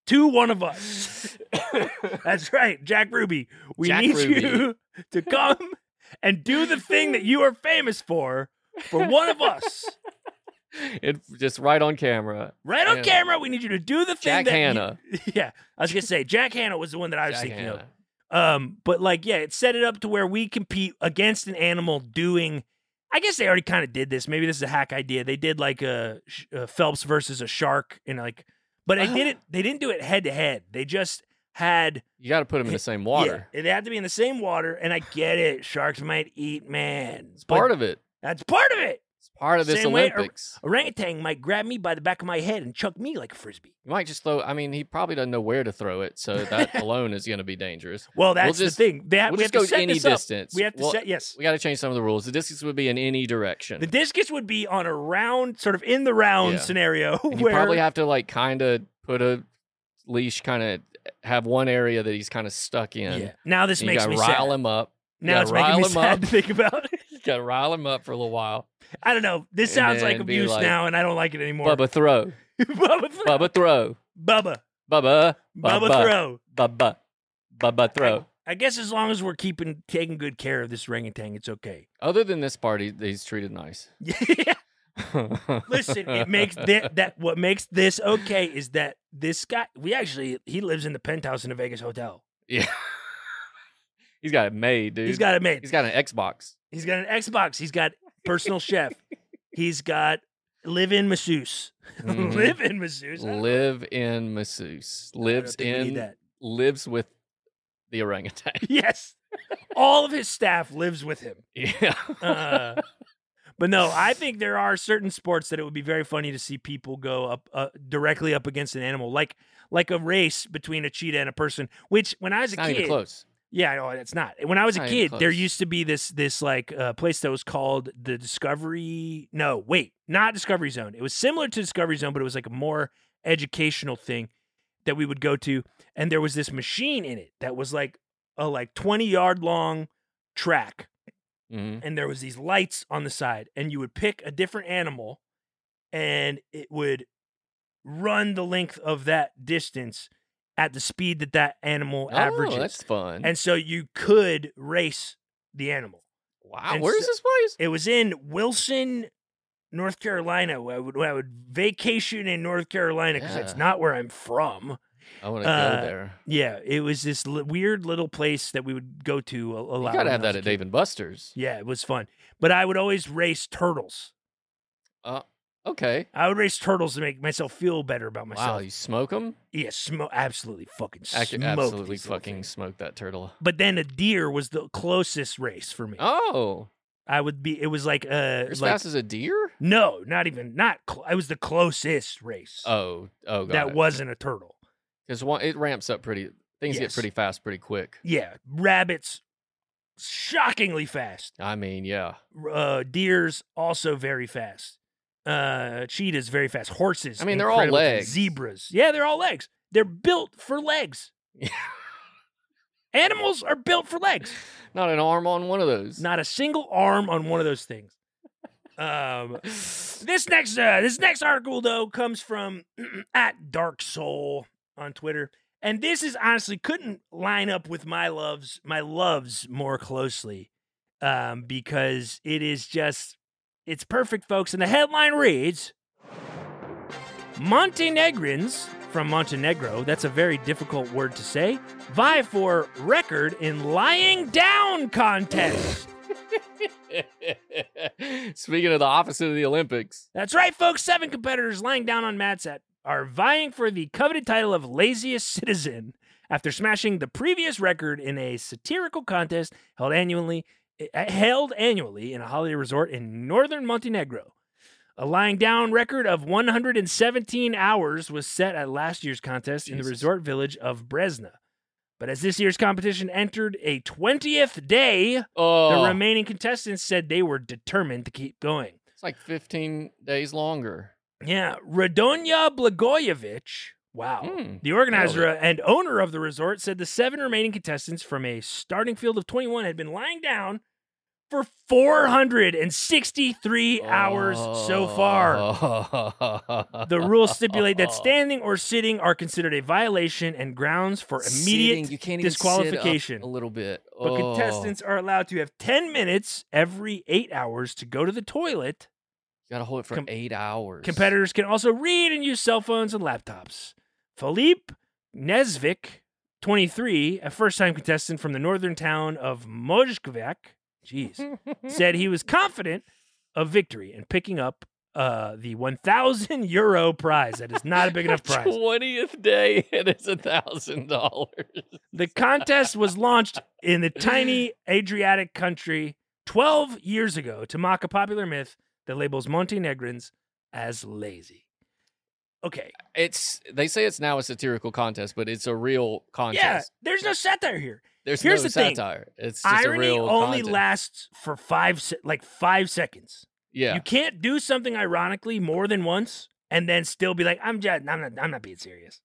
[SPEAKER 5] To one of us. That's right, Jack Ruby. We
[SPEAKER 3] Jack
[SPEAKER 5] need
[SPEAKER 3] Ruby.
[SPEAKER 5] you to come and do the thing that you are famous for for one of us.
[SPEAKER 3] It just right on camera.
[SPEAKER 5] Right on
[SPEAKER 3] Yeah.
[SPEAKER 5] camera, we need you to do the thing
[SPEAKER 3] Jack
[SPEAKER 5] that you-
[SPEAKER 3] Hanna.
[SPEAKER 5] [LAUGHS] yeah, I was gonna say Jack Hanna was the one that I was
[SPEAKER 3] Jack
[SPEAKER 5] thinking
[SPEAKER 3] Hanna.
[SPEAKER 5] of. Um, but like, yeah, it set it up to where we compete against an animal doing. I guess they already kind of did this. Maybe this is a hack idea. They did like a, sh- a Phelps versus a shark, and like, but
[SPEAKER 3] [GASPS]
[SPEAKER 5] they didn't. They didn't do it head to head. They just had
[SPEAKER 3] You got to put them in
[SPEAKER 5] [LAUGHS]
[SPEAKER 3] the same water.
[SPEAKER 5] Yeah, it had to be in the same water. And I get it. Sharks might eat man.
[SPEAKER 3] It's part of it.
[SPEAKER 5] that's part of it.
[SPEAKER 3] It's part of this
[SPEAKER 5] Same way or-
[SPEAKER 3] Olympics.
[SPEAKER 5] Orangutan might grab me by the back of my head and chuck me like a frisbee.
[SPEAKER 3] you might just throw. I mean, he probably doesn't know where to throw it,
[SPEAKER 5] [LAUGHS]
[SPEAKER 3] so that alone is going to be dangerous.
[SPEAKER 5] Well, that's
[SPEAKER 3] just-
[SPEAKER 5] the thing. That
[SPEAKER 3] we'll
[SPEAKER 5] we
[SPEAKER 3] just
[SPEAKER 5] have
[SPEAKER 3] go
[SPEAKER 5] to set
[SPEAKER 3] any
[SPEAKER 5] this up.
[SPEAKER 3] distance.
[SPEAKER 5] We have to
[SPEAKER 3] Well,
[SPEAKER 5] set yes.
[SPEAKER 3] We got to change some of the rules. The distance would be in any direction.
[SPEAKER 5] The discus would be on a round, sort of in the round
[SPEAKER 3] Yeah.
[SPEAKER 5] scenario
[SPEAKER 3] And you
[SPEAKER 5] where
[SPEAKER 3] probably have to like kind of put a leash, kind of have one area that he's kind of stuck in.
[SPEAKER 5] Yeah. Now this
[SPEAKER 3] And you
[SPEAKER 5] makes
[SPEAKER 3] got
[SPEAKER 5] me
[SPEAKER 3] to
[SPEAKER 5] sad.
[SPEAKER 3] rile him up. You gotta
[SPEAKER 5] now it's making me
[SPEAKER 3] rile him
[SPEAKER 5] sad
[SPEAKER 3] up.
[SPEAKER 5] to think about.
[SPEAKER 3] You got to rile him up for a little while.
[SPEAKER 5] I don't know. This
[SPEAKER 3] And
[SPEAKER 5] sounds like
[SPEAKER 3] then be
[SPEAKER 5] abuse
[SPEAKER 3] like,
[SPEAKER 5] now, and I don't like it anymore.
[SPEAKER 3] Bubba throw.
[SPEAKER 5] [LAUGHS] Bubba, throw.
[SPEAKER 3] Bubba throw.
[SPEAKER 5] Bubba,
[SPEAKER 3] Bubba.
[SPEAKER 5] Bubba, throw.
[SPEAKER 3] Bubba. Bubba throw.
[SPEAKER 5] I guess as long as we're keeping taking good care of this orangutan, it's okay. [LAUGHS]
[SPEAKER 3] Other than this part, he, he's treated nice. [LAUGHS]
[SPEAKER 5] Listen, it makes that, that what makes this okay is that this guy we actually he lives in the penthouse in a Vegas hotel.
[SPEAKER 3] Yeah. he's got it made, dude.
[SPEAKER 5] He's got it made.
[SPEAKER 3] He's got an Xbox.
[SPEAKER 5] He's got an Xbox. He's got personal chef. He's got live in masseuse. [LAUGHS]
[SPEAKER 3] Mhm.
[SPEAKER 5] live in masseuse. I don't-
[SPEAKER 3] Live in masseuse.
[SPEAKER 5] I don't
[SPEAKER 3] Lives
[SPEAKER 5] think we need
[SPEAKER 3] in.
[SPEAKER 5] that. [LAUGHS]
[SPEAKER 3] Lives with the orangutan. [LAUGHS]
[SPEAKER 5] Yes. All of his staff lives with him.
[SPEAKER 3] Yeah. [LAUGHS]
[SPEAKER 5] Uh, but no, I think there are certain sports that it would be very funny to see people go up uh, directly up against an animal, like like a race between a cheetah and a person. Which when I was a
[SPEAKER 3] It's not
[SPEAKER 5] kid,
[SPEAKER 3] even close.
[SPEAKER 5] Yeah, I know it's not. When I was a
[SPEAKER 3] Not even
[SPEAKER 5] kid, there
[SPEAKER 3] close.
[SPEAKER 5] used to be this this like uh, place that was called the Discovery. No, wait, not Discovery Zone. It was similar to Discovery Zone, but it was like a more educational thing that we would go to. And there was this machine in it that was like a like twenty yard long track,
[SPEAKER 3] hmm
[SPEAKER 5] and there was these lights on the side, and you would pick a different animal, and it would run the length of that distance at the speed that that animal averages.
[SPEAKER 3] Oh, that's fun.
[SPEAKER 5] And so you could race the animal.
[SPEAKER 3] wow,
[SPEAKER 5] and
[SPEAKER 3] where's
[SPEAKER 5] so-
[SPEAKER 3] this place?
[SPEAKER 5] It was in Wilson, North Carolina. I would, I would vacation in North Carolina because it's
[SPEAKER 3] Yeah.
[SPEAKER 5] not where I'm from.
[SPEAKER 3] I want to
[SPEAKER 5] uh,
[SPEAKER 3] go there.
[SPEAKER 5] Yeah, it was this li- weird little place that we would go to a, a
[SPEAKER 3] You
[SPEAKER 5] lot.
[SPEAKER 3] gotta have
[SPEAKER 5] when I was
[SPEAKER 3] that
[SPEAKER 5] a
[SPEAKER 3] at
[SPEAKER 5] kid.
[SPEAKER 3] Dave and Buster's.
[SPEAKER 5] Yeah, it was fun. But I would always race turtles.
[SPEAKER 3] Okay.
[SPEAKER 5] I would race turtles to make myself feel better about
[SPEAKER 3] Wow,
[SPEAKER 5] myself.
[SPEAKER 3] you smoke them?
[SPEAKER 5] Yeah, smo- absolutely fucking
[SPEAKER 3] I
[SPEAKER 5] smoked
[SPEAKER 3] could absolutely
[SPEAKER 5] these little
[SPEAKER 3] fucking
[SPEAKER 5] things.
[SPEAKER 3] smoke that turtle.
[SPEAKER 5] But then a deer was the closest race for me.
[SPEAKER 3] Oh,
[SPEAKER 5] I would be. It was like uh,
[SPEAKER 3] you're as
[SPEAKER 5] like
[SPEAKER 3] fast as a deer?
[SPEAKER 5] No, not even not. Cl- I was the closest race
[SPEAKER 3] Oh, oh,
[SPEAKER 5] that
[SPEAKER 3] god.
[SPEAKER 5] wasn't a turtle.
[SPEAKER 3] Because it ramps up pretty. Things get
[SPEAKER 5] Yes.
[SPEAKER 3] pretty fast, pretty quick.
[SPEAKER 5] Yeah, rabbits, shockingly fast.
[SPEAKER 3] I mean, yeah.
[SPEAKER 5] R- Uh, deers also very fast. Uh, cheetahs very fast. Horses.
[SPEAKER 3] I mean, they're all
[SPEAKER 5] incredibly fast.
[SPEAKER 3] legs.
[SPEAKER 5] Zebras. Yeah, they're all legs. They're built for
[SPEAKER 3] [LAUGHS]
[SPEAKER 5] legs. Animals are built
[SPEAKER 3] [LAUGHS]
[SPEAKER 5] for legs.
[SPEAKER 3] Not an arm on one of those.
[SPEAKER 5] Not a single arm on one of those things. Um, This next uh, this next article though comes from [CLEARS THROAT] at Dark Soul on Twitter, and this is honestly couldn't line up with my loves my loves more closely, um, because it is just it's perfect, folks. And the headline reads: Montenegrins from Montenegro. That's a very difficult word to say. Vie for record in lying down contest.
[SPEAKER 3] [LAUGHS] Speaking of the opposite of the Olympics,
[SPEAKER 5] That's right, folks. Seven competitors lying down on mats at are vying for the coveted title of laziest citizen after smashing the previous record in a satirical contest held annually eh, held annually in a holiday resort in northern Montenegro. A lying down record of 117 hours was set at last year's contest in the
[SPEAKER 3] Jesus.
[SPEAKER 5] resort village of Bresna. But as this year's competition entered a 20th day, the
[SPEAKER 3] oh,
[SPEAKER 5] remaining contestants said they were determined to keep going.
[SPEAKER 3] it's like 15 days longer.
[SPEAKER 5] Yeah, Radonya Blagojevich. Wow.
[SPEAKER 3] Hmm.
[SPEAKER 5] The organizer and owner of the resort said the seven remaining contestants from a starting field of 21 had been lying down for 463 hours so far.
[SPEAKER 3] Oh.
[SPEAKER 5] The rules stipulate that standing or sitting are considered a violation and grounds
[SPEAKER 3] [LAUGHS]
[SPEAKER 5] for immediate
[SPEAKER 3] Sitting, you can't even sit up
[SPEAKER 5] disqualification.
[SPEAKER 3] a little bit.
[SPEAKER 5] But
[SPEAKER 3] Oh.
[SPEAKER 5] contestants are allowed to have 10 minutes every eight hours to go to the toilet.
[SPEAKER 3] You gotta hold it for
[SPEAKER 5] Com-
[SPEAKER 3] eight hours. [LAUGHS]
[SPEAKER 5] Competitors can also read and use cell phones and laptops. Philippe Nesvik, 23, a first time contestant from the northern town of Mojkovac, jeez,
[SPEAKER 3] Mm-hmm.
[SPEAKER 5] said he was confident of victory and picking up uh, the 1,000 [LAUGHS] euro prize. That is not a big enough
[SPEAKER 3] [LAUGHS]
[SPEAKER 5] prize.
[SPEAKER 3] Twentieth day, and it's a thousand dollars.
[SPEAKER 5] The contest was launched in the tiny Adriatic country 12 years ago to mock a popular myth that labels Montenegrins as lazy. Okay.
[SPEAKER 3] It's they say it's now a satirical contest, but it's a real contest.
[SPEAKER 5] Yeah, there's no satire here.
[SPEAKER 3] There's
[SPEAKER 5] here's
[SPEAKER 3] no
[SPEAKER 5] the thing.
[SPEAKER 3] satire. It's just
[SPEAKER 5] Irony
[SPEAKER 3] a real
[SPEAKER 5] only
[SPEAKER 3] contest.
[SPEAKER 5] lasts for five, se- like five seconds.
[SPEAKER 3] Yeah,
[SPEAKER 5] You can't do something ironically more than once and then still be like, "I'm just, I'm not, I'm not being
[SPEAKER 3] [LAUGHS]
[SPEAKER 5] serious."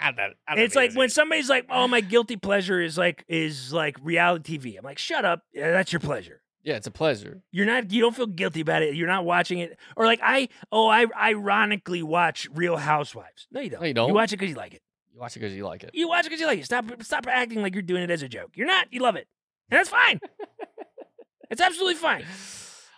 [SPEAKER 3] I don't- I don't
[SPEAKER 5] It's
[SPEAKER 3] mean
[SPEAKER 5] like
[SPEAKER 3] to
[SPEAKER 5] when
[SPEAKER 3] say-
[SPEAKER 5] somebody's like, "Oh, my guilty pleasure is like, is like reality TV." I'm like, "Shut up, Yeah, that's your pleasure."
[SPEAKER 3] yeah, it's a pleasure.
[SPEAKER 5] You're not, you don't feel guilty about it. You're not watching it, or like I, oh, I ironically watch Real Housewives. No, you don't.
[SPEAKER 3] No, you don't.
[SPEAKER 5] You watch it because you like it.
[SPEAKER 3] You watch it because you like it.
[SPEAKER 5] You watch it because you like it. Stop, stop acting like you're doing it as a joke. You're not. You love it, and that's fine. it's
[SPEAKER 3] [SIGHS]
[SPEAKER 5] absolutely fine.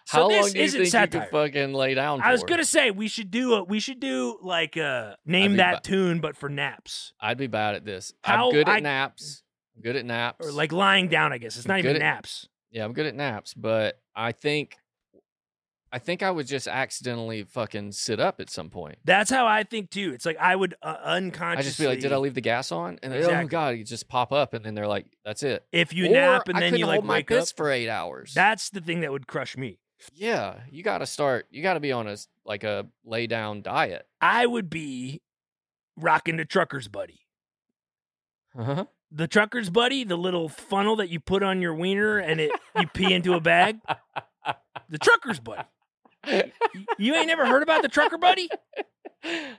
[SPEAKER 5] So
[SPEAKER 3] How
[SPEAKER 5] this
[SPEAKER 3] long do you
[SPEAKER 5] isn't
[SPEAKER 3] think
[SPEAKER 5] satire.
[SPEAKER 3] you could fucking lay down?
[SPEAKER 5] I was
[SPEAKER 3] for?
[SPEAKER 5] gonna say we should do a, we should do like a name
[SPEAKER 3] mean,
[SPEAKER 5] that
[SPEAKER 3] but-
[SPEAKER 5] tune, but for naps
[SPEAKER 3] I'd be bad at this.
[SPEAKER 5] How
[SPEAKER 3] I'm good at
[SPEAKER 5] I-
[SPEAKER 3] naps. I'm good at naps.
[SPEAKER 5] or like lying down. I guess it's not
[SPEAKER 3] Good
[SPEAKER 5] even
[SPEAKER 3] at-
[SPEAKER 5] naps.
[SPEAKER 3] yeah, I'm good at naps, but I think, I think I would just accidentally fucking sit up at some point.
[SPEAKER 5] That's how I think too. It's like I would uh,
[SPEAKER 3] I
[SPEAKER 5] unconsciously
[SPEAKER 3] just be like, did I leave the gas on? And then, oh
[SPEAKER 5] Exactly.
[SPEAKER 3] god, you just pop up, and then they're like, that's it.
[SPEAKER 5] if you
[SPEAKER 3] Or
[SPEAKER 5] nap and
[SPEAKER 3] I
[SPEAKER 5] then
[SPEAKER 3] couldn't
[SPEAKER 5] you like
[SPEAKER 3] hold my
[SPEAKER 5] wake up.
[SPEAKER 3] piss for eight hours.
[SPEAKER 5] That's the thing that would crush me.
[SPEAKER 3] yeah, you got to start. You got to be on a s- like a lay down diet.
[SPEAKER 5] I would be rocking the trucker's buddy.
[SPEAKER 3] [LAUGHS] Uh-huh.
[SPEAKER 5] the trucker's buddy, the little funnel that you put on your wiener and it you pee into a bag. The trucker's buddy. You- You ain't never heard about the trucker buddy?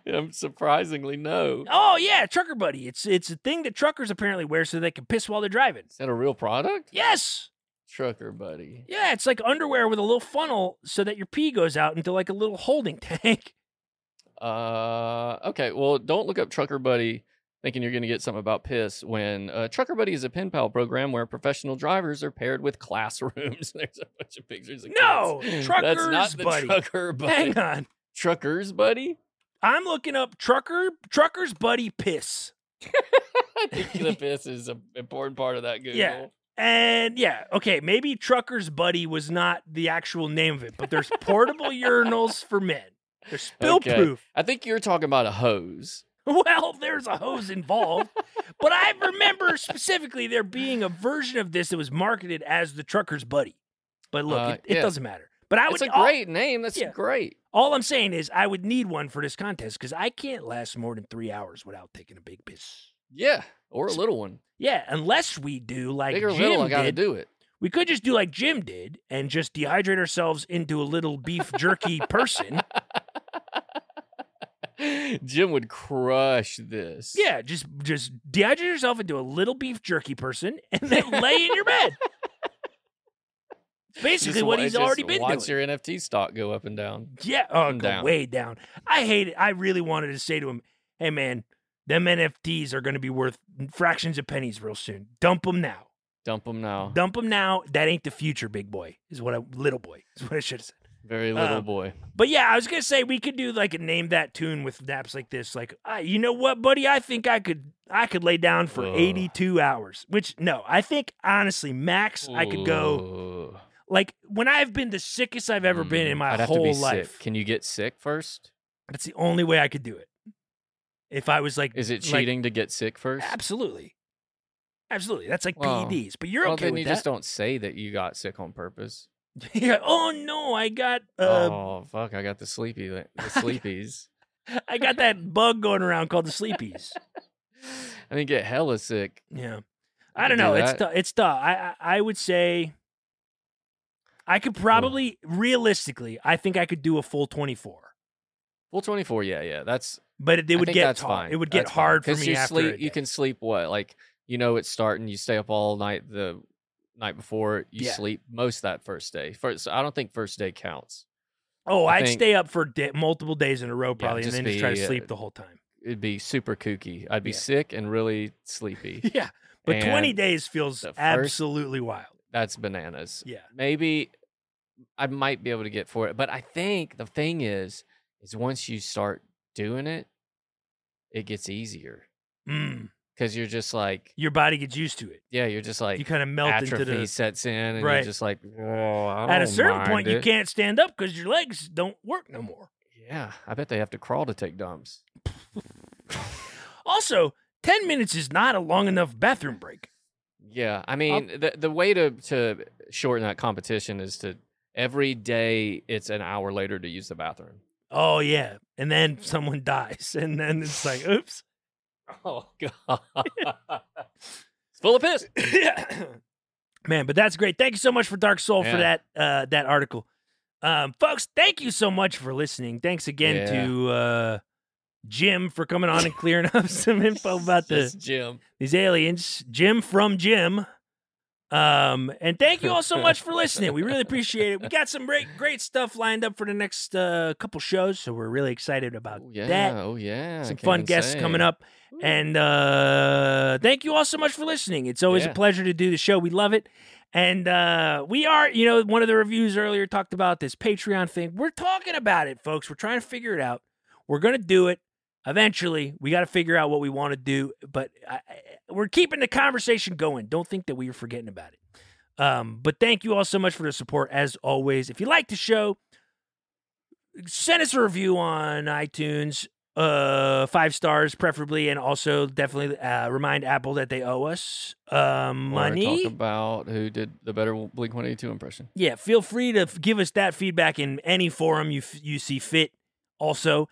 [SPEAKER 3] I'm surprisingly no.
[SPEAKER 5] Oh yeah, trucker buddy. It's it's a thing that truckers apparently wear so they can piss while they're driving.
[SPEAKER 3] Is that a real product?
[SPEAKER 5] Yes.
[SPEAKER 3] Trucker buddy.
[SPEAKER 5] Yeah, it's like underwear with a little funnel so that your pee goes out into like a little holding tank. [LAUGHS]
[SPEAKER 3] Uh, okay. Well, don't look up Trucker Buddy thinking you're going to get something about piss when uh, Trucker Buddy is a pen pal program where professional drivers are paired with [LAUGHS] classrooms. There's a bunch of pictures. Of
[SPEAKER 5] No,
[SPEAKER 3] kids. That's
[SPEAKER 5] Trucker's
[SPEAKER 3] not the
[SPEAKER 5] Buddy.
[SPEAKER 3] Trucker Buddy.
[SPEAKER 5] [LAUGHS] Hang on.
[SPEAKER 3] Trucker's Buddy.
[SPEAKER 5] I'm looking up trucker trucker's buddy piss.
[SPEAKER 3] I think
[SPEAKER 5] [LAUGHS]
[SPEAKER 3] the piss is an important part of that Google.
[SPEAKER 5] Yeah. And yeah, okay, maybe Trucker's Buddy was not the actual name of it,
[SPEAKER 3] [LAUGHS]
[SPEAKER 5] but there's portable urinals for men. They're spill
[SPEAKER 3] Okay.
[SPEAKER 5] proof. [LAUGHS]
[SPEAKER 3] I think you're talking about a hose.
[SPEAKER 5] Well, there's a hose involved, but I remember specifically there being a version of this that was marketed as the Trucker's Buddy. But look,
[SPEAKER 3] Uh,
[SPEAKER 5] it, it
[SPEAKER 3] yeah.
[SPEAKER 5] doesn't matter. But I would
[SPEAKER 3] It's a
[SPEAKER 5] all-
[SPEAKER 3] great name. That's
[SPEAKER 5] yeah.
[SPEAKER 3] great.
[SPEAKER 5] All, I'm saying is I would need one for this contest because I can't last more than three hours without taking a big piss.
[SPEAKER 3] Yeah. Or a little one.
[SPEAKER 5] Yeah, unless we do like
[SPEAKER 3] Big or
[SPEAKER 5] Jim
[SPEAKER 3] little, I got to
[SPEAKER 5] did.
[SPEAKER 3] do it. [LAUGHS]
[SPEAKER 5] We could just do like Jim did and just dehydrate ourselves into a little beef
[SPEAKER 3] [LAUGHS]
[SPEAKER 5] jerky person.
[SPEAKER 3] Jim would crush this.
[SPEAKER 5] Yeah, just just dehydrate yourself into a little beef jerky person and then lay in your bed. It's
[SPEAKER 3] [LAUGHS]
[SPEAKER 5] Basically,
[SPEAKER 3] Just
[SPEAKER 5] what
[SPEAKER 3] wa-
[SPEAKER 5] he's
[SPEAKER 3] just
[SPEAKER 5] already been doing.
[SPEAKER 3] Watch your NFT stock go up and down.
[SPEAKER 5] yeah, oh,
[SPEAKER 3] I'm
[SPEAKER 5] go
[SPEAKER 3] down.
[SPEAKER 5] way down. I hate it. I really wanted to say to him, "Hey, man, them NFTs are going to be worth fractions of pennies real soon. Dump them now.
[SPEAKER 3] Dump them now.
[SPEAKER 5] Dump them now. That ain't the future, big boy. Is what I little boy is what I should have said."
[SPEAKER 3] Very little
[SPEAKER 5] Um,
[SPEAKER 3] boy.
[SPEAKER 5] But yeah, I was gonna say we could do like a name that tune with naps like this. Like, uh, you know what, buddy? I think I could I could lay down for
[SPEAKER 3] Ugh.
[SPEAKER 5] 82 hours. Which no, I think honestly, max I could go
[SPEAKER 3] Ooh.
[SPEAKER 5] like when I've been the sickest I've ever been in
[SPEAKER 3] Mm,
[SPEAKER 5] my
[SPEAKER 3] I'd have to be
[SPEAKER 5] whole
[SPEAKER 3] sick.
[SPEAKER 5] life.
[SPEAKER 3] Can you get sick first?
[SPEAKER 5] That's the only way I could do it. If I was like,
[SPEAKER 3] Is it
[SPEAKER 5] like-
[SPEAKER 3] cheating to get sick first?
[SPEAKER 5] absolutely, absolutely. That's like
[SPEAKER 3] Well,
[SPEAKER 5] PEDs. But you're
[SPEAKER 3] well,
[SPEAKER 5] okay
[SPEAKER 3] then
[SPEAKER 5] with
[SPEAKER 3] you
[SPEAKER 5] that. [LAUGHS]
[SPEAKER 3] just don't say that you got sick on purpose.
[SPEAKER 5] yeah. Oh no, I got uh,
[SPEAKER 3] oh fuck! I got the sleepy, the
[SPEAKER 5] [LAUGHS]
[SPEAKER 3] sleepies.
[SPEAKER 5] I got that bug going around
[SPEAKER 3] [LAUGHS]
[SPEAKER 5] called the sleepies.
[SPEAKER 3] I didn't get hella sick.
[SPEAKER 5] Yeah,
[SPEAKER 3] I
[SPEAKER 5] I don't
[SPEAKER 3] could do
[SPEAKER 5] know. It's
[SPEAKER 3] that.
[SPEAKER 5] tough. It's tough. I, I I would say I could probably, realistically, I think I could do a full 24,
[SPEAKER 3] Well, 24, yeah, yeah. That's
[SPEAKER 5] but it, it
[SPEAKER 3] I
[SPEAKER 5] would
[SPEAKER 3] think
[SPEAKER 5] get
[SPEAKER 3] that's
[SPEAKER 5] tall.
[SPEAKER 3] fine.
[SPEAKER 5] It would get
[SPEAKER 3] That's fine.
[SPEAKER 5] hard for
[SPEAKER 3] 'Cause
[SPEAKER 5] me
[SPEAKER 3] you
[SPEAKER 5] after.
[SPEAKER 3] sleep,
[SPEAKER 5] a
[SPEAKER 3] you
[SPEAKER 5] day.
[SPEAKER 3] can sleep what? Like you know it's starting, you stay up all night the night before, you
[SPEAKER 5] Yeah.
[SPEAKER 3] sleep most that first day. First I don't think first day counts.
[SPEAKER 5] Oh,
[SPEAKER 3] I
[SPEAKER 5] I'd
[SPEAKER 3] think-
[SPEAKER 5] stay up for da- multiple days in a row,
[SPEAKER 3] Yeah,
[SPEAKER 5] probably, and
[SPEAKER 3] just
[SPEAKER 5] then just try to
[SPEAKER 3] be, uh,
[SPEAKER 5] sleep the
[SPEAKER 3] [LAUGHS]
[SPEAKER 5] whole time.
[SPEAKER 3] It'd be super kooky. I'd be
[SPEAKER 5] Yeah.
[SPEAKER 3] sick and really sleepy.
[SPEAKER 5] [LAUGHS] Yeah, but 20
[SPEAKER 3] And
[SPEAKER 5] days feels
[SPEAKER 3] the first-
[SPEAKER 5] absolutely wild.
[SPEAKER 3] That's bananas.
[SPEAKER 5] Yeah,
[SPEAKER 3] Maybe I might be able to get for it, but I think the thing is is once you start doing it, it gets easier
[SPEAKER 5] mm.
[SPEAKER 3] cuz you're just like
[SPEAKER 5] your body gets used to it.
[SPEAKER 3] yeah, you're just like
[SPEAKER 5] you kind of melt
[SPEAKER 3] atrophy
[SPEAKER 5] into the.
[SPEAKER 3] sets in, and
[SPEAKER 5] Right.
[SPEAKER 3] you're just like, "Whoa, I
[SPEAKER 5] At a
[SPEAKER 3] don't
[SPEAKER 5] certain
[SPEAKER 3] mind
[SPEAKER 5] point, you
[SPEAKER 3] it."
[SPEAKER 5] can't stand up because your legs don't work no more.
[SPEAKER 3] Yeah, I bet they have to crawl to take dumps.
[SPEAKER 5] Also, 10 minutes is not a long enough bathroom break.
[SPEAKER 3] Yeah, I mean, the the way to to shorten that competition is to every day it's an hour later to use the bathroom.
[SPEAKER 5] [LAUGHS] Oh, yeah. And then someone [LAUGHS] dies. And then it's like, oops.
[SPEAKER 3] Oh god, it's full of
[SPEAKER 5] [COUGHS]
[SPEAKER 3] piss. [COUGHS]
[SPEAKER 5] Man, but that's great. Thank you so much for Dark Soul for
[SPEAKER 3] Yeah.
[SPEAKER 5] that uh, that article. Um, folks, thank you so much for listening. Thanks again
[SPEAKER 3] Yeah.
[SPEAKER 5] to uh, Jim for coming on and clearing up [LAUGHS] some info about
[SPEAKER 3] [LAUGHS]
[SPEAKER 5] the
[SPEAKER 3] Just Jim.
[SPEAKER 5] these aliens, Jim from Jim. Um, and thank you all so much for listening. We really appreciate it. We got some great, great stuff lined up for the next uh, couple shows, so we're really excited about
[SPEAKER 3] Oh, yeah,
[SPEAKER 5] that.
[SPEAKER 3] oh yeah,
[SPEAKER 5] Some
[SPEAKER 3] can't
[SPEAKER 5] fun
[SPEAKER 3] even
[SPEAKER 5] guests
[SPEAKER 3] say.
[SPEAKER 5] coming up. And uh, thank you all so much for listening. It's always a
[SPEAKER 3] Yeah.
[SPEAKER 5] pleasure to do the show. We love it. And uh, we are, you know, one of the reviews earlier talked about this Patreon thing. We're talking about it, folks. We're trying to figure it out. We're going to do it eventually. We got to figure out what we want to do, but I, I- we're keeping the conversation going. Don't think that we are forgetting about it. Um, but thank you all so much for the support, as always. If you like the show, send us a review on iTunes, uh, five stars preferably, and also definitely uh, remind Apple that they owe us uh,
[SPEAKER 3] Or
[SPEAKER 5] money.
[SPEAKER 3] Talk about who did the better Blink One Eighty Two impression.
[SPEAKER 5] Yeah, feel free to f- give us that feedback in any forum you f- you see fit. Also,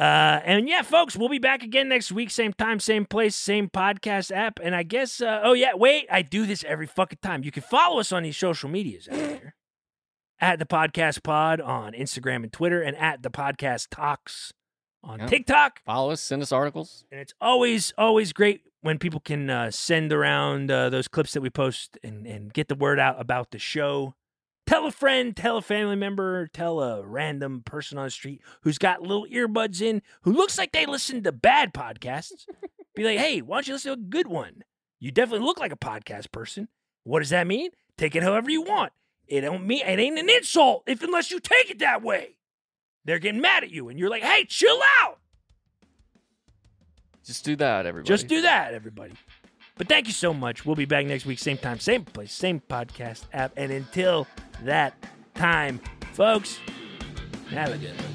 [SPEAKER 5] uh, and yeah, folks, we'll be back again next week, same time, same place, same podcast app. And I guess, uh, oh yeah, wait, I do this every fucking time. You can follow us on these social medias out there at the podcast pod on Instagram and Twitter, and at the podcast talks on
[SPEAKER 3] Yeah.
[SPEAKER 5] TikTok.
[SPEAKER 3] Follow us, send us articles.
[SPEAKER 5] And it's always, always great when people can uh, send around uh, those clips that we post and, and get the word out about the show. Tell a friend, tell a family member, tell a random person on the street who's got little earbuds in, who looks like they listen to bad podcasts. Be like, hey, why don't you listen to a good one? You definitely look like a podcast person. What does that mean? Take it however you want. It don't mean it ain't an insult if unless you take it that way. They're getting mad at you, and you're like, hey, chill out.
[SPEAKER 3] Just do that, everybody.
[SPEAKER 5] Just do that, everybody. But thank you so much. We'll be back next week, same time, same place, same podcast app. And until that time, folks, have a good one.